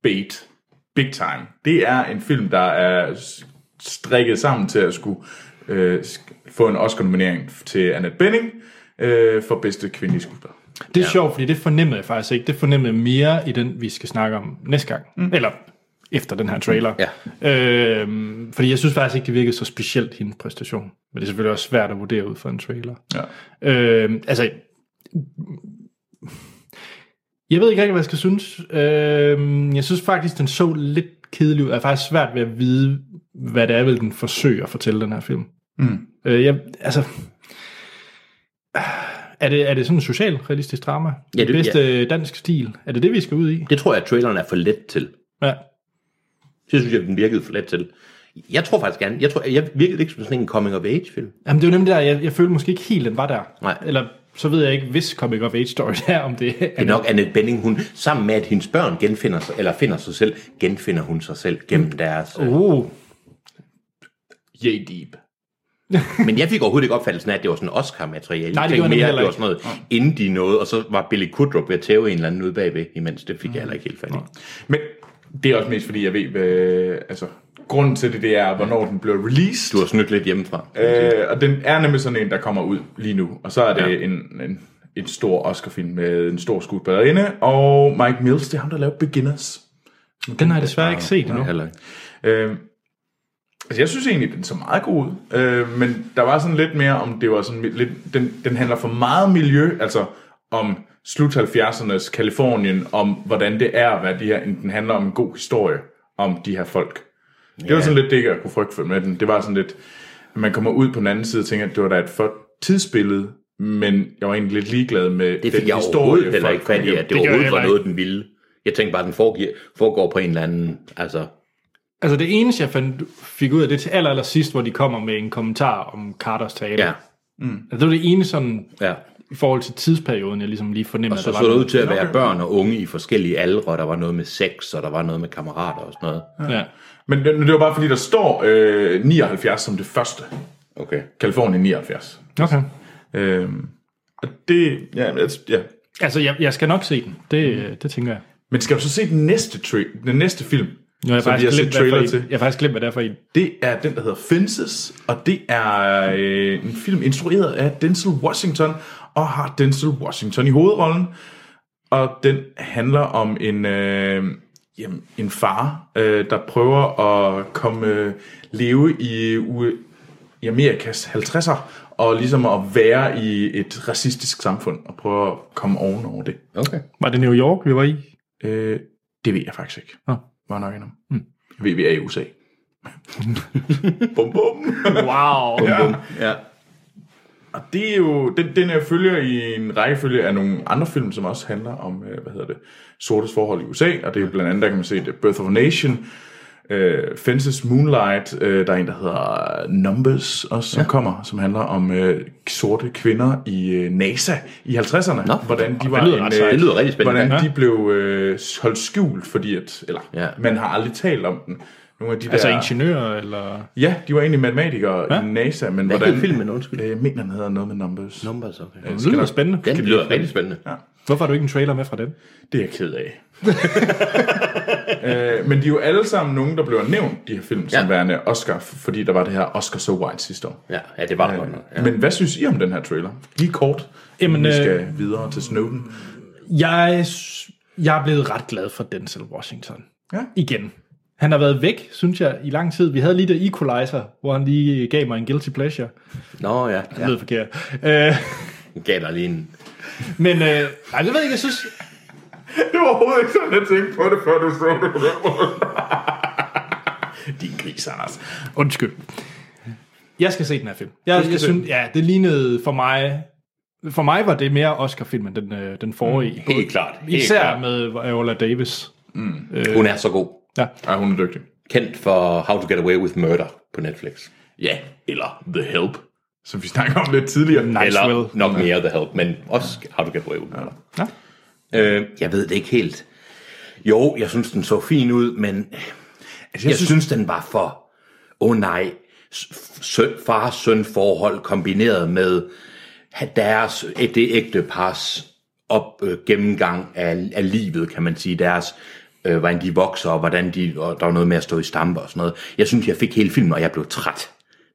[SPEAKER 2] bait. Big time. Det er en film, der er s- strikket sammen til at skulle øh, sk- få en Oscar-nominering til Annette Bening øh, for bedste kvindelige skuespiller.
[SPEAKER 1] Det er ja. sjovt, fordi det fornemmede jeg faktisk ikke. Det fornemmede jeg mere i den, vi skal snakke om næste gang. Mm. Eller efter den her trailer. Ja. Øhm, fordi jeg synes faktisk ikke, det virkede så specielt, hendes præstation. Men det er selvfølgelig også svært at vurdere ud fra en trailer.
[SPEAKER 2] Ja.
[SPEAKER 1] Øhm, altså, jeg ved ikke rigtig, hvad jeg skal synes. Øhm, jeg synes faktisk, den så lidt kedelig ud. Jeg er faktisk svært ved at vide, hvad det er, vel den forsøger at fortælle den her film.
[SPEAKER 2] Mm.
[SPEAKER 1] Øh, jeg, altså, er det, er det sådan en socialrealistisk drama?
[SPEAKER 3] Ja, det-
[SPEAKER 1] I bedste ja. dansk stil? Er det det, vi skal ud i?
[SPEAKER 3] Det tror jeg, at traileren er for let til.
[SPEAKER 1] Ja.
[SPEAKER 3] Det synes jeg, den virkede for let til. Jeg tror faktisk gerne, jeg, tror, jeg virkede ikke som sådan en coming-of-age-film.
[SPEAKER 1] Jamen, det er jo nemlig der, jeg, jeg følte måske ikke helt, den var der.
[SPEAKER 3] Nej.
[SPEAKER 1] Eller så ved jeg ikke, hvis Comic of Age Story er, om det er.
[SPEAKER 3] Det er nok Annette Benning, hun sammen med, at hendes børn genfinder sig, eller finder sig selv, genfinder hun sig selv
[SPEAKER 1] Mm.
[SPEAKER 3] gennem deres... øh,
[SPEAKER 1] Uh,
[SPEAKER 2] Yay deep.
[SPEAKER 3] Men jeg fik overhovedet ikke opfattelsen af, at det var sådan Oscar-materiale.
[SPEAKER 1] Nej, det Mm.
[SPEAKER 3] Jeg tænkte
[SPEAKER 1] gjorde jeg
[SPEAKER 3] mere, at det
[SPEAKER 1] nemlig
[SPEAKER 3] var sådan noget, inden de nåede, og så var Billy Kudrup ved at tæve en eller anden ude bagved, imens det
[SPEAKER 1] Mm.
[SPEAKER 3] fik jeg heller ikke helt fat i.
[SPEAKER 2] Men det er også mest fordi, jeg ved, hvad, altså, grunden til det, det er, hvornår den bliver released.
[SPEAKER 3] Du har snydt lidt hjemmefra.
[SPEAKER 2] Øh, og den er nemlig sådan en, der kommer ud lige nu. Og så er det ja. en, en, en stor Oscar-film med en stor skuespillerinde. Og Mike Mills, det er ham, der lavede Beginners.
[SPEAKER 1] den har jeg desværre ikke set endnu.
[SPEAKER 3] Heller ikke.
[SPEAKER 2] Øh, altså, jeg synes egentlig, den så meget god ud. Øh, men der var sådan lidt mere om, det var sådan lidt... Den, den handler for meget miljø, altså om slut 70'ernes Kalifornien, om hvordan det er at være de her... end Den handler om en god historie om de her folk. Det var sådan lidt det, jeg kunne frygte for med den. Det var sådan lidt, at man kommer ud på den anden side og tænker, at det var da et flot tidsbillede, men jeg var egentlig lidt ligeglad med
[SPEAKER 3] Det fik
[SPEAKER 2] den
[SPEAKER 3] jeg
[SPEAKER 2] historie,
[SPEAKER 3] overhovedet heller ikke fat i, at det,
[SPEAKER 1] jeg
[SPEAKER 3] overhovedet var
[SPEAKER 1] heller
[SPEAKER 3] noget, den ville. Jeg tænkte bare, at den foregår, foregår på en eller anden... Altså,
[SPEAKER 1] Altså det eneste, jeg fandt, fik ud af det til aller, aller sidst, hvor de kommer med en kommentar om Carters tale.
[SPEAKER 3] ja,
[SPEAKER 1] Altså, det var det ene sådan,
[SPEAKER 3] ja.
[SPEAKER 1] i forhold til tidsperioden, jeg ligesom lige fornemmede,
[SPEAKER 3] Så
[SPEAKER 1] at der
[SPEAKER 3] så det
[SPEAKER 1] var
[SPEAKER 3] ud til at være børn og unge i forskellige aldre, og der var noget med sex, og der var noget med kammerater og sådan noget.
[SPEAKER 1] noget. Ja.
[SPEAKER 2] Men det, det var bare fordi, der står øh, 79 som det første.
[SPEAKER 3] Okay.
[SPEAKER 2] Kalifornien 79.
[SPEAKER 1] Okay.
[SPEAKER 2] Øhm, og det, ja, altså, ja.
[SPEAKER 1] Altså, jeg, jeg skal nok se den.
[SPEAKER 3] Mhm.
[SPEAKER 1] Det, mm. det tænker jeg.
[SPEAKER 2] Men skal du så se den næste, tra- den næste film,
[SPEAKER 1] Nu har jeg,
[SPEAKER 2] som vi har
[SPEAKER 1] faktisk
[SPEAKER 2] set
[SPEAKER 1] glemt, hvad for
[SPEAKER 2] trailer
[SPEAKER 1] en-
[SPEAKER 2] til?
[SPEAKER 1] jeg har faktisk glemt, hvad det er for en.
[SPEAKER 2] Det er den, der hedder Fences, og det er øh, en film instrueret af Denzel Washington, og har Denzel Washington i hovedrollen. Og den handler om en, øh, jamen, en far, øh, der prøver at komme øh, leve i, U- i Amerikas 50'er, og ligesom at være i et racistisk samfund, og prøve at komme ovenover det.
[SPEAKER 3] Okay.
[SPEAKER 1] Var det New York, vi var i?
[SPEAKER 2] Øh, det ved jeg faktisk ikke.
[SPEAKER 1] Nå.
[SPEAKER 2] Var nok endnu. Hmm. Jeg ved, vi er i USA. bum, bum.
[SPEAKER 1] Wow.
[SPEAKER 3] Ja. Bum. ja.
[SPEAKER 2] Og det er jo, den, den her følger i en rækkefølge af nogle andre film, som også handler om, øh, hvad hedder det, sortes forhold i USA, og det er blandt andet, der kan man se det, Birth of a Nation, øh, Fences Moonlight, øh, der er en, der hedder Numbers også, som ja. kommer, som handler om øh, sorte kvinder i øh, NASA i 50'erne.
[SPEAKER 3] Nå.
[SPEAKER 2] hvordan de var
[SPEAKER 1] lyder ret
[SPEAKER 2] en, øh,
[SPEAKER 1] sejt.
[SPEAKER 3] Det lyder rigtig spændende.
[SPEAKER 2] Hvordan de blev øh, holdt skjult, fordi at, eller,
[SPEAKER 3] Ja.
[SPEAKER 2] ja. man har aldrig talt om den. Nogle af de
[SPEAKER 1] Altså
[SPEAKER 2] der,
[SPEAKER 1] ingeniører, eller...
[SPEAKER 2] Ja, de var egentlig matematikere ja? i NASA, men
[SPEAKER 3] Hvad
[SPEAKER 2] hvordan...
[SPEAKER 3] hed filmen, undskyld?
[SPEAKER 2] Øh, Jeg mener, den hedder noget med Numbers.
[SPEAKER 3] Numbers, okay.
[SPEAKER 1] Det lyder spændende.
[SPEAKER 3] Den lyder rigtig spændende. Ja.
[SPEAKER 1] Hvorfor har du ikke en trailer med fra den?
[SPEAKER 2] Det er jeg ked af. øh, men de er jo alle sammen nogen, der blev nævnt, de her film, som
[SPEAKER 3] Ja.
[SPEAKER 2] ja. værende Oscar, fordi der var det her Oscar So White sidste år.
[SPEAKER 3] Ja, ja det var det godt nok.
[SPEAKER 2] Ja. Men hvad synes I om den her trailer? Lige kort,
[SPEAKER 1] Jamen,
[SPEAKER 2] Jamen, vi
[SPEAKER 1] øh,
[SPEAKER 2] skal videre til Snowden.
[SPEAKER 1] Jeg, s- jeg er blevet ret glad for Denzel Washington.
[SPEAKER 2] Ja.
[SPEAKER 1] Igen. Han har været væk, synes jeg, i lang tid. Vi havde lige det Equalizer, hvor han lige gav mig en guilty pleasure.
[SPEAKER 3] Nå ja,
[SPEAKER 1] Det
[SPEAKER 3] ja.
[SPEAKER 1] lød forkert. Øh,
[SPEAKER 3] Den gav dig lige en...
[SPEAKER 1] men øh, ej, det ved jeg ikke, jeg synes...
[SPEAKER 2] Det var overhovedet ikke sådan, jeg tænkte på det, før du så det. Din gris, Anders.
[SPEAKER 1] Undskyld. Jeg skal se den her film. Jeg,
[SPEAKER 2] skal
[SPEAKER 1] jeg
[SPEAKER 2] se
[SPEAKER 1] synes, ja, det lignede for mig... For mig var det mere Oscar-film, end den, øh, den forrige. Mm,
[SPEAKER 3] Helt klart. Helt
[SPEAKER 1] Især
[SPEAKER 3] klart.
[SPEAKER 1] med Viola Davis.
[SPEAKER 3] Hun er så god.
[SPEAKER 1] Ja.
[SPEAKER 2] Ej, hun er dygtig.
[SPEAKER 3] Kendt for How to Get Away with Murder på Netflix.
[SPEAKER 2] Ja, eller The Help, som vi snakker om lidt tidligere.
[SPEAKER 1] Nej.
[SPEAKER 3] Eller
[SPEAKER 1] Maxwell.
[SPEAKER 3] nok mere The Help, men også How to Get Away with Murder.
[SPEAKER 1] Ja.
[SPEAKER 3] E Øh, jeg ved det ikke helt. Jo, jeg synes, den så fin ud, men
[SPEAKER 2] Altså,
[SPEAKER 3] jeg,
[SPEAKER 2] jeg
[SPEAKER 3] jeg
[SPEAKER 2] synes,
[SPEAKER 3] synes, synes, den var for... Åh oh, nej, s- søn, far-søn forhold kombineret med deres, eh, det ægte pars op, øh, gennemgang af, af livet, kan man sige, deres øh, hvordan de vokser, og hvordan de, og der var noget med at stå i stampe og sådan noget. Jeg synes, jeg fik hele filmen, og jeg blev træt.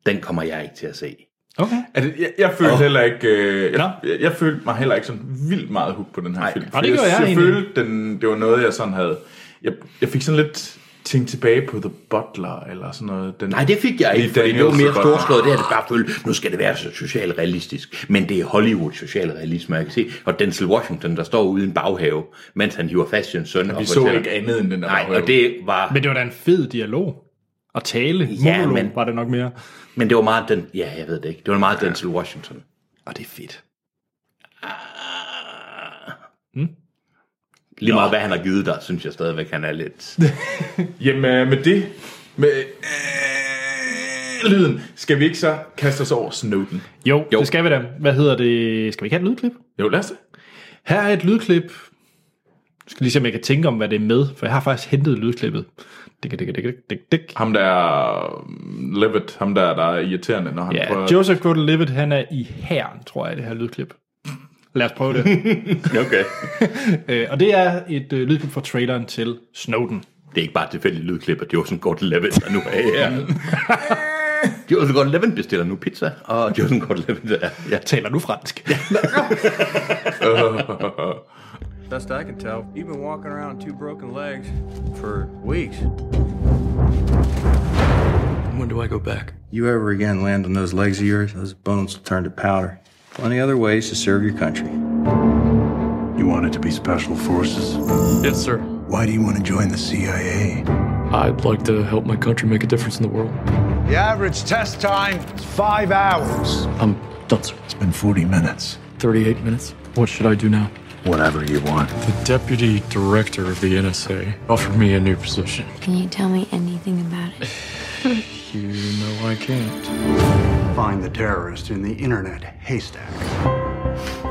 [SPEAKER 3] Den kommer jeg ikke til at se.
[SPEAKER 1] Okay.
[SPEAKER 2] Altså, jeg, jeg følte oh. heller ikke, øh, jeg,
[SPEAKER 1] Nå.
[SPEAKER 2] jeg, jeg følte mig heller ikke sådan vildt meget hooked på den her film.
[SPEAKER 1] og det gjorde
[SPEAKER 2] jeg,
[SPEAKER 1] jeg
[SPEAKER 2] jeg
[SPEAKER 1] egentlig.
[SPEAKER 2] følte, den, det var noget, jeg sådan havde... Jeg, jeg fik sådan lidt tænkt tilbage på The Butler, eller sådan noget. Den,
[SPEAKER 3] Nej, det fik jeg ikke,
[SPEAKER 2] Lee
[SPEAKER 3] fordi det var
[SPEAKER 2] Daniels
[SPEAKER 3] mere
[SPEAKER 2] The Butler.
[SPEAKER 3] storslået. Det er det bare følt, nu skal det være så socialrealistisk. Men det er Hollywood socialrealisme, jeg kan se. Og Denzel Washington, der står ude i en baghave, mens han hiver fast sin søn.
[SPEAKER 2] Vi så ikke andet end den der.
[SPEAKER 3] Nej,
[SPEAKER 2] baghave.
[SPEAKER 3] og det var,
[SPEAKER 1] Men det var da en fed dialog. Og tale.
[SPEAKER 3] Ja,
[SPEAKER 1] Monolog
[SPEAKER 3] men-
[SPEAKER 1] var det nok mere.
[SPEAKER 3] men det var meget den... Ja, jeg ved det ikke. Det var meget Denzel Washington.
[SPEAKER 1] Og det er fedt.
[SPEAKER 2] Hmm?
[SPEAKER 3] Lige meget, hvad han har givet dig, synes jeg stadigvæk, han er lidt...
[SPEAKER 2] Jamen, øh, med det... Med øh, lyden. Skal vi ikke så kaste os over Snowden?
[SPEAKER 1] Jo,
[SPEAKER 3] Jo.
[SPEAKER 1] jo, det skal vi da. Hvad hedder det? Skal vi ikke have et lydklip?
[SPEAKER 2] Jo, lad os det.
[SPEAKER 1] Her er et lydklip. Jeg skal lige se, om jeg kan tænke om, hvad det er med, for jeg har faktisk hentet lydklippet. Dik, dik, dik, dik, dik, dik.
[SPEAKER 2] Ham der er mm, Levitt, ham der, der er irriterende, når han
[SPEAKER 1] Ja,
[SPEAKER 2] prøver...
[SPEAKER 1] Joseph Gordon-Levitt, han er i herren, tror jeg, det her lydklip. Lad os prøve det.
[SPEAKER 3] Okay.
[SPEAKER 1] øh, og det er et øh, lydklip fra traileren til Snowden.
[SPEAKER 3] Det er ikke bare et tilfældigt lydklip, at Joseph Gordon-Levitt er nu af her. Joseph Gordon-Levitt bestiller nu pizza, og Joseph Gordon-Levitt er... Ja.
[SPEAKER 1] Taler du fransk?
[SPEAKER 4] Best I can tell, you've been walking around with two broken legs for weeks. When do I go back?
[SPEAKER 5] You ever again land on those legs of yours, those bones will turn to powder. Plenty other ways to serve your country.
[SPEAKER 6] You wanted to be special forces.
[SPEAKER 7] Yes, sir.
[SPEAKER 6] Why do you want to join the CIA?
[SPEAKER 7] I'd like to help my country make a difference in the world.
[SPEAKER 8] The average test time is five hours.
[SPEAKER 7] I'm done, sir.
[SPEAKER 6] It's been 40 minutes.
[SPEAKER 7] 38 minutes. What should I do now?
[SPEAKER 6] Whatever you want.
[SPEAKER 7] The deputy director of the NSA offered me a new position.
[SPEAKER 9] Can you tell me anything about it?
[SPEAKER 7] You know I can't.
[SPEAKER 8] Find the terrorist in the internet haystack.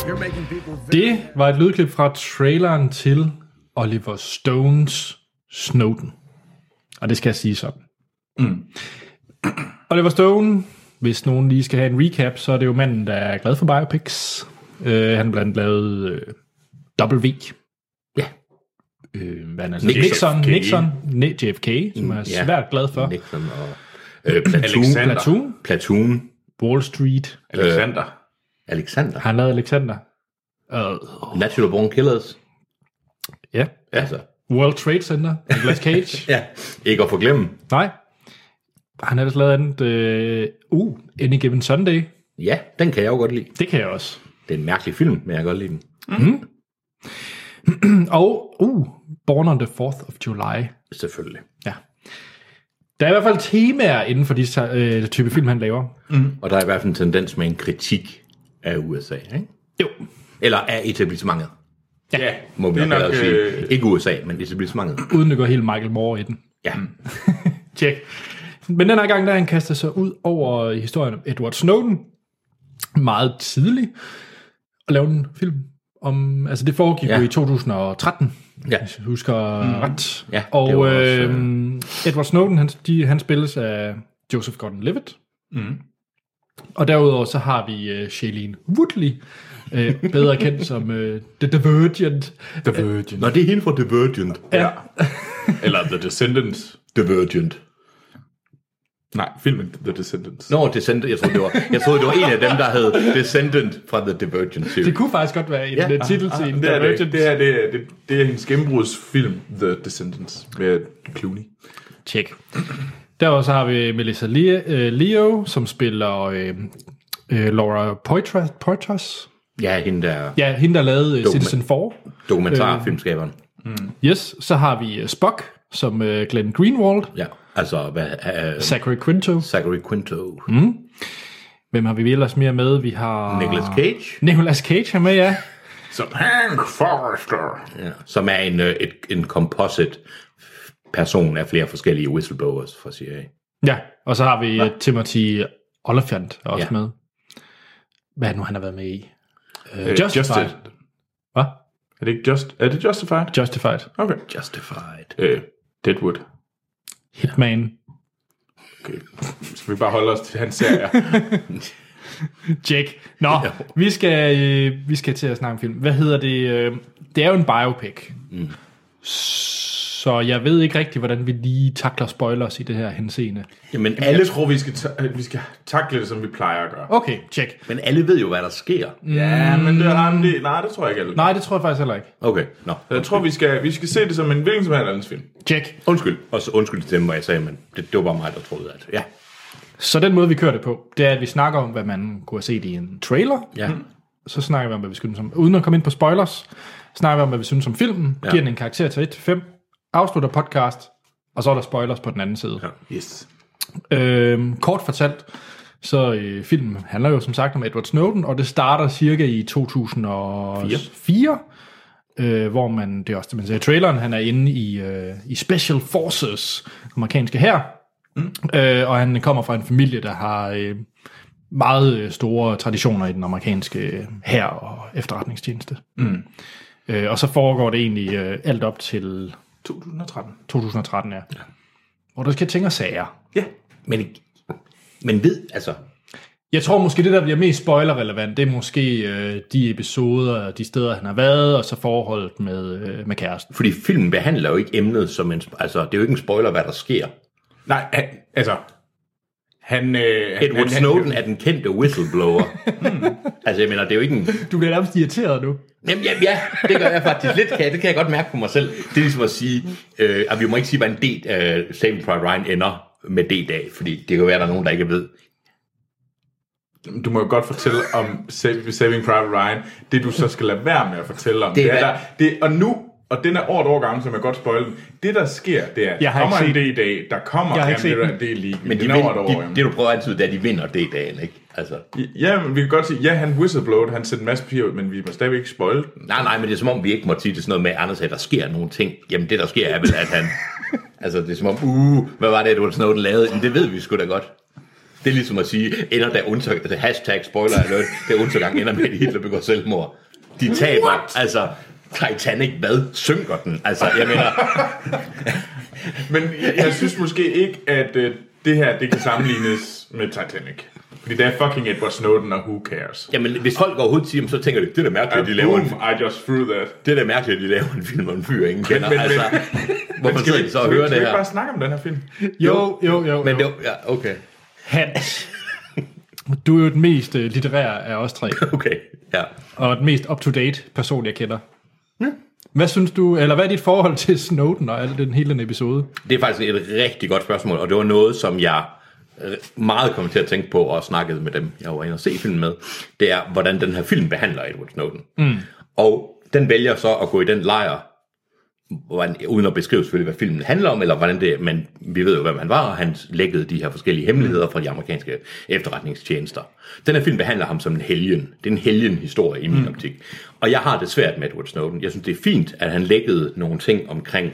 [SPEAKER 8] You're making people
[SPEAKER 1] Det var et lydklip fra traileren til Oliver Stones Snowden. Og det skal jeg sige sådan. Mm. Oliver Stone Hvis nogen lige skal have en recap, så er det jo manden, der er glad for biopics. Øh, han har blandt andet lavet øh, W. Ja. Øh, hvad han er, Nixon.
[SPEAKER 3] JFK.
[SPEAKER 1] Nixon. Ne- JFK, som jeg er
[SPEAKER 3] ja.
[SPEAKER 1] svært glad for.
[SPEAKER 3] Nixon og øh, Platoon.
[SPEAKER 2] Alexander.
[SPEAKER 1] Platoon.
[SPEAKER 3] Platoon.
[SPEAKER 1] Wall Street.
[SPEAKER 2] Alexander.
[SPEAKER 3] Alexander.
[SPEAKER 2] Ah.
[SPEAKER 1] Har han lavet Alexander? Øh,
[SPEAKER 3] Natural Born Killers.
[SPEAKER 1] ja.
[SPEAKER 3] Altså,
[SPEAKER 1] World Trade Center. Nicolas Cage.
[SPEAKER 3] ja. Ikke at forglemme.
[SPEAKER 1] Nej. Han har ellers lavet andet. Øh, uh, Any Given Sunday.
[SPEAKER 3] Ja, den kan jeg jo godt lide.
[SPEAKER 1] Det kan jeg også.
[SPEAKER 3] Det er en mærkelig film, men jeg kan godt lide den.
[SPEAKER 1] Og, uh, Born on the 4th of July.
[SPEAKER 3] Selvfølgelig.
[SPEAKER 1] Ja. Der er i hvert fald temaer inden for de øh, type film, han laver.
[SPEAKER 3] Og der er i hvert fald en tendens med en kritik af USA, ikke?
[SPEAKER 1] Jo.
[SPEAKER 3] Eller af etablissementet,
[SPEAKER 2] Ja,
[SPEAKER 3] må vi
[SPEAKER 2] det er
[SPEAKER 3] nok,
[SPEAKER 2] nok...
[SPEAKER 3] nok sige.
[SPEAKER 2] Øh,
[SPEAKER 3] Ikke USA, men etablissementet.
[SPEAKER 1] Uden det går helt Michael Moore i den.
[SPEAKER 3] Ja.
[SPEAKER 2] Mm.
[SPEAKER 1] Tjek. Men den her gang, der har han kastet sig ud over historien om Edward Snowden meget tidligt og lavet en film om, altså det foregik ja.
[SPEAKER 3] Ja.
[SPEAKER 1] jo i 2013,
[SPEAKER 3] Ja.
[SPEAKER 1] hvis jeg husker mm. ret.
[SPEAKER 3] Ja, det var
[SPEAKER 1] og
[SPEAKER 3] også,
[SPEAKER 1] øh, Edward Snowden, han, de, han spilles af Joseph Gordon-Levitt. Mm. Og derudover så har vi uh, Shailene Woodley, uh, bedre kendt som uh, The Divergent.
[SPEAKER 7] The Virgin.
[SPEAKER 3] Nå, det er hende fra Divergent.
[SPEAKER 2] ja. Eller The Descendants.
[SPEAKER 3] Divergent.
[SPEAKER 2] Nej, filmen The Descendants.
[SPEAKER 3] Nå, Descendant. Jeg troede, det var, jeg troede, det var en af dem, der hed Descendant fra The Divergent
[SPEAKER 1] Det
[SPEAKER 3] series.
[SPEAKER 1] kunne faktisk godt være en
[SPEAKER 3] Ja.
[SPEAKER 1] ja. titel til en
[SPEAKER 2] Det er det, ikke.
[SPEAKER 1] Divergent.
[SPEAKER 2] det her det er, det, det er hendes gennembrudsfilm, The Descendants, med Clooney.
[SPEAKER 1] Tjek. Derudover så har vi Melissa Le- øh, Leo, som spiller øh, øh, Laura Poitras, Poitras.
[SPEAKER 3] Ja, hende der
[SPEAKER 1] Ja, hende der lavede øh, Citizen 4.
[SPEAKER 3] dokumentarfilmskaberen.
[SPEAKER 1] Yes, så har vi øh, Spock, som øh, Glenn Greenwald.
[SPEAKER 3] Ja, altså hvad, uh,
[SPEAKER 1] Zachary Quinto.
[SPEAKER 3] Zachary Quinto.
[SPEAKER 2] Mm.
[SPEAKER 1] Hvem har vi ellers mere med? Vi har...
[SPEAKER 3] Nicolas Cage,
[SPEAKER 1] Nicolas Cage er med, ja.
[SPEAKER 2] Som Hank Forrester.
[SPEAKER 3] ja. som er en, øh, et, en composite person af flere forskellige whistleblowers fra CIA.
[SPEAKER 1] Ja, og så har vi ja. Timothy Oliphant er også
[SPEAKER 3] Ja.
[SPEAKER 1] ja. med. Hvad er det nu, han har været med i? Uh,
[SPEAKER 2] Øh,
[SPEAKER 1] Justified.
[SPEAKER 2] Justi-
[SPEAKER 1] Hvad?
[SPEAKER 2] Er det, ikke just, er det Justified?
[SPEAKER 1] Justified.
[SPEAKER 2] Okay.
[SPEAKER 3] Justified.
[SPEAKER 2] Øh, Deadwood.
[SPEAKER 1] Hitman.
[SPEAKER 2] Okay. Skal vi bare holde os til hans serie?
[SPEAKER 1] Jake. Nå, vi skal, øh, vi skal til at snakke om film. Hvad hedder det? Øh, det er jo en biopic. Mm. Så jeg ved ikke rigtigt, hvordan vi lige takler spoilers i det her henseende.
[SPEAKER 3] Jamen alle,
[SPEAKER 2] Jeg tror, vi skal, ta- at vi skal takle det, som vi plejer at gøre.
[SPEAKER 1] Okay, tjek.
[SPEAKER 3] men alle ved jo, hvad der sker.
[SPEAKER 2] Ja, men det, nej, men det, nej, det tror jeg ikke. alle.
[SPEAKER 1] Nej, det tror jeg faktisk heller ikke.
[SPEAKER 3] Mm. Okay, nå.
[SPEAKER 2] Jeg tror, vi skal, vi skal se det som en hvilken som helst andens film.
[SPEAKER 1] Tjek.
[SPEAKER 3] Undskyld. Og så undskyld til dem, hvad jeg sagde, men det, det var bare mig, der troede, at... Ja,
[SPEAKER 1] Så den måde, vi kører det på, det er, at vi snakker om, hvad man kunne have set i en trailer. Mm.
[SPEAKER 3] ja.
[SPEAKER 1] Så snakker vi om, hvad vi synes om... Uden at komme ind på spoilers, snakker vi om, hvad vi synes om filmen. Ja. Giver den en karakter til 1-5. Afslutter podcast. Og så er der spoilers på den anden side. Ja.
[SPEAKER 3] Mm.
[SPEAKER 2] Yes.
[SPEAKER 1] Øhm, kort fortalt, så øh, filmen handler jo som sagt om Edward Snowden, og det starter cirka i 2004, øh, hvor man, det er også det, man ser i traileren, han er inde i, øh, i Special Forces, amerikanske her, mm. øh, og han kommer fra en familie, der har øh, meget øh, store traditioner i den amerikanske her og efterretningstjeneste. Mm. Øh, og så foregår det egentlig øh, alt op til
[SPEAKER 2] 2013.
[SPEAKER 1] 2013, ja. ja. Hvor der skal ting og sager.
[SPEAKER 3] Ja. Men, men ved, altså...
[SPEAKER 1] Jeg tror måske, det der bliver mest spoiler-relevant, det er måske øh, de episoder og de steder, han har været, og så forholdet med, øh, med kæresten.
[SPEAKER 3] Fordi filmen behandler jo ikke emnet som en... sp- Altså, det er jo ikke en spoiler, hvad der sker.
[SPEAKER 2] Nej, han, altså... Han, øh, han-
[SPEAKER 3] Edward
[SPEAKER 2] han,
[SPEAKER 3] Snowden er den kendte whistleblower. altså, jeg mener, det er jo ikke en...
[SPEAKER 1] Du bliver nærmest irriteret nu.
[SPEAKER 3] Jamen, ja, ja, det gør jeg faktisk lidt. Kan jeg, det kan jeg godt mærke på mig selv. Det er ligesom at sige, øh, at vi må ikke sige, hvordan det, øh, Saving Private Ryan ender med D-dag, fordi det kan være, der er nogen, der ikke ved.
[SPEAKER 2] Du må jo godt fortælle om Sa- Saving Private Ryan. Det, du så skal lade være med at fortælle om.
[SPEAKER 3] Det
[SPEAKER 2] Det
[SPEAKER 3] er
[SPEAKER 2] er,
[SPEAKER 3] hvad?
[SPEAKER 2] der, det, og nu, og den er over et år gammel, som jeg godt spoil den. Det, der sker, det er, at der
[SPEAKER 1] Jeg har
[SPEAKER 2] kommer en
[SPEAKER 1] ikke
[SPEAKER 2] i dag, der kommer...
[SPEAKER 1] Jeg har ikke
[SPEAKER 2] jamen,
[SPEAKER 1] set
[SPEAKER 2] det, er- det er lige.
[SPEAKER 3] Men de
[SPEAKER 2] den er over et
[SPEAKER 3] vinder,
[SPEAKER 2] år,
[SPEAKER 3] de,
[SPEAKER 2] jamen.
[SPEAKER 3] det, du prøver altid, det er, at de vinder D-dagen, ikke? Altså,
[SPEAKER 2] Ja, men vi kan godt sige, ja, han whistleblowed, han sendte en masse papirer, men vi må stadigvæk ikke spoil den.
[SPEAKER 3] nej, nej, men det er som om, vi ikke må sige det er sådan noget med, at Anders sagde, der sker nogle ting. Jamen, det, der sker, er vel, at han... altså, det er som om, uh, hvad var det, Edward Snowden lavede? Men det ved vi sgu da godt. Det er ligesom at sige, ender der undtag, altså hashtag spoiler alert, der undergang ender med, at Hitler begår selvmord. De taber, What? altså, Titanic, hvad? Synker den? Altså, jeg mener,
[SPEAKER 2] Men jeg, jeg synes måske ikke, at øh, det her, det kan sammenlignes med Titanic. Fordi det er fucking Edward Snowden, og who cares?
[SPEAKER 3] Jamen, hvis folk overhovedet siger, så tænker de, det er da mærkeligt, at de laver en,
[SPEAKER 2] Boom, I just threw that.
[SPEAKER 3] det er da mærkeligt, at de laver en film om en fyr, ingen kender.
[SPEAKER 2] men-
[SPEAKER 3] altså, hvorfor
[SPEAKER 2] Skal
[SPEAKER 3] sidder
[SPEAKER 2] vi,
[SPEAKER 3] de så og
[SPEAKER 2] skal vi-
[SPEAKER 3] hører
[SPEAKER 2] skal vi
[SPEAKER 3] det
[SPEAKER 2] ikke
[SPEAKER 3] her?
[SPEAKER 2] bare snakke om den her film?
[SPEAKER 1] Jo, jo, jo.
[SPEAKER 3] Men
[SPEAKER 1] jo.
[SPEAKER 3] det var, ja, okay.
[SPEAKER 1] Hans, du er jo den mest øh, litterære af os tre,
[SPEAKER 3] Okay, ja.
[SPEAKER 1] og den mest up-to-date person, jeg kender. Hvad synes du, eller hvad er dit forhold til Snowden og al den hele den episode?
[SPEAKER 3] Det er faktisk et rigtig godt spørgsmål, og det var noget, som jeg øh, meget kom til at tænke på og snakkede med dem, jeg var inde og se filmen med, det er, hvordan den her film behandler Edward Snowden. Mm. Og den vælger så at gå i den lejr, hvordan, uden at beskrive selvfølgelig, hvad filmen handler om, eller hvordan det, men vi ved jo, hvem han var, og han lækkede de her forskellige hemmeligheder fra de amerikanske efterretningstjenester. Den her film behandler ham som en helgen. Det er en helgen historie i min mm. optik. Og jeg har det svært med Edward Snowden. Jeg synes, det er fint, at han lækkede nogle ting omkring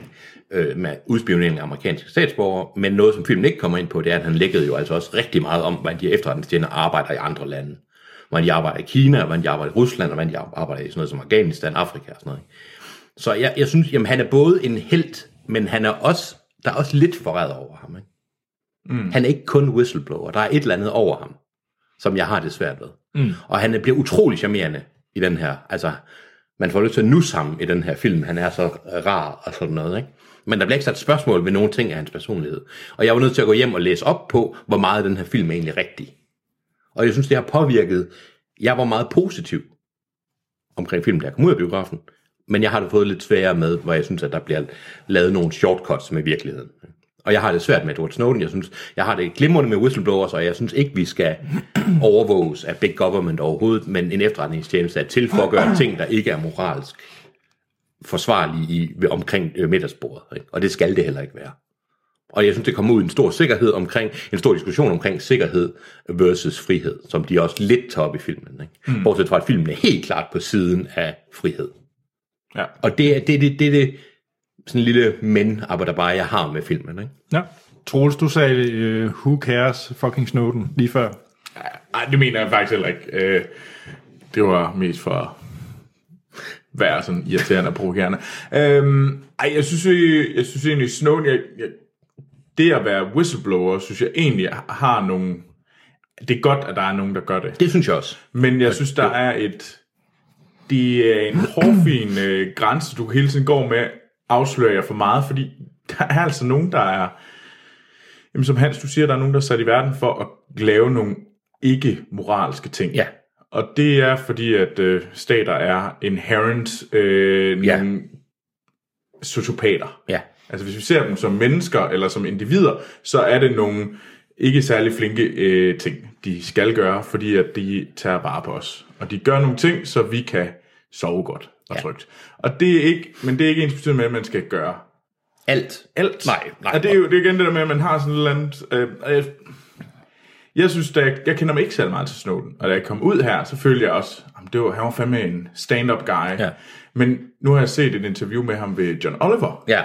[SPEAKER 3] øh, med udspionering af amerikanske statsborgere, men noget, som filmen ikke kommer ind på, det er, at han lækkede jo altså også rigtig meget om, hvordan de efterretningstjenester arbejder i andre lande. Hvordan de arbejder i Kina, hvordan de arbejder i Rusland, og hvordan de arbejder i sådan noget som Afghanistan, Afrika og sådan noget. Så jeg, jeg synes, jamen, han er både en held, men han er også, der er også lidt forræder over ham. Ikke? Mm. Han er ikke kun whistleblower. Der er et eller andet over ham, som jeg har det svært ved. Mm. Og han bliver utrolig charmerende i den her. Altså, man får lyst til at nusse ham i den her film. Han er så øh, rar og sådan noget. Ikke? Men der bliver ikke sat spørgsmål ved nogen ting af hans personlighed. Og jeg var nødt til at gå hjem og læse op på, hvor meget den her film er egentlig rigtig. Og jeg synes, det har påvirket... Jeg var meget positiv omkring filmen, der kom ud af biografen. Men jeg har det fået lidt sværere med, hvor jeg synes, at der bliver lavet nogle shortcuts med virkeligheden. Og jeg har det svært med Edward Snowden. Jeg synes, jeg har det glimrende med whistleblowers, og jeg synes ikke, vi skal overvåges af big government overhovedet, men en efterretningstjeneste er til for at gøre ting, der ikke er moralsk forsvarlige i, ved- omkring øh, middagsbordet. Ikke? Og det skal det heller ikke være. Og jeg synes, det kommer ud i en stor sikkerhed omkring, en stor diskussion omkring sikkerhed versus frihed, som de også lidt tager op i filmen. Ikke? Mm. Bortset fra, at filmen er helt klart på siden af frihed.
[SPEAKER 2] Ja.
[SPEAKER 3] Og det er det, det, det, det sådan en lille men arbejder bare, jeg har med filmen. Ikke?
[SPEAKER 1] Ja. Troels, du sagde, øh, who cares fucking Snowden lige før.
[SPEAKER 2] Nej, det mener jeg faktisk heller ikke. Øh, det var mest for at være sådan irriterende og provokerende. Øhm, ej, jeg synes, jo- jeg synes egentlig, Snowden, jeg, jeg, det at være whistleblower, synes jeg egentlig har nogle... Det er godt, at der er nogen, der gør det.
[SPEAKER 3] Det synes jeg også.
[SPEAKER 2] Men jeg synes, der er et... Det er en hårfin øh, grænse, du hele tiden går med, afslører jeg for meget, fordi der er altså nogen, der er... Jamen, som Hans, du siger, der er nogen, der er sat i verden for at lave nogle ikke-moralske ting.
[SPEAKER 3] Ja.
[SPEAKER 2] Og det er fordi, at øh, stater er inherent øh,
[SPEAKER 3] Ja.
[SPEAKER 2] nogle sociopater.
[SPEAKER 3] Ja.
[SPEAKER 2] Altså hvis vi ser dem som mennesker eller som individer, så er det nogle ikke særlig flinke øh, ting, de skal gøre, fordi at de tager vare på os. Og de gør nogle ting, så vi kan sove godt og ja. trygt. Og det er ikke, men det er ikke ens betydning med, at man skal gøre
[SPEAKER 3] Alt.
[SPEAKER 2] alt.
[SPEAKER 3] Nej, nej.
[SPEAKER 2] Og det er jo det er igen det der med, at man har sådan et eller andet... Øh, og jeg, jeg synes, da jeg, jeg kender mig ikke særlig meget til Snowden, og da jeg kom ud her, så følte jeg også, at det var, han var fandme en stand-up guy.
[SPEAKER 3] Ja.
[SPEAKER 2] Men nu har jeg set et interview med ham ved John Oliver,
[SPEAKER 3] Ja.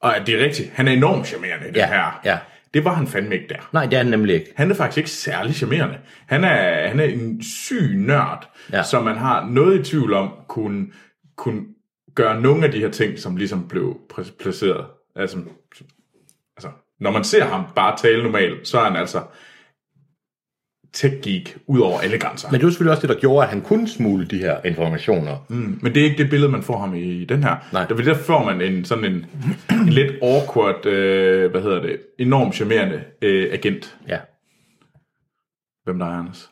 [SPEAKER 2] og at det er rigtigt, han er enormt charmerende, det
[SPEAKER 3] Ja,
[SPEAKER 2] her.
[SPEAKER 3] ja.
[SPEAKER 2] Det var han fandme ikke der.
[SPEAKER 3] Nej, det er den nemlig ikke.
[SPEAKER 2] Han er faktisk ikke særlig charmerende. Han er, han er en syg nørd,
[SPEAKER 3] Ja.
[SPEAKER 2] som man har noget i tvivl om, kunne, kunne gøre nogle af de her ting, som ligesom blev pr- placeret. Altså, altså, når man ser ham bare tale normalt, så er han altså tech-geek ud over alle grænser.
[SPEAKER 3] Men det var selvfølgelig også det, der gjorde, at han kunne smule de her informationer. Mm.
[SPEAKER 2] Men det er ikke det billede, man får ham i den her.
[SPEAKER 3] Nej.
[SPEAKER 2] Der, der får man en sådan en, en lidt awkward, øh, hvad hedder det, enormt charmerende øh, agent.
[SPEAKER 3] Ja.
[SPEAKER 2] Hvem der er, Anders?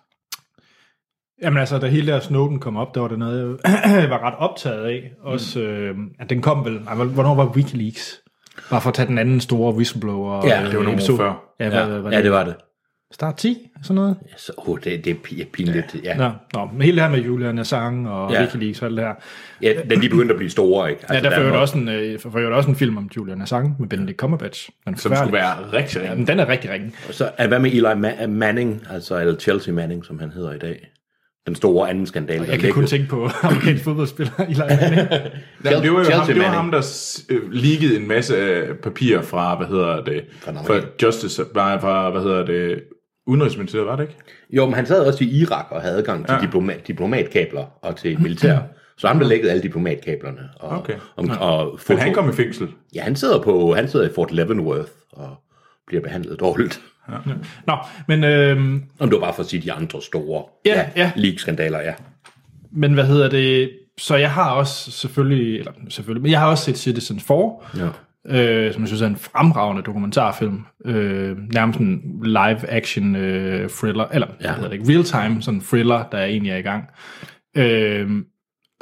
[SPEAKER 1] Jamen altså, da hele der Snowden kom op, der var det noget, jeg var ret optaget af. Også,
[SPEAKER 3] Mm.
[SPEAKER 1] øh, at den kom vel, ej, hvornår var Wikileaks? Bare for at tage den anden store whistleblower.
[SPEAKER 3] Ja,
[SPEAKER 1] øh,
[SPEAKER 3] det var
[SPEAKER 2] nogle år
[SPEAKER 1] episode.
[SPEAKER 2] før.
[SPEAKER 1] Ja, hvad, hvad, hvad
[SPEAKER 3] ja, det var det.
[SPEAKER 1] Start 10, sådan noget?
[SPEAKER 3] Ja, Så, oh, det, det er pi- pinligt. Ja.
[SPEAKER 1] Nå, nå, men hele det her med Julian Assange og
[SPEAKER 3] Ja.
[SPEAKER 1] ja. Wikileaks og alt det her.
[SPEAKER 3] ja, da de begyndte at blive store, ikke? Altså,
[SPEAKER 1] Ja, der
[SPEAKER 3] var-
[SPEAKER 1] fører også, en, øh, for øvrigt også en film om Julian Assange med Benedict Cumberbatch. Den er
[SPEAKER 2] Som skulle
[SPEAKER 1] forfærdelig.
[SPEAKER 2] være rigtig
[SPEAKER 1] Ja,
[SPEAKER 2] ringe.
[SPEAKER 1] men den er rigtig ringe.
[SPEAKER 3] Så at hvad med Eli Ma- Manning, altså eller Chelsea Manning, som han hedder i dag? Den store anden skandale. der
[SPEAKER 1] Jeg kan kun
[SPEAKER 3] ligger-
[SPEAKER 1] tænke på amerikanske fodboldspillere i lejligheden.
[SPEAKER 2] Jamen, det var jo ham,
[SPEAKER 3] Chelsea
[SPEAKER 2] det var
[SPEAKER 3] Manning.
[SPEAKER 2] ham der s- øh, leakede en masse øh, papirer fra, hvad hedder det,
[SPEAKER 3] den
[SPEAKER 2] fra
[SPEAKER 3] amerikanske.
[SPEAKER 2] Justice, nej, fra, hvad hedder det, Udenrigsministeriet, var det ikke?
[SPEAKER 3] Jo, men han sad også i Irak og havde adgang til ja. diplomat, diplomatkabler og til militær. Så ham, der lækkede alle diplomatkablerne. Og,
[SPEAKER 2] Okay.
[SPEAKER 3] Om, og
[SPEAKER 2] Men han kom i fængsel.
[SPEAKER 3] Ja, han sidder, på, han sidder i Fort Leavenworth og bliver behandlet dårligt.
[SPEAKER 1] Nå, men, øh,
[SPEAKER 3] Om det var bare for at sige de andre store
[SPEAKER 1] Ja, ja.
[SPEAKER 3] league-skandaler, ja.
[SPEAKER 1] men hvad hedder det? Så jeg har også selvfølgelig, eller selvfølgelig, men jeg har også set Citizen 4,
[SPEAKER 3] ja.
[SPEAKER 1] øh, som jeg synes er en fremragende dokumentarfilm. Øh, nærmest en live-action øh, thriller, eller ja. hvad hedder det ikke, real-time sådan thriller, der egentlig er i gang. Øh,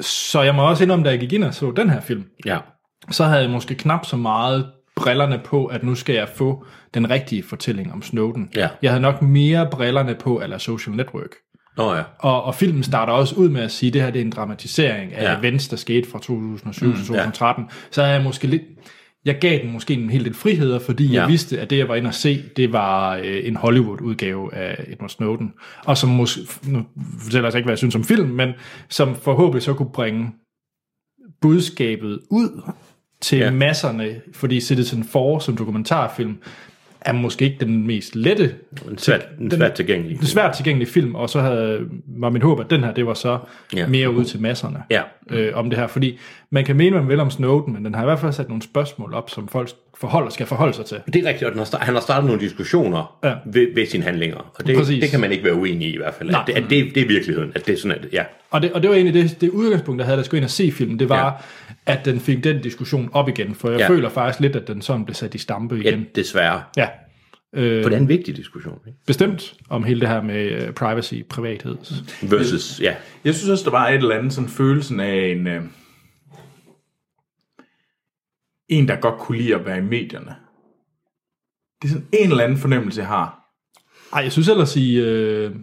[SPEAKER 1] så jeg må også indrømme, da jeg gik ind og så den her film,
[SPEAKER 3] ja.
[SPEAKER 1] så havde jeg måske knap så meget brillerne på, at nu skal jeg få den rigtige fortælling om Snowden.
[SPEAKER 3] Ja.
[SPEAKER 1] Jeg havde nok mere brillerne på, eller social network.
[SPEAKER 3] Nå ja.
[SPEAKER 1] Og, og filmen starter også ud med at sige, at det her det er en dramatisering af ja.
[SPEAKER 3] Ja.
[SPEAKER 1] events, der skete fra 2007 mm, til 2013. Ja. Så havde jeg måske lidt... Jeg gav den måske en hel del friheder, fordi ja.
[SPEAKER 3] Ja.
[SPEAKER 1] jeg vidste, at det, jeg var inde og se, det var øh, en Hollywood-udgave af Edward Snowden. Og som måske... Nu fortæller jeg altså ikke, hvad jeg synes om film, men som forhåbentlig så kunne bringe budskabet ud til ja.
[SPEAKER 3] Ja.
[SPEAKER 1] masserne, fordi Citizen 4 som dokumentarfilm er måske ikke den mest lette
[SPEAKER 3] En svært, en svært tilgængelig.
[SPEAKER 1] det er svært tilgængelig film, og så havde, var mit håb, at den her, det var så ja.
[SPEAKER 3] Ja.
[SPEAKER 1] mere ud til masserne
[SPEAKER 3] Ja.
[SPEAKER 1] øh, om det her. Fordi man kan mene, hvad man vil om Snowden, men den har i hvert fald sat nogle spørgsmål op, som folk forhold, skal forholde sig til.
[SPEAKER 3] Det er rigtigt, og den har, sta- han har startet nogle diskussioner
[SPEAKER 1] Ja.
[SPEAKER 3] ja. ved, ved sine handlinger, og det,
[SPEAKER 1] Præcis.
[SPEAKER 3] det kan man ikke være uenig i i hvert fald.
[SPEAKER 1] Nej.
[SPEAKER 3] At det, at det, det er virkeligheden, at det er sådan, at ja,
[SPEAKER 1] Og det, og det var egentlig det, det udgangspunkt, jeg havde, da jeg skulle ind og se filmen, det var, ja. at den fik den diskussion op igen, for jeg ja.
[SPEAKER 3] Ja.
[SPEAKER 1] føler faktisk lidt, at den sådan blev sat i stampe
[SPEAKER 3] ja
[SPEAKER 1] igen.
[SPEAKER 3] desværre.
[SPEAKER 1] Ja. ja. Øh,
[SPEAKER 3] For det er en vigtig diskussion, ikke?
[SPEAKER 1] bestemt om hele det her med øh, privacy, privathed.
[SPEAKER 3] Versus, ja,
[SPEAKER 2] Jeg synes også, der var et eller andet sådan følelsen af en... Øh, en, der godt kunne lide at være i medierne. Det er sådan en eller anden fornemmelse, jeg har.
[SPEAKER 1] Ej, jeg synes ellers i... Øh,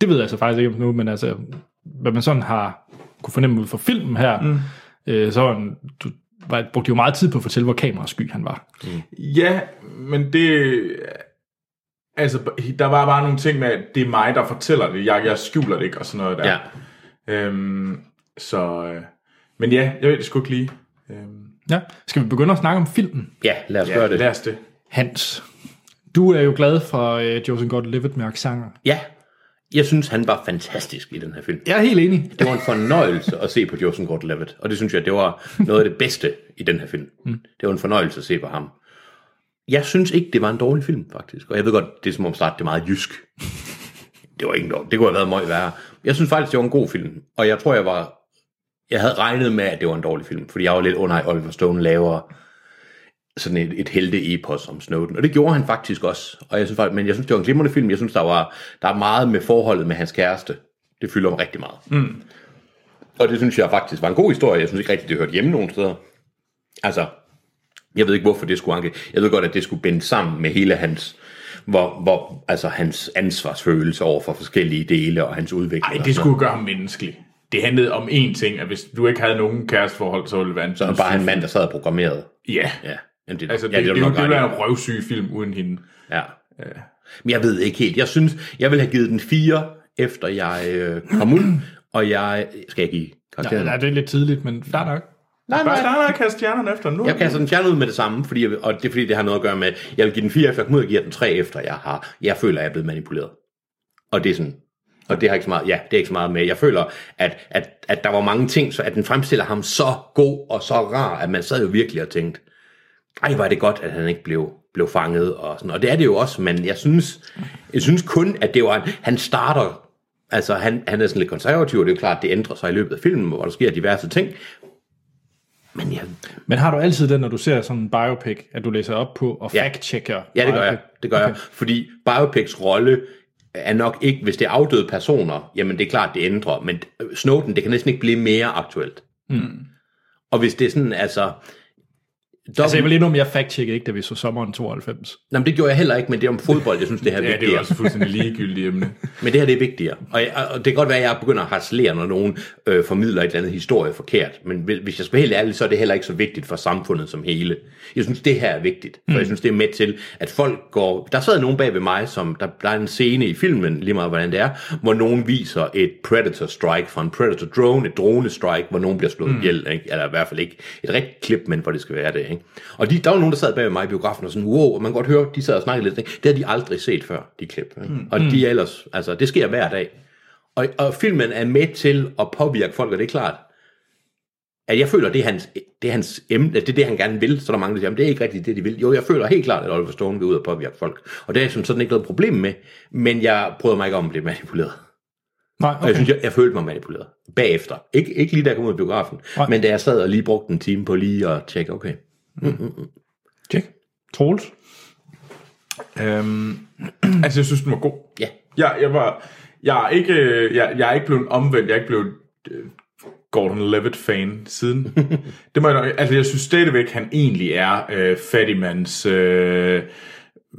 [SPEAKER 1] det ved jeg altså faktisk ikke om nu, men altså, hvad man sådan har kunne fornemme ud fra filmen her, mm. øh, så var han, du, var, brugte de jo meget tid på at fortælle, hvor kamerasky han var.
[SPEAKER 2] Ja, men det... Altså, der var bare nogle ting med, at det er mig, der fortæller det. Jeg, jeg skjuler det ikke, og sådan noget der.
[SPEAKER 3] ja.
[SPEAKER 2] Øhm, så... Øh, men ja, jeg ved det sgu ikke lige. Øhm,
[SPEAKER 1] Ja. Skal vi begynde at snakke om filmen?
[SPEAKER 3] Ja, lad os
[SPEAKER 2] ja,
[SPEAKER 3] gøre det.
[SPEAKER 2] lad os det.
[SPEAKER 1] Hans, du er jo glad for øh, Joseph Gordon-Levitt med aksanger.
[SPEAKER 3] Ja, jeg synes, han var fantastisk i den her film.
[SPEAKER 1] Jeg er helt enig.
[SPEAKER 3] Det var en fornøjelse at se på Joseph Gordon-Levitt, og det synes jeg, det var noget af det bedste i den her film. Mm. Det var en fornøjelse at se på ham. Jeg synes ikke, det var en dårlig film, faktisk. Og jeg ved godt, det er som om start, det er meget jysk. Det var ikke dårligt. Det kunne have været meget værre. Jeg synes faktisk, det var en god film, og jeg tror, jeg var... Jeg havde regnet med, at det var en dårlig film, fordi jeg var lidt under, at Oliver Stone laver sådan et, et helte-epos om Snowden. Og det gjorde han faktisk også. Og jeg synes, faktisk- men jeg synes, det var en glimrende film. Jeg synes, der, var, der er meget med forholdet med hans kæreste. Det fylder mig rigtig meget.
[SPEAKER 2] Mm.
[SPEAKER 3] Og det synes jeg faktisk var en god historie. Jeg synes ikke rigtigt, det hørte hjemme nogen steder. Altså, jeg ved ikke, hvorfor det skulle anke. Jeg ved godt, at det skulle binde sammen med hele hans, hvor, hvor, altså hans ansvarsfølelse over for forskellige dele og hans udvikling.
[SPEAKER 2] Ej,
[SPEAKER 3] og
[SPEAKER 2] det
[SPEAKER 3] sådan noget.
[SPEAKER 2] skulle gøre ham menneskelig. Det handlede om én ting, at hvis du ikke havde nogen kæresteforhold, så ville det være en...
[SPEAKER 3] Så bare en mand, der sad og programmerede.
[SPEAKER 2] Ja.
[SPEAKER 3] Ja, Jamen, det,
[SPEAKER 2] Altså, det,
[SPEAKER 3] ja,
[SPEAKER 2] ja, det,
[SPEAKER 3] er
[SPEAKER 2] det,
[SPEAKER 3] du
[SPEAKER 2] det,
[SPEAKER 3] nok
[SPEAKER 2] det ville
[SPEAKER 3] ret i.
[SPEAKER 2] være en røvsyg film uden hende.
[SPEAKER 3] Ja. Men jeg ved ikke helt. Jeg synes, jeg ville have givet den fire, efter jeg øh, kom ud, og jeg... Skal jeg give
[SPEAKER 1] Ja,
[SPEAKER 3] karakteren?
[SPEAKER 1] nej, det er lidt tidligt, men der er nok.
[SPEAKER 3] nej,
[SPEAKER 2] Bare starter at kaste stjernerne efter nu.
[SPEAKER 3] Jeg kaster den fjerne ud med det samme, fordi jeg, og det er fordi, det har noget at gøre med, at jeg vil give den 4 efter, jeg kommer ud og giver den 3 efter, jeg har, jeg føler, at jeg er blevet manipuleret. Og det er sådan, og det har ikke så meget, ja, det er ikke så meget med. Jeg føler, at, at, at der var mange ting, så at den fremstiller ham så god og så rar, at man sad jo virkelig og tænkte, ej, var det godt, at han ikke blev, blev fanget. Og, sådan. og det er det jo også, men jeg synes, jeg synes kun, at det var, han starter, altså han, han er sådan lidt konservativ, og det er jo klart, det ændrer sig i løbet af filmen, hvor der sker diverse ting. Men jeg,
[SPEAKER 1] Men har du altid det, når du ser sådan en biopic, at du læser op på og
[SPEAKER 3] Ja.
[SPEAKER 1] fact-checker?
[SPEAKER 3] Ja, det gør jeg.
[SPEAKER 1] biopic?
[SPEAKER 3] Det gør okay. jeg. Fordi biopics rolle er nok ikke, hvis det er afdøde personer, jamen det er klart, det ændrer. Men Snowden, det kan næsten ikke blive mere aktuelt. Mm. Og hvis det er sådan, altså...
[SPEAKER 1] Altså, jeg
[SPEAKER 3] Dobbelt,
[SPEAKER 1] vil endnu mere fact-checket, ikke, da vi så sommeren 92.
[SPEAKER 3] nej, men det gjorde jeg heller ikke, men det er om fodbold, jeg synes, det her er
[SPEAKER 2] Ja, det er jo
[SPEAKER 3] vigtigere.
[SPEAKER 2] også fuldstændig ligegyldigt emne.
[SPEAKER 3] Men det her det er vigtigere. Og, jeg, og det kan godt være, at jeg begynder at harcelere, når nogen øh, formidler et eller andet historie forkert. Men hvis- hvis jeg skal være helt ærlig, så er det heller ikke så vigtigt for samfundet som hele. Jeg synes, det her er vigtigt. For jeg synes, det er med til, at folk går... Der sad nogen bag ved mig, som... Der, der er en scene i filmen, lige meget hvordan det er, hvor nogen viser et Predator Strike fra en Predator Drone, et drone strike, hvor nogen bliver slået mm. ihjel. Ikke? Eller i hvert fald ikke et rigtigt klip, men hvor det skal være det. Ikke? Og de, der var nogen, der sad bag ved mig i biografen og sådan, wow, og man kan godt høre, de sad og snakkede lidt. Ikke? Det har de aldrig set før, de klip. Ikke? Mm. Og de er ellers, altså det sker hver dag. Og, og filmen er med til at påvirke folk, og det er klart, at jeg føler, det er hans, det er hans emne, det er det, han gerne vil, så er der mange, der siger, "Jamen, det er ikke rigtigt det, de vil. Jo, jeg føler helt klart, at Oliver Stone vil ud og påvirke folk, og det er jeg som sådan ikke noget problem med, men jeg prøvede mig ikke om at blive manipuleret.
[SPEAKER 1] Nej,
[SPEAKER 3] Og jeg
[SPEAKER 1] okay.
[SPEAKER 3] synes, jeg, jeg følte mig manipuleret bagefter. Ikke, ikke lige da jeg kom ud af biografen,
[SPEAKER 1] Nej.
[SPEAKER 3] men da jeg sad og lige brugte en time på lige at tjekke, okay.
[SPEAKER 1] Tjek. Troels.
[SPEAKER 2] Øhm, altså, jeg synes, den var god.
[SPEAKER 3] Ja.
[SPEAKER 2] Jeg, jeg, var, jeg, er ikke, øh, jeg, jeg er ikke blevet omvendt. Jeg er ikke blevet øh, Gordon Levitt-fan siden. det må jeg, nok- altså, jeg synes stadigvæk, han egentlig er øh, Fattigmans øh,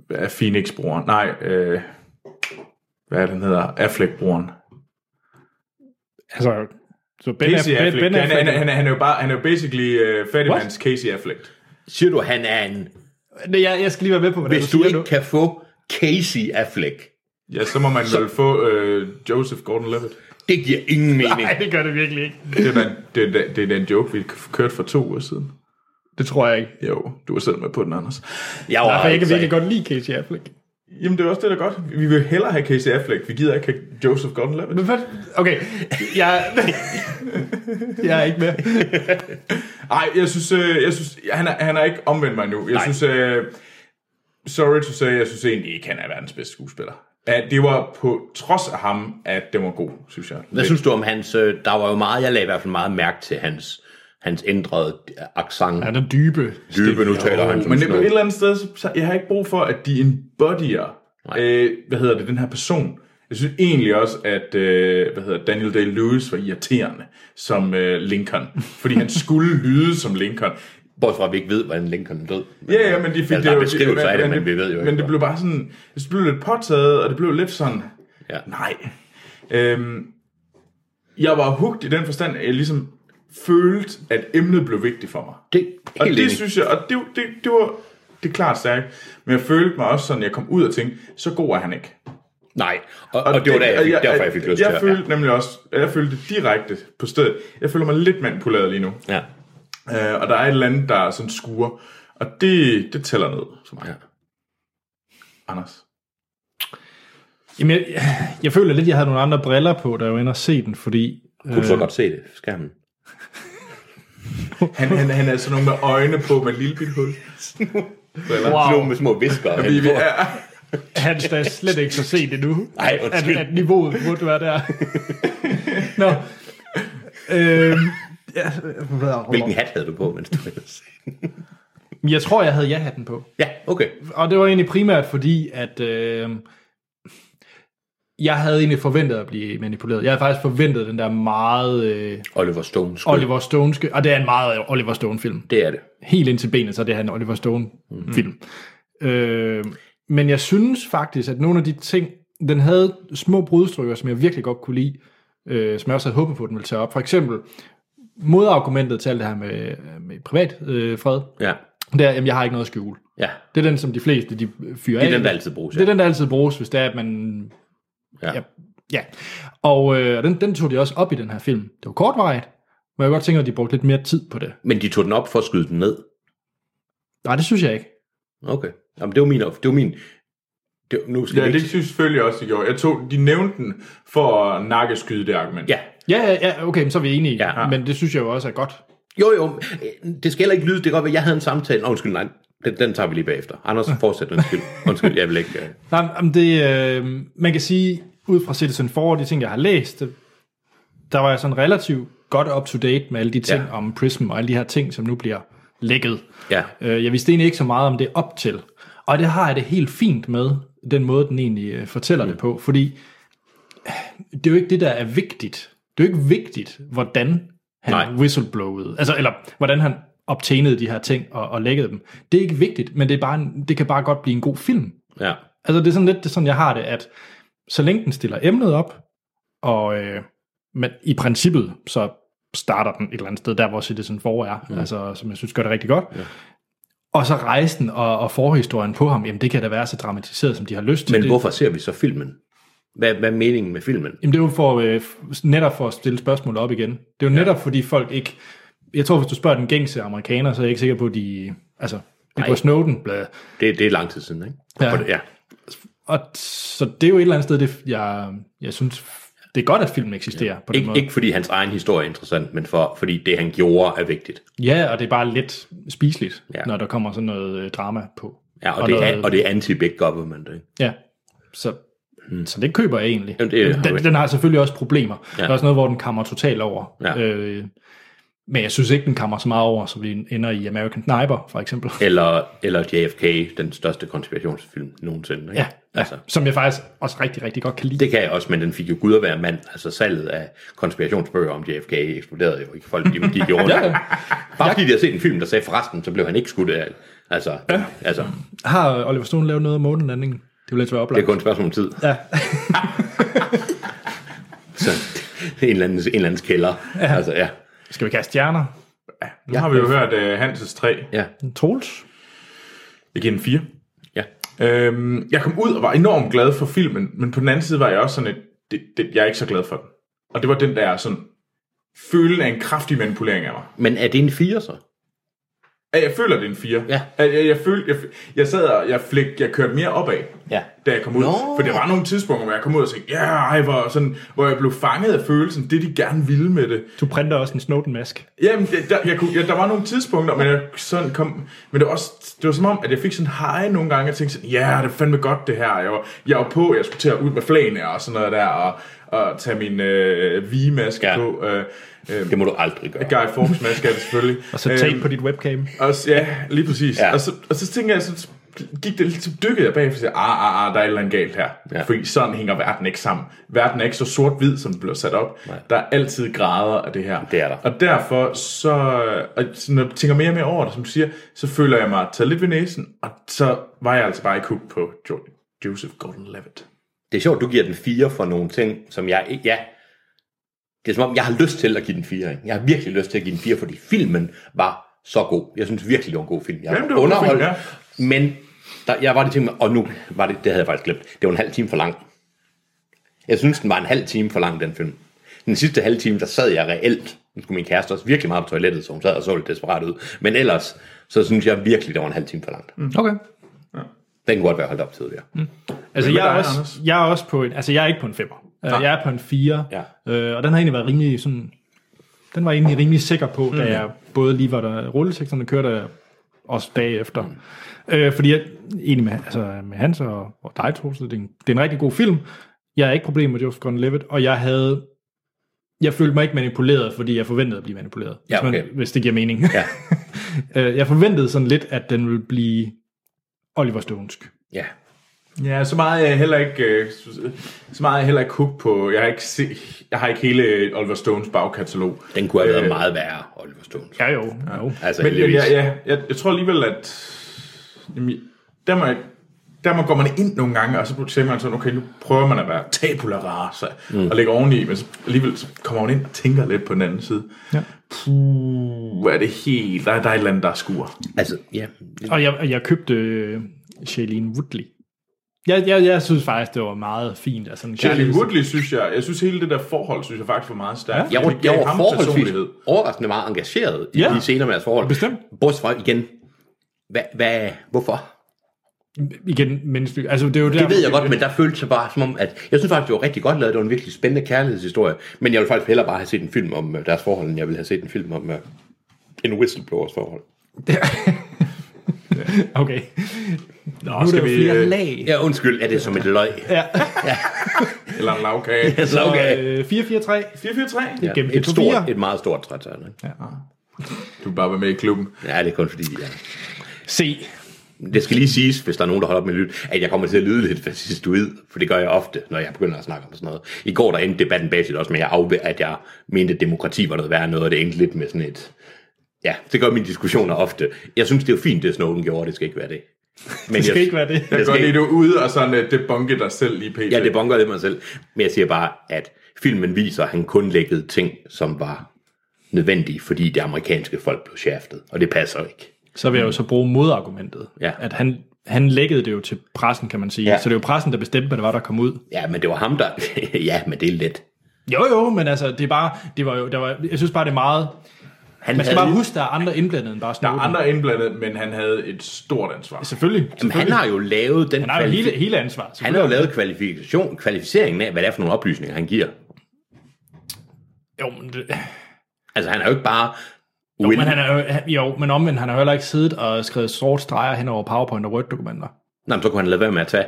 [SPEAKER 2] er Phoenix-bror. Nej, øh, hvad er den hedder? Affleck-broren.
[SPEAKER 1] Altså, så ben,
[SPEAKER 2] Casey
[SPEAKER 1] Affleck,
[SPEAKER 2] Affleck.
[SPEAKER 1] ben, ben
[SPEAKER 2] Han,
[SPEAKER 1] Affleck.
[SPEAKER 2] han, han, han, er jo bare, han er jo basically øh,
[SPEAKER 1] What?
[SPEAKER 2] Fattigmans Casey Affleck.
[SPEAKER 3] Siger du, han er en...
[SPEAKER 1] Nej, jeg, jeg skal lige være med på, hvad det er,
[SPEAKER 3] Hvis du
[SPEAKER 1] siger
[SPEAKER 3] ikke
[SPEAKER 1] nu.
[SPEAKER 3] kan få Casey Affleck,
[SPEAKER 2] Ja, så må man vel få øh, Joseph Gordon-Levitt.
[SPEAKER 3] det giver ingen mening.
[SPEAKER 1] Nej, det gør det virkelig ikke.
[SPEAKER 2] Det er den, det er den, det er den joke, vi kørte for to uger siden.
[SPEAKER 1] Det tror jeg ikke.
[SPEAKER 2] Jo, du er selv med på den, Anders.
[SPEAKER 3] Jeg
[SPEAKER 1] Nej,
[SPEAKER 3] var
[SPEAKER 1] for jeg kan
[SPEAKER 3] altså-
[SPEAKER 1] virkelig godt lide Casey Affleck.
[SPEAKER 2] Jamen, det er også det, der er godt. Vi vil hellere have Casey Affleck. Vi gider ikke have Joseph Gordon-Levitt.
[SPEAKER 1] Men hvad? Okay, jeg, jeg er ikke med.
[SPEAKER 2] Nej, jeg synes, øh, jeg synes han, er, han er ikke omvendt mig nu. Jeg Nej. synes, øh, sorry to say, jeg synes egentlig ikke, han er verdens bedste skuespiller. Ja, det var på trods af ham, at det var god, synes jeg.
[SPEAKER 3] Hvad synes du om hans... øh, Der var jo meget... Jeg lagde i hvert fald meget mærke til hans, hans ændrede øh, accent.
[SPEAKER 1] Han er dybe.
[SPEAKER 3] Dybe, nu taler han som
[SPEAKER 2] Men det,
[SPEAKER 3] sådan
[SPEAKER 2] et
[SPEAKER 3] noget.
[SPEAKER 2] eller andet sted, så, så jeg har ikke brug for, at de embodyer, øh, hvad hedder det, den her person. Jeg synes egentlig også, at øh, hvad hedder, Daniel Day-Lewis var irriterende som øh, Lincoln. Fordi han skulle lyde som Lincoln.
[SPEAKER 3] Bortset fra, at vi ikke ved, hvordan Lincoln død.
[SPEAKER 2] Ja, ja, men de fik
[SPEAKER 3] Eller der er beskrivelser af det,
[SPEAKER 2] men
[SPEAKER 3] men vi ved jo
[SPEAKER 2] Men
[SPEAKER 3] ikke.
[SPEAKER 2] det blev bare sådan, det blev lidt påtaget, og det blev lidt sådan,
[SPEAKER 3] Ja.
[SPEAKER 2] nej. Øhm, jeg var hugt i den forstand, at jeg ligesom følte, at emnet blev vigtigt for mig.
[SPEAKER 3] Det,
[SPEAKER 2] Og
[SPEAKER 3] helt
[SPEAKER 2] det
[SPEAKER 3] enig.
[SPEAKER 2] synes jeg, og det, det, det var, det er klart stærkt, men jeg følte mig også sådan, jeg kom ud og tænkte, så god er han ikke.
[SPEAKER 3] Nej, og, og, det var da, jeg
[SPEAKER 2] og
[SPEAKER 3] fik, derfor, jeg fik lyst
[SPEAKER 2] jeg
[SPEAKER 3] til
[SPEAKER 2] følte nemlig også, jeg følte det direkte på stedet. Jeg føler mig lidt manipuleret lige nu.
[SPEAKER 3] at... Ja.
[SPEAKER 2] Øh, og der er et eller andet, der er sådan skuer. Og det, det tæller ned for mig.
[SPEAKER 3] Ja.
[SPEAKER 2] Anders.
[SPEAKER 1] Jamen, jeg, jeg føler lidt, jeg havde nogle andre briller på, da jeg var inde og se den, fordi...
[SPEAKER 3] Kunne du så godt se det, på skærmen?
[SPEAKER 2] Han, han, han er sådan nogle med øjne på med et lille bitte hul.
[SPEAKER 3] Wow. Nogle med små visker.
[SPEAKER 2] Vi, vi er,
[SPEAKER 1] Han skal slet ikke så set endnu.
[SPEAKER 3] Ej,
[SPEAKER 1] at,
[SPEAKER 3] undskyld.
[SPEAKER 1] at niveauet burde være der. Nå. Øhm, ja,
[SPEAKER 3] Hvilken hat havde du på, mens du
[SPEAKER 1] jeg tror, jeg havde ja-hatten på.
[SPEAKER 3] Ja, okay.
[SPEAKER 1] Og det var egentlig primært fordi, at øh, jeg havde egentlig forventet at blive manipuleret. Jeg havde faktisk forventet den der meget øh,
[SPEAKER 3] Oliver Stone. skød.
[SPEAKER 1] Oliver Stone, og det er en meget øh, Oliver Stone-film.
[SPEAKER 3] Det er det.
[SPEAKER 1] helt ind til benet, så det er en Oliver Stone-film. Mm.
[SPEAKER 3] Mm-hmm.
[SPEAKER 1] Øh, men jeg synes faktisk, at nogle af de ting, den havde små brudstykker, som jeg virkelig godt kunne lide, øh, som jeg også havde håbet på, at den ville tage op. For eksempel modargumentet til alt det her med, med privat øh, fred,
[SPEAKER 3] Ja,
[SPEAKER 1] det er, at jeg har ikke noget at skjule.
[SPEAKER 3] ja.
[SPEAKER 1] Det er den, som de fleste de fyrer
[SPEAKER 3] Det
[SPEAKER 1] af.
[SPEAKER 3] er den, der altid bruges.
[SPEAKER 1] det er den, der altid bruges, hvis det er, at man
[SPEAKER 3] ja.
[SPEAKER 1] Ja. ja. Og øh, og den, den tog de også op i den her film. Det var kortvarigt, men jeg kunne godt tænke, at de brugte lidt mere tid på det.
[SPEAKER 3] Men de tog den op for at skyde den ned.
[SPEAKER 1] Nej, det synes jeg ikke.
[SPEAKER 3] Okay. Jamen, det var min... op- Det var min det var, nu skal
[SPEAKER 2] ja,
[SPEAKER 3] vi
[SPEAKER 2] det
[SPEAKER 3] ikke...
[SPEAKER 2] synes jeg selvfølgelig også, de gjorde. Jeg tog, de nævnte den for at nakkeskyde det argument.
[SPEAKER 3] Ja.
[SPEAKER 1] Ja, ja, ja, okay, men så er vi enige.
[SPEAKER 3] Ja.
[SPEAKER 1] Ja. Men det synes jeg jo også er godt.
[SPEAKER 3] Jo, jo. øh, Det skal heller ikke lyde. Det kan godt være, jeg havde en samtale. Nå, undskyld, nej. Den, den tager vi lige bagefter. Anders, fortsæt. Undskyld. Undskyld, jeg vil ikke... øh.
[SPEAKER 1] Nej, men- men det, øh, man kan sige, ud fra Citizen 4 og de ting, jeg har læst, det- der var jeg sådan relativt godt up to date med alle de ting
[SPEAKER 3] Ja.
[SPEAKER 1] ja. om Prism og alle de her ting, som nu bliver lækket.
[SPEAKER 3] Ja.
[SPEAKER 1] Øh, jeg vidste egentlig ikke så meget om det op til. Og det har jeg det helt fint med, den måde, den egentlig øh, fortæller mm. det på. Fordi øh, det er jo ikke det, der er vigtigt. Det er jo ikke vigtigt, hvordan han
[SPEAKER 3] Nej.
[SPEAKER 1] Nej. whistleblowede. Altså, eller hvordan han obtainede de her ting og, og lækkede dem. Det er ikke vigtigt, men det, er bare en, det kan bare godt blive en god film.
[SPEAKER 3] Ja.
[SPEAKER 1] Altså det er sådan lidt det er sådan, jeg har det, at så længe den stiller emnet op, og øh, men i princippet, så starter den et eller andet sted, der hvor Citizen 4 er, mm. altså, som jeg synes gør det rigtig godt. Ja. Og så rejsen og, og forhistorien på ham, jamen det kan da være så dramatiseret, som de har lyst til.
[SPEAKER 3] Men
[SPEAKER 1] det,
[SPEAKER 3] hvorfor ser vi så filmen? Hvad, hvad er meningen med filmen?
[SPEAKER 1] Jamen det er jo for, øh, f- netop for at stille spørgsmål op igen. Det er jo netop fordi folk ikke... Jeg tror, hvis du spørger den gængse amerikaner, så er jeg ikke sikker på, at de... Altså, Edward Snowden, bla,
[SPEAKER 3] Det, det er lang tid siden, ikke?
[SPEAKER 1] Ja.
[SPEAKER 3] For det- ja.
[SPEAKER 1] Og t- så det er jo et eller andet sted, det, jeg, jeg synes, Det er godt, at filmen eksisterer ja. på den
[SPEAKER 3] Ikke,
[SPEAKER 1] måde.
[SPEAKER 3] ikke fordi hans egen historie er interessant, men for, fordi det, han gjorde, er vigtigt.
[SPEAKER 1] Ja, og det er bare lidt spiseligt,
[SPEAKER 3] Ja.
[SPEAKER 1] ja. når der kommer sådan noget øh, drama på.
[SPEAKER 3] Ja, og, og, det, er,
[SPEAKER 1] noget-
[SPEAKER 3] og det er anti-big government. Ikke?
[SPEAKER 1] Ja, så, hmm. så det køber jeg egentlig. Øh,
[SPEAKER 3] Jamen, det er-
[SPEAKER 1] den, den har selvfølgelig også problemer. Ja. Der er også noget, hvor den kammer totalt over.
[SPEAKER 3] Ja.
[SPEAKER 1] Øh, men jeg synes ikke, den kammer så meget over, som vi ender i American Sniper, for eksempel.
[SPEAKER 3] Eller, eller JFK, den største konspirationsfilm nogensinde. Ikke?
[SPEAKER 1] Ja, ja.
[SPEAKER 3] Altså,
[SPEAKER 1] Altså. som jeg faktisk også rigtig, rigtig godt kan lide.
[SPEAKER 3] det kan jeg også, men den fik jo gud at være mand. Altså salget af konspirationsbøger om JFK eksploderede jo ikke. Folk de gik jo rundt.
[SPEAKER 1] Ja, ja.
[SPEAKER 3] Bare fordi de havde set en film, der sagde forresten, så blev han ikke skudt af. Altså, ja. altså det
[SPEAKER 1] Har Oliver Stone lavet noget af månelandingen? Det ville lidt være
[SPEAKER 3] er
[SPEAKER 1] oplagt.
[SPEAKER 3] kun et spørgsmål om tid.
[SPEAKER 1] Ja.
[SPEAKER 3] Så, en, eller anden, en eller andens kælder. Ja. Altså, ja.
[SPEAKER 1] Skal vi kaste stjerner?
[SPEAKER 2] Nu har vi jo hørt uh, Hanses 3.
[SPEAKER 3] ja.
[SPEAKER 1] Troels?
[SPEAKER 2] Jeg giver den 4.
[SPEAKER 3] ja.
[SPEAKER 2] Øhm, jeg kom ud og var enormt glad for filmen, men på den anden side var jeg også sådan, et, det, det, jeg er ikke så glad for den. Og det var den der sådan, følelsen af en kraftig manipulering af mig.
[SPEAKER 3] Men er det en fire så?
[SPEAKER 2] At jeg føler, det er en 4.
[SPEAKER 3] Ja.
[SPEAKER 2] At jeg, jeg, følte, jeg, jeg sad og jeg, flik, jeg kørte mere opad.
[SPEAKER 3] Ja.
[SPEAKER 2] da jeg kom ud.
[SPEAKER 3] Nå.
[SPEAKER 2] For der var nogle tidspunkter, hvor jeg kom ud og tænkte, ja, ej, hvor, sådan, hvor jeg blev fanget af følelsen, det de gerne ville med det.
[SPEAKER 1] Du printer også en Snowden-mask.
[SPEAKER 2] Jamen, det, der, jeg kunne, ja, der var nogle tidspunkter, men jeg sådan kom, men det var, også, det var som om, at jeg fik sådan hej nogle gange, og tænkte sådan, ja, det er fandme godt det her. Jeg var, jeg var på, jeg skulle til at ud med flagene og sådan noget der, og, og tage min øh, V-maske
[SPEAKER 3] Ja.
[SPEAKER 2] ja. på. Øh, øh,
[SPEAKER 3] Det må du aldrig gøre.
[SPEAKER 2] Guy Fawkes maske er det selvfølgelig. Øhm,
[SPEAKER 1] Og så tape på dit webcam.
[SPEAKER 2] Og, så- ja, lige præcis.
[SPEAKER 3] Ja.
[SPEAKER 2] Ja. Og, så, og så tænker jeg, så gik det lidt, så dykkede jeg bagefter og sagde, ah, ah, ah, der er et eller andet galt her.
[SPEAKER 3] Ja.
[SPEAKER 2] Ja. Fordi sådan hænger verden ikke sammen. Verden er ikke så sort-hvid, som den blev sat op.
[SPEAKER 3] Nej.
[SPEAKER 2] Nej. Der er altid grader af det her.
[SPEAKER 3] Det er der.
[SPEAKER 2] Og derfor, så, og så når jeg tænker mere og mere over det, som du siger, så føler jeg mig taget lidt ved næsen, og så var jeg altså bare i kuk på jo- Joseph Gordon-Levitt.
[SPEAKER 3] Det er sjovt, du giver den 4 for nogle ting, som jeg ikke... Ja, det er som om, jeg har lyst til at give den 4. Ikke? Jeg har virkelig lyst til at give den 4, fordi filmen var så god. Jeg synes virkelig, det var en god film. Jeg
[SPEAKER 2] Jamen, det var en god film, ja.
[SPEAKER 3] Men der, jeg var det tænkt, og nu var det, det havde jeg faktisk glemt. Det var en halv time for lang. Jeg synes, den var en halv time for lang, den film. Den sidste halve time, der sad jeg reelt. Nu skulle min kæreste også virkelig meget på toilettet, så hun sad og så lidt desperat ud. Men ellers, så synes jeg virkelig, det var en halv time for langt. Mm.
[SPEAKER 1] Okay.
[SPEAKER 3] Den kunne godt være holdt op tidligere. Mm.
[SPEAKER 1] Altså,
[SPEAKER 2] Hvad
[SPEAKER 1] jeg er,
[SPEAKER 2] med dig,
[SPEAKER 1] også,
[SPEAKER 2] Anders?
[SPEAKER 1] jeg er også på en, altså jeg er ikke på en femmer. Øh, Jeg er på en fire.
[SPEAKER 3] Ja.
[SPEAKER 1] Øh, og den har egentlig været rimelig sådan, den var jeg egentlig rimelig sikker på, da jeg både lige var der rulleteksterne kørte, og også dage efter. Mm. Øh, fordi jeg, egentlig med, altså med Hans og, og dig, Troels, det, er en- det er en rigtig god film. Jeg er ikke problem med Joseph Gordon-Levitt, og jeg havde, jeg følte mig ikke manipuleret, fordi jeg forventede at blive manipuleret,
[SPEAKER 3] Ja,
[SPEAKER 1] hvis,
[SPEAKER 3] okay.
[SPEAKER 1] man, hvis det giver mening.
[SPEAKER 3] Ja.
[SPEAKER 1] øh, jeg forventede sådan lidt, at den ville blive Oliver Stonesk.
[SPEAKER 3] ja.
[SPEAKER 2] Ja, så meget er jeg heller ikke, øh, så meget er jeg heller ikke hooked på, jeg har ikke, se, jeg har ikke hele Oliver Stones bagkatalog.
[SPEAKER 3] Den kunne have været meget værre, Oliver Stones.
[SPEAKER 1] Ja, jo. jo.
[SPEAKER 3] Altså,
[SPEAKER 2] Men
[SPEAKER 3] heldigvis.
[SPEAKER 2] ja, ja, jeg, jeg tror alligevel, at jamen, der, må, jeg- der må går man ind nogle gange, og så tænker man sådan, okay, nu prøver man at være tabula rasa mm. og lægge oveni, men så, alligevel så kommer man ind og tænker lidt på den anden side.
[SPEAKER 1] Ja.
[SPEAKER 2] Puh, er det helt... Der, der er et eller andet, der skuer.
[SPEAKER 3] Altså, ja.
[SPEAKER 1] Og jeg, og jeg købte øh, Shailene Woodley. Jeg, jeg, jeg synes faktisk, det var meget fint. Altså, en
[SPEAKER 2] Charlie
[SPEAKER 1] kærlighed-
[SPEAKER 2] Woodley, synes jeg... Jeg synes, hele det der forhold, synes jeg faktisk var meget stærkt.
[SPEAKER 3] Jeg var,
[SPEAKER 2] Det gav
[SPEAKER 3] jeg var
[SPEAKER 2] ham altså
[SPEAKER 3] forholdsvis
[SPEAKER 2] personlighed.
[SPEAKER 3] overraskende meget engageret i
[SPEAKER 1] Ja.
[SPEAKER 3] de senere med jeres forhold.
[SPEAKER 1] Bestemt.
[SPEAKER 3] Bortset fra igen, hvad, hvad, hvorfor?
[SPEAKER 1] Igen, menneskelig. Altså, det er jo der,
[SPEAKER 3] Det ved jeg godt, men der følte jeg bare som om, at jeg synes faktisk, det var rigtig godt lavet. Det var en virkelig spændende kærlighedshistorie. Men jeg ville faktisk hellere bare have set en film om øh, deres forhold, end jeg ville have set en film om øh, en whistleblowers forhold.
[SPEAKER 1] Okay. Nå, nu
[SPEAKER 2] skal
[SPEAKER 1] er der
[SPEAKER 2] vi,
[SPEAKER 1] jo flere
[SPEAKER 2] øh,
[SPEAKER 1] lag.
[SPEAKER 3] Ja, undskyld, er det som et løg?
[SPEAKER 1] Ja.
[SPEAKER 2] Eller en lavkage. yes.
[SPEAKER 3] Så okay.
[SPEAKER 1] Øh, 4-4-3.
[SPEAKER 2] 4-4-3.
[SPEAKER 1] Ja, gennem
[SPEAKER 3] Et,
[SPEAKER 1] to
[SPEAKER 3] stort,
[SPEAKER 1] fire.
[SPEAKER 3] et meget stort trætøjne. Ja.
[SPEAKER 2] Du kan bare være med i klubben.
[SPEAKER 3] ja, det er kun fordi, ja.
[SPEAKER 1] C.
[SPEAKER 3] Det skal lige siges, hvis der er nogen, der holder op med at lytte, at jeg kommer til at lyde lidt fascistoid, for det gør jeg ofte, når jeg begynder at snakke om sådan noget. I går der endte debatten basalt også med, at jeg, afbe- at jeg mente, at demokrati var noget værre noget, og det endte lidt med sådan et... Ja, det gør mine diskussioner ofte. Jeg synes, det er jo fint, det Snowden gjorde, det skal ikke være det. Men det
[SPEAKER 1] skal ikke være det. Jeg
[SPEAKER 2] Jeg går lige du er ude og sådan uh, debunke dig selv lige pt.
[SPEAKER 3] Ja, det bonker lidt mig selv. Men jeg siger bare, at filmen viser, at han kun lækkede ting, som var nødvendige, fordi det amerikanske folk blev shaftet, og det passer ikke.
[SPEAKER 1] Så vil jeg jo så bruge modargumentet.
[SPEAKER 3] Ja.
[SPEAKER 1] At han, han lækkede det jo til pressen, kan man sige.
[SPEAKER 3] Ja.
[SPEAKER 1] Ja. Så det er jo pressen, der bestemte, hvad det var, der kom ud.
[SPEAKER 3] Ja, men det var ham, der... ja, men det er let.
[SPEAKER 1] Jo, jo, men altså, det er bare, det var jo, der var, jeg synes bare, det er meget,
[SPEAKER 3] Han
[SPEAKER 1] man skal
[SPEAKER 3] havde-
[SPEAKER 1] bare huske, der er andre indblandet end bare
[SPEAKER 2] Der
[SPEAKER 1] Snowden.
[SPEAKER 2] er andre indblandet, men han havde et stort ansvar.
[SPEAKER 1] Selvfølgelig.
[SPEAKER 3] Jamen, han har jo lavet den
[SPEAKER 1] Han har jo
[SPEAKER 3] kvalifi-
[SPEAKER 1] hele, hele ansvaret.
[SPEAKER 3] han har jo lavet kvalifikation, kvalificeringen af, hvad det er for nogle oplysninger, han giver.
[SPEAKER 1] Jo, men, det,
[SPEAKER 3] Altså, han er jo ikke bare...
[SPEAKER 1] jo, men
[SPEAKER 3] Will.
[SPEAKER 1] han er, jo- han- jo, men omvendt, han har jo heller ikke siddet og skrevet sort streger hen over PowerPoint og Word-dokumenter.
[SPEAKER 3] Nå, men så kunne han lade være med at tage.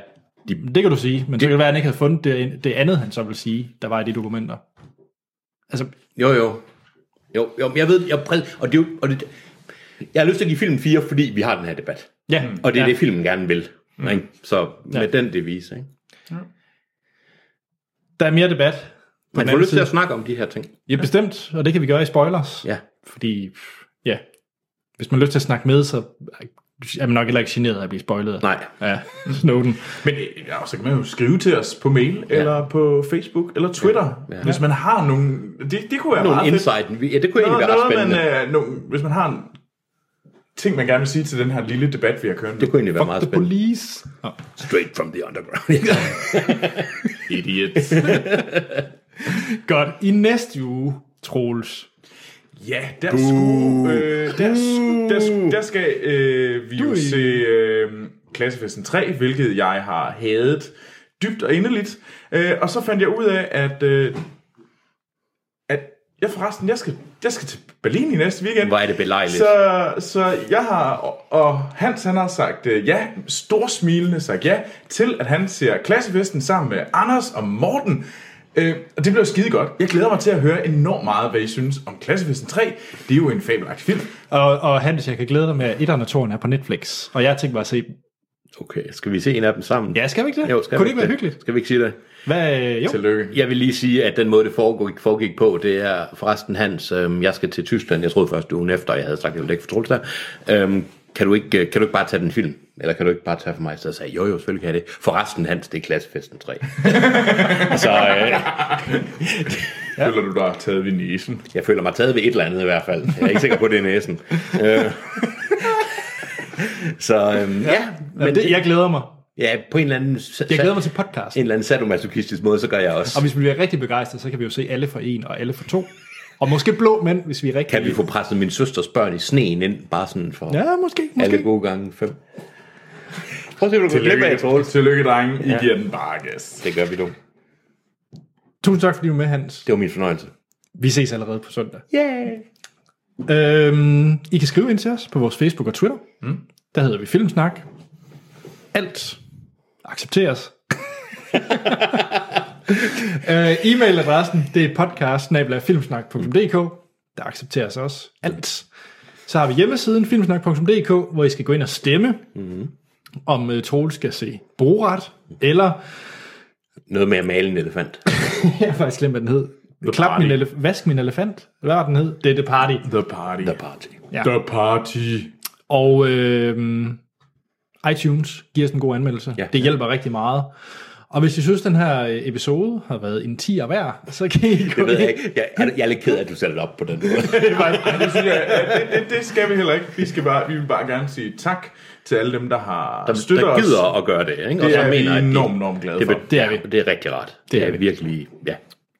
[SPEAKER 1] Det kan du sige, men det, så kan det være, at han ikke havde fundet det, det andet, han så ville sige, der var i de dokumenter. Altså,
[SPEAKER 3] Jo, jo. Jo, jo, men jeg ved, jeg, præ- og det, er jo- og det, jeg har lyst til at give film 4, fordi vi har den her debat.
[SPEAKER 1] ja.
[SPEAKER 3] Mm. Og det er
[SPEAKER 1] ja.
[SPEAKER 3] ja. det, filmen gerne vil. Mm. Ikke? Så med
[SPEAKER 1] Ja.
[SPEAKER 3] ja. den devise. Ikke?
[SPEAKER 1] Der er mere debat. på
[SPEAKER 3] Man
[SPEAKER 1] den
[SPEAKER 3] får
[SPEAKER 1] anden
[SPEAKER 3] lyst til
[SPEAKER 1] side.
[SPEAKER 3] at snakke om de her ting.
[SPEAKER 1] Ja, bestemt, og det kan vi gøre i spoilers.
[SPEAKER 3] Ja.
[SPEAKER 1] Fordi, pff, ja, hvis man har lyst til at snakke med, så er man nok heller ikke generet af at blive spoilet.
[SPEAKER 3] Nej.
[SPEAKER 1] Ja, Snowden.
[SPEAKER 2] Men øh, ja, så kan man jo skrive til os på mail, ja. eller på Facebook, eller Twitter, ja. Ja. hvis man har nogle... Det, det kunne være
[SPEAKER 3] Nogle
[SPEAKER 2] meget fedt.
[SPEAKER 3] insight. Ja, det kunne
[SPEAKER 2] Noget,
[SPEAKER 3] egentlig være
[SPEAKER 2] noget
[SPEAKER 3] ret spændende. Man,
[SPEAKER 2] man, øh, no, hvis man har en ting, man gerne vil sige til den her lille debat, vi har kørt nu.
[SPEAKER 3] det kunne egentlig være meget
[SPEAKER 1] The
[SPEAKER 3] spændende.
[SPEAKER 1] police. Nå.
[SPEAKER 3] Straight from the underground. Idiots.
[SPEAKER 1] Godt. I næste uge, Troels,
[SPEAKER 2] Ja, der, skulle, øh, der, sku- der, sku- der skal øh, vi jo se øh, Klassefesten 3, hvilket jeg har hadet dybt og inderligt. Øh, og så fandt jeg ud af, at, øh, at jeg forresten, jeg skal, jeg skal til Berlin i næste weekend.
[SPEAKER 3] Hvor er det belejligt.
[SPEAKER 2] Så, så jeg har, og- og Hans han har sagt øh, ja, storsmilende sagt ja, til at han ser klassefesten sammen med Anders og Morten. Øh, og det blev skide godt. Jeg glæder mig til at høre enormt meget, hvad I synes om Klassefesten 3. Det er jo en fabelagtig film.
[SPEAKER 1] og, og Hans, jeg kan glæde dig med, at etteren og toren er på Netflix. Og jeg tænkte bare at se,
[SPEAKER 3] Okay, skal vi se en af dem sammen?
[SPEAKER 1] ja, skal vi ikke det?
[SPEAKER 3] Jo, skal
[SPEAKER 1] Kunne
[SPEAKER 3] vi
[SPEAKER 1] det ikke være
[SPEAKER 3] det?
[SPEAKER 1] hyggeligt?
[SPEAKER 3] Skal vi ikke sige det?
[SPEAKER 1] Hvad, øh, jo.
[SPEAKER 2] Tillykke.
[SPEAKER 3] Jeg vil lige sige, at den måde, det foregik, foregik på, det er forresten hans, øhm, jeg skal til Tyskland, jeg troede først ugen efter, jeg havde sagt, at jeg ville ikke fortrulle dig. Øhm, kan, du ikke, øh, kan du ikke bare tage den film? Eller kan du ikke bare tage for mig? Så jeg sagde, jo jo, selvfølgelig kan jeg det. Forresten hans, det er klassefesten 3. så øh,
[SPEAKER 2] Ja. Føler du, der har taget ved næsen?
[SPEAKER 3] jeg føler mig taget ved et eller andet i hvert fald. Jeg er ikke sikker på, det er næsen. Øh, så øhm, ja,
[SPEAKER 1] Men det, jeg glæder mig.
[SPEAKER 3] ja, på en eller anden,
[SPEAKER 1] Jeg glæder mig til podcast.
[SPEAKER 3] en eller anden sadomasochistisk måde, så gør jeg
[SPEAKER 1] Og
[SPEAKER 3] også.
[SPEAKER 1] hvis vi bliver rigtig begejstrede, så kan vi jo se alle for en og alle for to. Og måske blå mænd, hvis vi er rigtig...
[SPEAKER 3] Kan vi få presset min søsters børn i sneen ind, bare sådan for...
[SPEAKER 1] Ja, måske. måske.
[SPEAKER 3] Alle gode gange fem. Prøv at se, hvad du kan glemme af, Troels.
[SPEAKER 2] Tillykke, drenge. I ja. giver den bare gas.
[SPEAKER 3] Det gør vi dog.
[SPEAKER 1] Tusind tak, fordi du var med, Hans.
[SPEAKER 3] Det var min fornøjelse.
[SPEAKER 1] Vi ses allerede på søndag. Yeah. Øhm, I kan skrive ind til os på vores Facebook og Twitter. Mm. Der hedder vi Filmsnak. Alt accepteres. øh, e-mailadressen, det er podcast Der accepteres også alt. Så har vi hjemmesiden filmsnak.dk, hvor I skal gå ind og stemme, mm. om uh, Troel skal se Borat, eller,
[SPEAKER 3] Noget med at male en elefant.
[SPEAKER 1] jeg har faktisk glemt, hvad den hed, Klap min elef- Vask min elefant, hvad var den hed? Det er The Party.
[SPEAKER 2] The party. The party.
[SPEAKER 1] Ja.
[SPEAKER 2] The party.
[SPEAKER 1] Og øh, iTunes giver os en god anmeldelse. Ja.
[SPEAKER 3] Ja.
[SPEAKER 1] Det hjælper rigtig meget. Og hvis I synes, den her øh, episode har været en 10 hver, så kan I gå
[SPEAKER 3] Det ved jeg
[SPEAKER 1] ind.
[SPEAKER 3] ikke. Jeg, jeg, jeg er lidt ked af, at du sætter det op på den måde.
[SPEAKER 2] Det, synes jeg, at det, det, det skal vi heller ikke. Vi, skal bare, vi vil bare gerne sige tak til alle dem, der har
[SPEAKER 3] Der,
[SPEAKER 2] støttet
[SPEAKER 3] der
[SPEAKER 2] os.
[SPEAKER 3] gider at gøre det. Ikke? Og
[SPEAKER 2] Det
[SPEAKER 3] som
[SPEAKER 2] er vi
[SPEAKER 3] at de-
[SPEAKER 2] enormt, enormt glade
[SPEAKER 3] det,
[SPEAKER 2] for.
[SPEAKER 3] be- Det er vi. Det er rigtig rart. Det,
[SPEAKER 1] er
[SPEAKER 3] er
[SPEAKER 1] vi.
[SPEAKER 3] virkelig... Ja,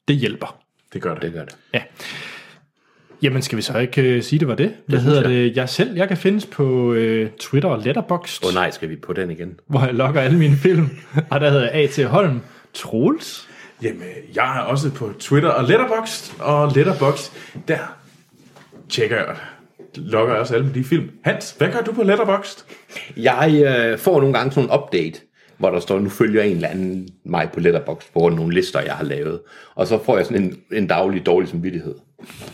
[SPEAKER 1] Det hjælper.
[SPEAKER 2] Det gør det.
[SPEAKER 3] det gør det.
[SPEAKER 1] Ja. Jamen, skal vi så ikke øh, sige, det var det? Hvad hedder det? Jeg selv, jeg kan findes på øh, Twitter og Letterboxd,
[SPEAKER 3] Åh oh, nej, skal vi på den igen?
[SPEAKER 1] hvor jeg logger alle mine film. Og der hedder jeg A.T. Holm. Troels?
[SPEAKER 2] Jamen, jeg er også på Twitter og Letterboxd, og Letterboxd, der tjekker jeg, logger jeg også alle de film. Hans, hvad gør du på Letterboxd?
[SPEAKER 3] Jeg øh, får nogle gange sådan en update, hvor der står, nu følger en eller anden mig på Letterboxd på nogle lister, jeg har lavet. Og så får jeg sådan en, en daglig dårlig samvittighed.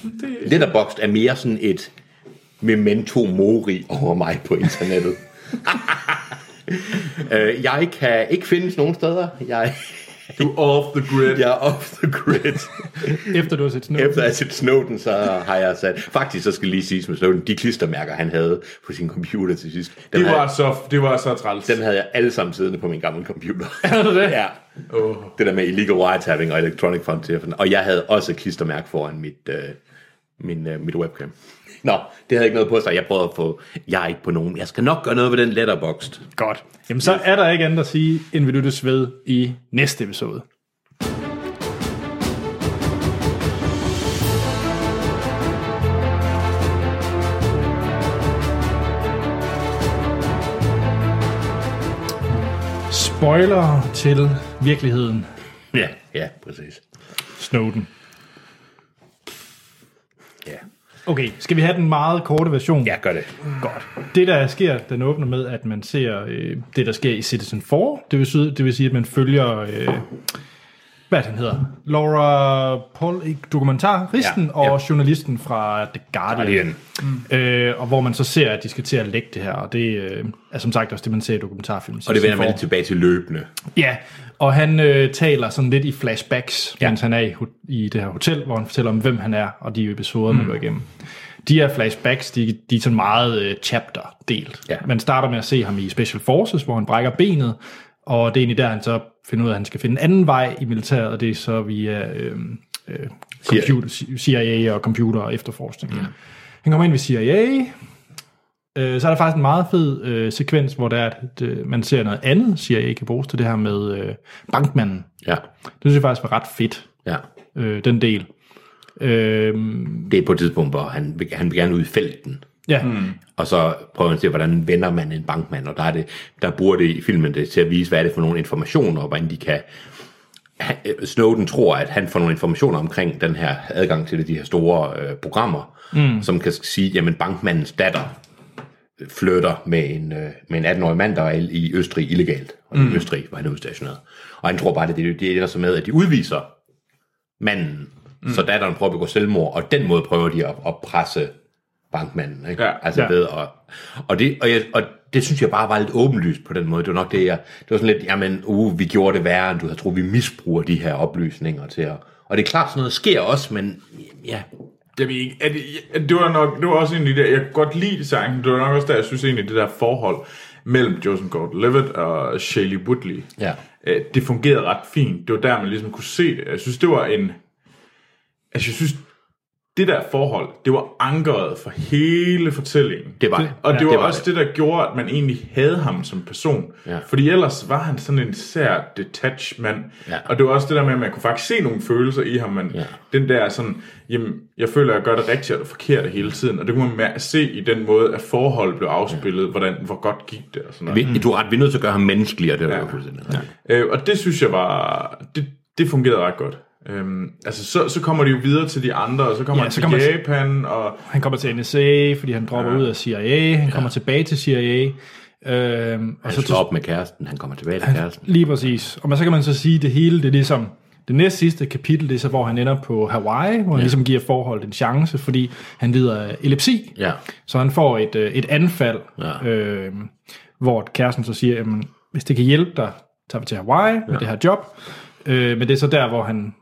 [SPEAKER 3] Det... Letterboxd er mere sådan et memento mori over mig på internettet. øh, jeg kan ikke findes nogen steder. Jeg,
[SPEAKER 2] Du er off the grid.
[SPEAKER 3] jeg er off the grid.
[SPEAKER 1] Efter du har set Snow.
[SPEAKER 3] Efter at have set Snowden, så har jeg sat... Faktisk, så skal lige siges med Snowden, de klistermærker, han havde på sin computer til sidst. dem
[SPEAKER 2] Det
[SPEAKER 3] har jeg-
[SPEAKER 2] var så, det var så træls.
[SPEAKER 3] dem havde jeg alle sammen siddende på min gamle computer. Er det det? ja.
[SPEAKER 2] Åh.
[SPEAKER 3] Det der med illegal wiretapping og electronic frontier. Og jeg havde også et klistermærke foran mit, øh, min, øh, mit webcam. Nå, det havde ikke noget på sig. Jeg prøvede at få... Jeg er ikke på nogen... Jeg skal nok gøre noget ved den letterboxd.
[SPEAKER 1] Godt. Jamen, så er der ikke andet at sige, end vi lyttes ved i næste episode. Spoiler til virkeligheden.
[SPEAKER 3] Ja, ja, præcis.
[SPEAKER 1] Snowden. Okay, skal vi have den meget korte version?
[SPEAKER 3] Ja, gør det.
[SPEAKER 1] Godt. Det, der sker, den åbner med, at man ser øh, det, der sker i Citizen 4. Det vil, sige- det vil sige, at man følger... Øh, hvad den hedder? Laura Paul, ikke, dokumentaristen ja,
[SPEAKER 3] Ja,
[SPEAKER 1] ja.
[SPEAKER 3] ja.
[SPEAKER 1] og journalisten fra The Guardian. Guardian. Øh, og hvor man så ser, at de skal til at lægge det her. Og det øh, er som sagt også det, man ser i dokumentarfilmen.
[SPEAKER 3] Og det vender
[SPEAKER 1] Citizen
[SPEAKER 3] man
[SPEAKER 1] Four.
[SPEAKER 3] lidt tilbage til løbende.
[SPEAKER 1] Ja, og han øh, taler sådan lidt i flashbacks, ja. mens han er i, ho- i det her hotel, hvor han fortæller om, hvem han er, og de episoder, man går igennem. De her flashbacks, de, de er sådan meget øh, chapter-delt.
[SPEAKER 3] Ja.
[SPEAKER 1] Man starter med at se ham i Special Forces, hvor han brækker benet, og det er egentlig der, han så finder ud af, at han skal finde en anden vej i militæret, og det er så via øh, øh, computer, CIA og computer og efterforskning. Mm. Han kommer ind ved CIA, Øh, så er der faktisk en meget fed øh, sekvens, hvor der er, at øh, man ser noget andet, siger jeg ikke bruges til det her med øh, bankmanden.
[SPEAKER 3] Ja.
[SPEAKER 1] Det synes jeg faktisk var ret fedt,
[SPEAKER 3] ja.
[SPEAKER 1] øh, den del. Øh,
[SPEAKER 3] Det er på et tidspunkt, hvor han vil, han vil gerne ud i felten.
[SPEAKER 1] ja, mm.
[SPEAKER 3] Og så prøver man at se, hvordan vender man en bankmand, og der, er det, der bruger det i filmen det, til at vise, hvad er det for nogle informationer, og hvordan de kan... Han- øh, Snowden tror, at han får nogle informationer omkring den her adgang til de her store øh, programmer, mm. som kan sige, jamen bankmandens datter flytter med en, øh, med en 18-årig mand, der er i Østrig illegalt. Og mm. i Østrig var han udstationeret. Og han tror bare, at det, det ender så med, at de udviser manden, mm. så datteren prøver at begå selvmord, og den måde prøver de at, at presse bankmanden. Ikke?
[SPEAKER 2] Ja,
[SPEAKER 3] altså
[SPEAKER 1] ja.
[SPEAKER 3] ved at, og, det, og, jeg, og det synes jeg bare var lidt åbenlyst på den måde. Det var nok det, jeg... Det var sådan lidt, jamen, uh, vi gjorde det værre, end du havde troet. Vi misbruger de her oplysninger til at... Og det er klart, sådan noget sker også, men ja,
[SPEAKER 2] Jeg ved ikke, at, at det var nok, det var også egentlig der, jeg kunne godt lide sangen, det var nok også der, jeg synes egentlig, det der forhold mellem Joseph Gordon-Levitt og Shelley Woodley,
[SPEAKER 3] Ja.
[SPEAKER 2] øh, det fungerede ret fint. Det var der, man ligesom kunne se det. Jeg synes, det var en, altså jeg synes, det der forhold, det var ankeret for hele fortællingen.
[SPEAKER 3] det var det.
[SPEAKER 2] Og ja, det var
[SPEAKER 3] det
[SPEAKER 2] det
[SPEAKER 3] var
[SPEAKER 2] også det. det, der gjorde, at man egentlig havde ham som person.
[SPEAKER 3] Ja.
[SPEAKER 2] Fordi ellers var han sådan en sær detached mand.
[SPEAKER 3] Ja.
[SPEAKER 2] Og det var også det der med, at man kunne faktisk se nogle følelser i ham. Men
[SPEAKER 3] Ja.
[SPEAKER 2] Den der sådan, jamen, jeg føler, at jeg gør det rigtigt og det forkerte hele tiden. Og det kunne man mær- se i den måde, at forholdet blev afspillet, ja. hvordan, hvor godt gik det og sådan noget.
[SPEAKER 3] Vi, du er ret, vi er nødt til at gøre ham menneskelig, og det var Mm. ja. fuldstændig ja.
[SPEAKER 2] Øh, og det synes jeg var, det, det fungerede ret godt. Øhm, altså, så, så kommer de jo videre til de andre, og så kommer
[SPEAKER 1] Ja,
[SPEAKER 2] ja, han
[SPEAKER 1] så
[SPEAKER 2] til
[SPEAKER 1] kommer-
[SPEAKER 2] Japan, og
[SPEAKER 1] han kommer til NSA, fordi han dropper ja. ud af CIA, han kommer tilbage til CIA, øh, og så
[SPEAKER 3] Han
[SPEAKER 1] til,
[SPEAKER 3] slår Altså, op med kæresten, han kommer tilbage til kæresten.
[SPEAKER 1] lige præcis. Og man, så kan man så sige, at det hele, det er ligesom, det næst sidste kapitel, det er så, hvor han ender på Hawaii, hvor han ja. ligesom giver forholdet en chance, fordi han lider af epilepsi.
[SPEAKER 3] Ja.
[SPEAKER 1] Så han får et, øh, et anfald, ja.
[SPEAKER 3] Ja.
[SPEAKER 1] øh, hvor kæresten så siger, at hvis det kan hjælpe dig, tager vi til Hawaii med det her job. Øh, men det er så der, hvor han,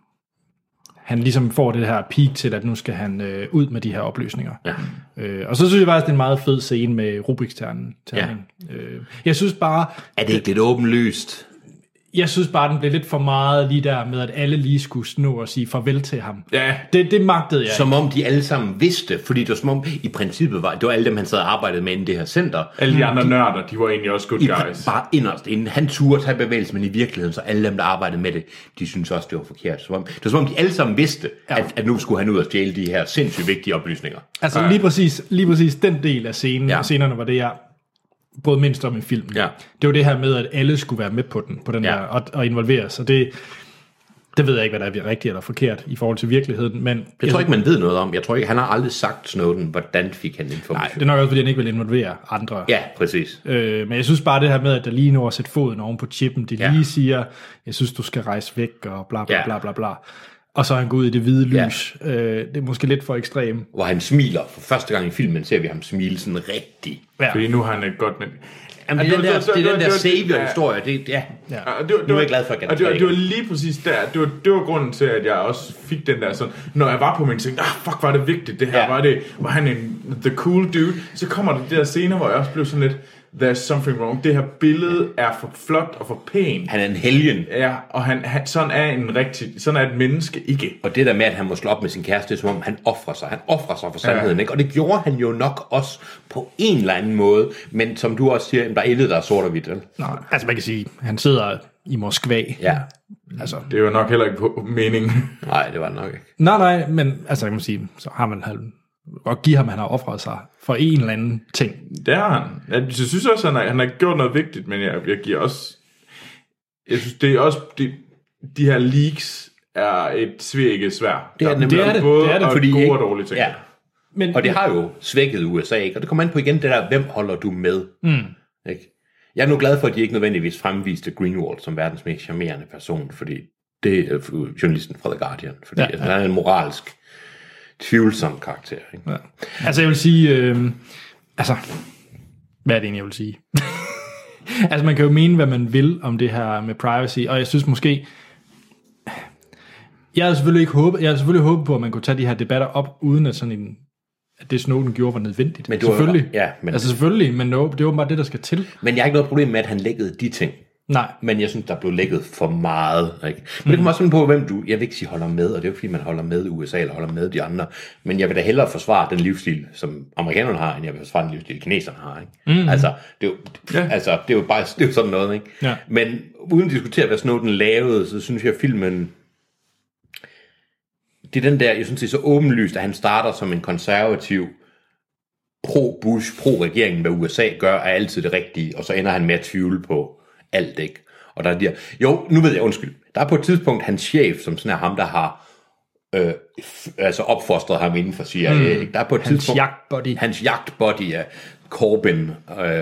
[SPEAKER 1] han ligesom får det her peak til, at nu skal han øh, ud med de her oplysninger.
[SPEAKER 3] Ja.
[SPEAKER 1] Øh, og så synes jeg faktisk, det er en meget fed scene med Rubik's-ternen. terning. Øh, jeg synes bare,
[SPEAKER 3] Er det ikke lidt åbenlyst?
[SPEAKER 1] jeg synes bare, den blev lidt for meget lige der med, at alle lige skulle nå og sige farvel til ham.
[SPEAKER 2] ja,
[SPEAKER 1] Det, det magtede jeg
[SPEAKER 3] Som om de alle sammen vidste, fordi det var som om, i princippet var, det var alle dem, han sad og arbejdede med inde i det her center.
[SPEAKER 2] alle de andre nørder, de var egentlig også good
[SPEAKER 3] I,
[SPEAKER 2] guys.
[SPEAKER 3] bare inderst inden. Han turde tage bevægelse, men i virkeligheden, så alle dem, der arbejdede med det, de synes også, det var forkert. Som om, det var som om, de alle sammen vidste, ja. at, at, nu skulle han ud og stjæle de her sindssygt vigtige oplysninger.
[SPEAKER 1] Altså lige præcis, lige præcis den del af scenen, ja.
[SPEAKER 3] Ja.
[SPEAKER 1] scenerne var det, jeg brød mindst om i filmen.
[SPEAKER 3] Ja.
[SPEAKER 1] Det var det her med, at alle skulle være med på den, på den ja.
[SPEAKER 3] Ja.
[SPEAKER 1] der, og, og involveres. Og det, det ved jeg ikke, hvad der er rigtigt eller forkert i forhold til virkeligheden, men
[SPEAKER 3] Jeg tror ikke, man ved noget om. Jeg tror ikke, han har aldrig sagt Snowden, hvordan fik han
[SPEAKER 1] nej,
[SPEAKER 3] information.
[SPEAKER 1] det er nok også, fordi han ikke vil involvere andre.
[SPEAKER 3] Ja, præcis.
[SPEAKER 1] Øh, men jeg synes bare det her med, at der lige når at sætte foden oven på chippen, det
[SPEAKER 3] Ja.
[SPEAKER 1] lige siger, jeg synes, du skal rejse væk, og bla bla
[SPEAKER 3] Ja.
[SPEAKER 1] bla bla bla. Og så er han gået ud i det hvide
[SPEAKER 3] Ja.
[SPEAKER 1] lys. Øh, det er måske lidt for ekstremt.
[SPEAKER 3] Hvor han smiler. For første gang i filmen ser vi ham smile sådan rigtig.
[SPEAKER 1] Ja.
[SPEAKER 2] Fordi nu har han et godt net.
[SPEAKER 3] Jamen, det er den
[SPEAKER 2] Altså, det
[SPEAKER 3] der,
[SPEAKER 2] var- det
[SPEAKER 3] det er
[SPEAKER 2] var-
[SPEAKER 3] den
[SPEAKER 2] det
[SPEAKER 3] der
[SPEAKER 2] var-
[SPEAKER 3] savior-historie. Det, ja.
[SPEAKER 1] Ja.
[SPEAKER 2] Ja, og det, var- det
[SPEAKER 3] Nu er
[SPEAKER 2] var-
[SPEAKER 3] jeg glad for, at jeg
[SPEAKER 2] og det, var-
[SPEAKER 3] er
[SPEAKER 2] det var lige præcis der, det var, det var grunden til, at jeg også fik den der sådan, når jeg var på min ting, ah, fuck, var det vigtigt, det her,
[SPEAKER 3] Ja.
[SPEAKER 2] var det, var han en the cool dude, så kommer der de der scener, hvor jeg også blev sådan lidt, there's something wrong, det her billede er for flot og for pænt,
[SPEAKER 3] Han er en helgen.
[SPEAKER 2] ja, og han, han, sådan er en rigtig, sådan er et menneske ikke.
[SPEAKER 3] Og det der med, at han må slå op med sin kæreste, det er som om, han offrer sig. Han offrer sig for sandheden, ja. ikke? Og det gjorde han jo nok også på en eller anden måde. Men som du også siger, jamen, der er intet, der er sort og hvidt, vel?
[SPEAKER 1] Nej, altså man kan sige, han sidder i Moskva.
[SPEAKER 3] Ja.
[SPEAKER 1] Altså,
[SPEAKER 2] Det var nok heller ikke på meningen.
[SPEAKER 3] Nej, det var det nok ikke.
[SPEAKER 1] nej, nej, men altså kan man sige, så har man han, og give ham, at han har offret sig for en eller anden ting.
[SPEAKER 2] Det har han. Jeg, jeg synes også, han har, han har gjort noget vigtigt, men jeg, jeg giver også... Jeg synes, det er også... Det, de her leaks er et svækket svær.
[SPEAKER 3] Det er det
[SPEAKER 2] Der-
[SPEAKER 3] nemlig.
[SPEAKER 2] der
[SPEAKER 3] Det er det.
[SPEAKER 2] Både
[SPEAKER 1] Det er det,
[SPEAKER 2] og
[SPEAKER 3] Fordi,
[SPEAKER 2] gode
[SPEAKER 3] ikke?
[SPEAKER 2] og dårlige ting.
[SPEAKER 3] Ja.
[SPEAKER 1] Men,
[SPEAKER 3] Og det har jo svækket USA, ikke? Og det kommer an på igen det der, hvem holder du med? Mm. Ikke? Jeg er nu glad for, at de ikke nødvendigvis fremviste Greenwald som verdens mest charmerende person, fordi det er øh, journalisten fra The Guardian, fordi
[SPEAKER 1] Ja,
[SPEAKER 3] ja, ja. han er en moralsk tvivlsom karakter. Ikke? Ja.
[SPEAKER 1] Altså, jeg vil sige... Øh, altså, hvad er det egentlig, jeg vil sige? altså, man kan jo mene, hvad man vil om det her med privacy, og jeg synes måske... Jeg havde selvfølgelig ikke håbet, jeg havde selvfølgelig håbet på, at man kunne tage de her debatter op, uden at sådan en at det Snowden gjorde var nødvendigt.
[SPEAKER 3] Men du har-
[SPEAKER 1] selvfølgelig.
[SPEAKER 3] ja, men-
[SPEAKER 1] Altså selvfølgelig, men no, det er åbenbart det, der skal til.
[SPEAKER 3] Men jeg har ikke noget problem med, at han lækkede de ting.
[SPEAKER 1] Nej,
[SPEAKER 3] Men jeg synes, der blev lækket for meget. Ikke? Men det kommer også sådan på, hvem du... Jeg vil ikke sige holder med, og det er jo ikke, fordi man holder med USA eller holder med de andre. Men jeg vil da hellere forsvare den livsstil, som amerikanerne har, end jeg vil forsvare den livsstil, kineserne har. Ikke? Mm. Altså, det er jo, ja. altså, det er jo bare det er jo sådan noget. Ikke?
[SPEAKER 1] Ja.
[SPEAKER 3] Men uden at diskutere, hvad Snowden lavede, så synes jeg, at filmen... Det er den der, jeg synes, det er så åbenlyst, at han starter som en konservativ, pro-Bush, pro-regeringen, hvad USA gør, er altid det rigtige, og så ender han med at tvivle på alt, ikke? Og der er de her, jo, nu ved jeg, undskyld, der er på et tidspunkt hans chef, som sådan er ham, der har øh, f- altså opfostret ham inden for CIA, mm. ikke? Der er på et
[SPEAKER 1] Hans
[SPEAKER 3] tidspunkt,
[SPEAKER 1] jagtbuddy.
[SPEAKER 3] Hans jagtbody er Corbyn, øh,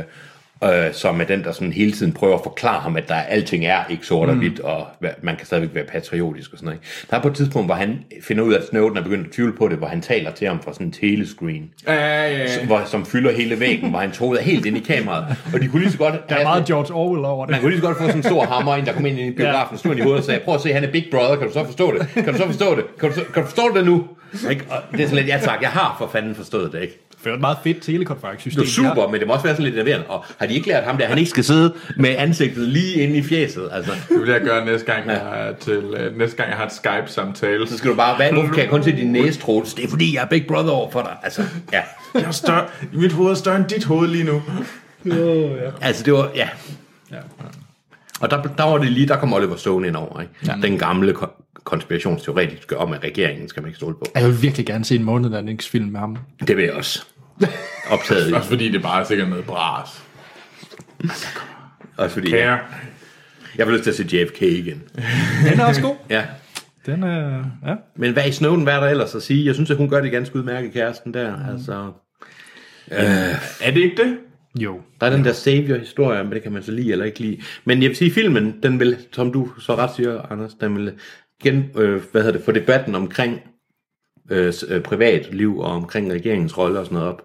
[SPEAKER 3] øh, som er den, der sådan hele tiden prøver at forklare ham, at der er, alting er ikke sort og hvidt, og hva- man kan stadigvæk være patriotisk og sådan noget. Ikke? Der er på et tidspunkt, hvor han finder ud af, at Snowden er begyndt at tvivle på det, hvor han taler til ham fra sådan en telescreen
[SPEAKER 2] Ja, ja, ja.
[SPEAKER 3] som, hvor, som fylder hele væggen, hvor han tog helt ind i kameraet. Og de kunne lige så godt...
[SPEAKER 1] der er meget George Orwell over det.
[SPEAKER 3] man kunne lige så godt få sådan en stor hammer ind, der kom ind i biografen, stod ind i hovedet og sagde, prøv at se, han er Big Brother, kan du så forstå det? Kan du så forstå det? Kan du, så, kan du forstå det nu? Ikke? Og det er sådan lidt, ja tak, jeg har for fanden forstået det, ikke?
[SPEAKER 1] Det er et meget fedt
[SPEAKER 3] Det
[SPEAKER 1] telekonferencesystem.
[SPEAKER 3] er super, men det må også være sådan lidt nerverende. Og har de ikke lært ham det, at han ikke skal sidde med ansigtet lige inde i fjeset? Altså,
[SPEAKER 2] Det vil jeg gøre næste gang, jeg har, til, øh, næste gang, jeg har et Skype-samtale.
[SPEAKER 3] så skal du bare, hvad, hvorfor kan jeg kun se din næse, Troels? Det er fordi, jeg er Big Brother over for dig. Altså, ja.
[SPEAKER 2] Jeg er større, mit hoved er større end dit hoved lige nu.
[SPEAKER 3] Altså, det var, ja. Og der, der var det lige, der kom Oliver Stone ind over, ikke? Ja. Den gamle ko- konspirationsteoretiske om, at regeringen skal man ikke stole på.
[SPEAKER 1] Jeg vil virkelig gerne se en månedlandingsfilm med ham.
[SPEAKER 3] Det vil jeg også optaget i.
[SPEAKER 2] Også fordi det bare er sikkert noget bras.
[SPEAKER 3] Også fordi,
[SPEAKER 2] Ja.
[SPEAKER 3] ja. Jeg vil lyst til at se JFK igen.
[SPEAKER 1] Den er også god.
[SPEAKER 3] Ja.
[SPEAKER 1] Den er, ja.
[SPEAKER 3] Men hvad i Snowden, hvad er der ellers at sige? Jeg synes, at hun gør det ganske udmærket, kæresten der. Altså,
[SPEAKER 2] Er det ikke det?
[SPEAKER 1] Jo.
[SPEAKER 3] der er den der savior-historie, men det kan man så lide eller ikke lide. Men jeg vil sige, filmen, den vil, som du så ret siger, Anders, den vil gen, øh, hvad hedder det, få debatten omkring øh, s- øh, privatliv og omkring regeringens rolle og sådan noget op.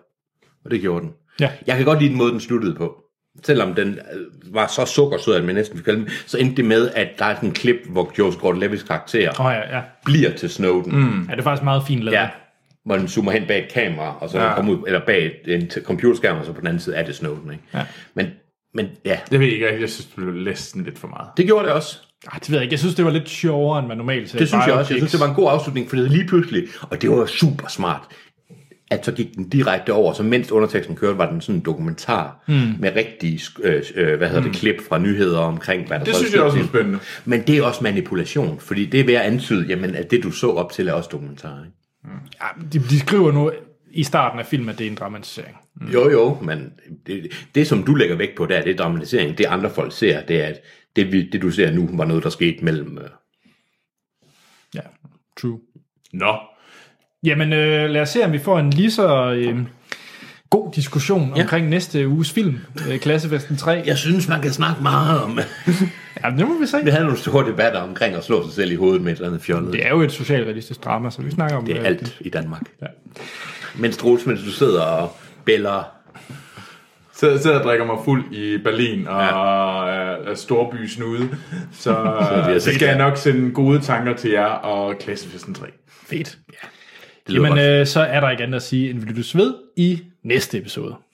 [SPEAKER 3] Og det gjorde den.
[SPEAKER 1] Ja.
[SPEAKER 3] Jeg kan godt lide den måde, den sluttede på. Selvom den øh, var så sukkersød, at man næsten fik kalde den, så endte det med, at der er sådan en klip, hvor Joe Gordon-Levitt's karakter
[SPEAKER 1] Åh oh, ja, ja.
[SPEAKER 3] bliver til Snowden. Mm.
[SPEAKER 1] ja, det er faktisk meget fint lavet.
[SPEAKER 3] Ja, hvor den zoomer hen bag et kamera, og så ja. kommer ud, eller bag et- en t- computerskærm, og så på den anden side er det Snowden. Ikke? Ja. Men, men ja,
[SPEAKER 2] Jeg ved ikke, jeg, jeg synes, det blev næsten lidt for meget.
[SPEAKER 3] det gjorde det også.
[SPEAKER 1] Ej, det ved jeg ikke. Jeg synes, det var lidt sjovere, end man normalt ser. i
[SPEAKER 3] Det synes jeg også.
[SPEAKER 1] biopics.
[SPEAKER 3] Jeg synes, det var en god afslutning, for det lige pludselig, og det var super smart, at så gik den direkte over, så mens underteksten kørte, var den sådan en dokumentar mm. med rigtige, øh, øh, hvad hedder det, klip fra nyheder omkring, hvad der
[SPEAKER 2] Det
[SPEAKER 3] så er
[SPEAKER 2] synes jeg også er
[SPEAKER 3] sket til.
[SPEAKER 2] spændende.
[SPEAKER 3] Men det er også manipulation, fordi det er ved at antyde, jamen, at det du så op til er også dokumentar. Ikke?
[SPEAKER 1] Ja, de, de skriver nu i starten af filmen, at det er en dramatisering.
[SPEAKER 3] Mm. Jo, jo, men det, det, som du lægger vægt på, det er, det er dramatisering. Det andre folk ser, det er, at det, vi- det du ser nu, var noget, der skete mellem... Øh,
[SPEAKER 1] Ja, true.
[SPEAKER 2] Nå.
[SPEAKER 1] Jamen, øh, lad os se, om vi får en lige så øh, god diskussion ja. omkring næste uges film, øh, Klassefesten 3. Ja.
[SPEAKER 3] jeg synes, man kan snakke meget om...
[SPEAKER 1] ja, det må vi se.
[SPEAKER 3] Vi havde nogle store debatter omkring at slå sig selv i hovedet med et eller andet fjollet.
[SPEAKER 1] Det er jo et socialrealistisk drama, så vi snakker om
[SPEAKER 3] Det er
[SPEAKER 1] øh,
[SPEAKER 3] alt i Danmark. Ja. Mens Troels, mens du sidder og bæller...
[SPEAKER 2] Så jeg sidder og drikker mig fuld i Berlin og ja. er storby snude. Så, øh, altså
[SPEAKER 3] det er
[SPEAKER 2] så skal
[SPEAKER 3] sikkert.
[SPEAKER 2] jeg nok sende gode tanker til jer og klassefesten 3.
[SPEAKER 1] Fedt.
[SPEAKER 3] Det lyder
[SPEAKER 1] Jamen,
[SPEAKER 3] godt.
[SPEAKER 1] øh, så er der ikke andet at sige, end vi lyttes ved i næste episode.